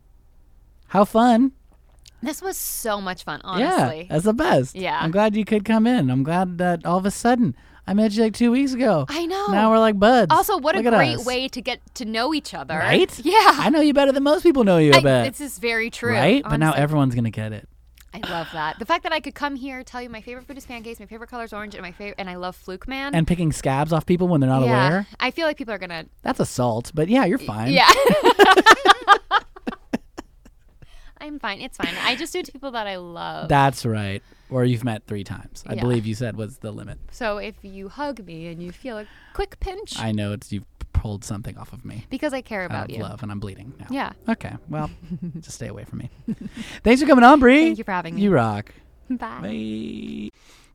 A: how fun!
B: This was so much fun,
A: Yeah,
B: honestly.
A: that's the best.
B: Yeah.
A: I'm glad you could come in. I'm glad that all of a sudden I met you like two weeks ago.
B: I know.
A: Now we're like buds.
B: Also, what
A: Look
B: a
A: at
B: great
A: us.
B: way to get to know each other.
A: Right?
B: <laughs> Yeah.
A: I know you better than most people know you. I,
B: I-
A: bet.
B: this is very true.
A: right? But now
B: honestly.
A: everyone's gonna get it.
B: I love that. The fact that I could come here, tell you my favorite food is pancakes, my favorite color is orange, and my favorite, and I love Fluke Man.
A: And picking scabs off people when they're not
B: Mm-hmm. yeah,
A: aware.
B: I feel like people are gonna.
A: That's assault. But yeah, you're fine. <laughs>
B: Yeah. <laughs> I'm fine. It's fine. I just do it to people that I love.
A: That's right. Or you've met three times. I
B: Oh. Yeah.
A: believe you said was the limit.
B: so if you hug me and you feel a quick pinch,
A: I know it's you've pulled something off of me.
B: because I care
A: Out
B: about
A: of
B: you.
A: love, and I'm bleeding now.
B: Yeah.
A: Okay.
B: <laughs>
A: Well, just stay away from me. Thanks for coming on, Bree.
B: Thank you for having me.
A: You rock.
B: Bye.
A: Bye.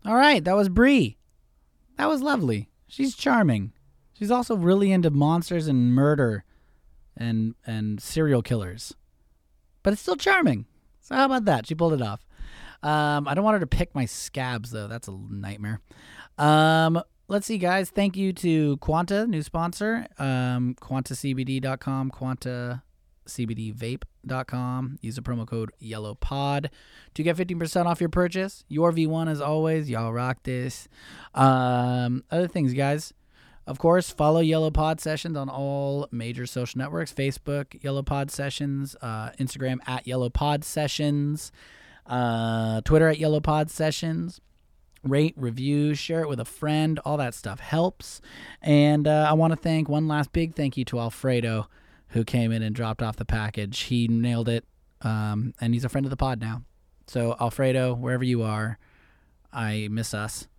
A: All right, that was Bree. That was lovely. She's charming. She's also really into monsters and murder and and serial killers. But it's still charming. So how about that? She pulled it off. Um, I don't want her to pick my scabs though. That's a nightmare. Um, let's see, guys. Thank you to Quanta, new sponsor. Um, QuantaCBD.com, QuantaCBDVape.com. Use the promo code YellowPod to get 15% off your purchase. Your V1, as always. Y'all rock this. Um, other things, guys. Of course, follow Yellow Pod Sessions on all major social networks Facebook, Yellow Pod Sessions, uh, Instagram at Yellow Pod Sessions, uh, Twitter at Yellow Pod Sessions. Rate, review, share it with a friend. All that stuff helps. And uh, I want to thank one last big thank you to Alfredo, who came in and dropped off the package. He nailed it, um, and he's a friend of the pod now. So, Alfredo, wherever you are, I miss us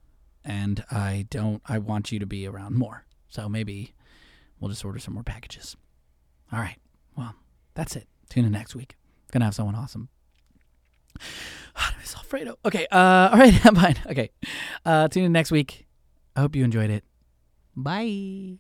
A: and I don't I want you to be around more. So maybe we'll just order some more packages. All right. Well, that's it. Tune in next week. Gonna have someone awesome. <sighs> I miss Alfredo. Okay, uh <laughs> all right, I'm fine. Okay. Uh tune in next week. I hope you enjoyed it. Bye.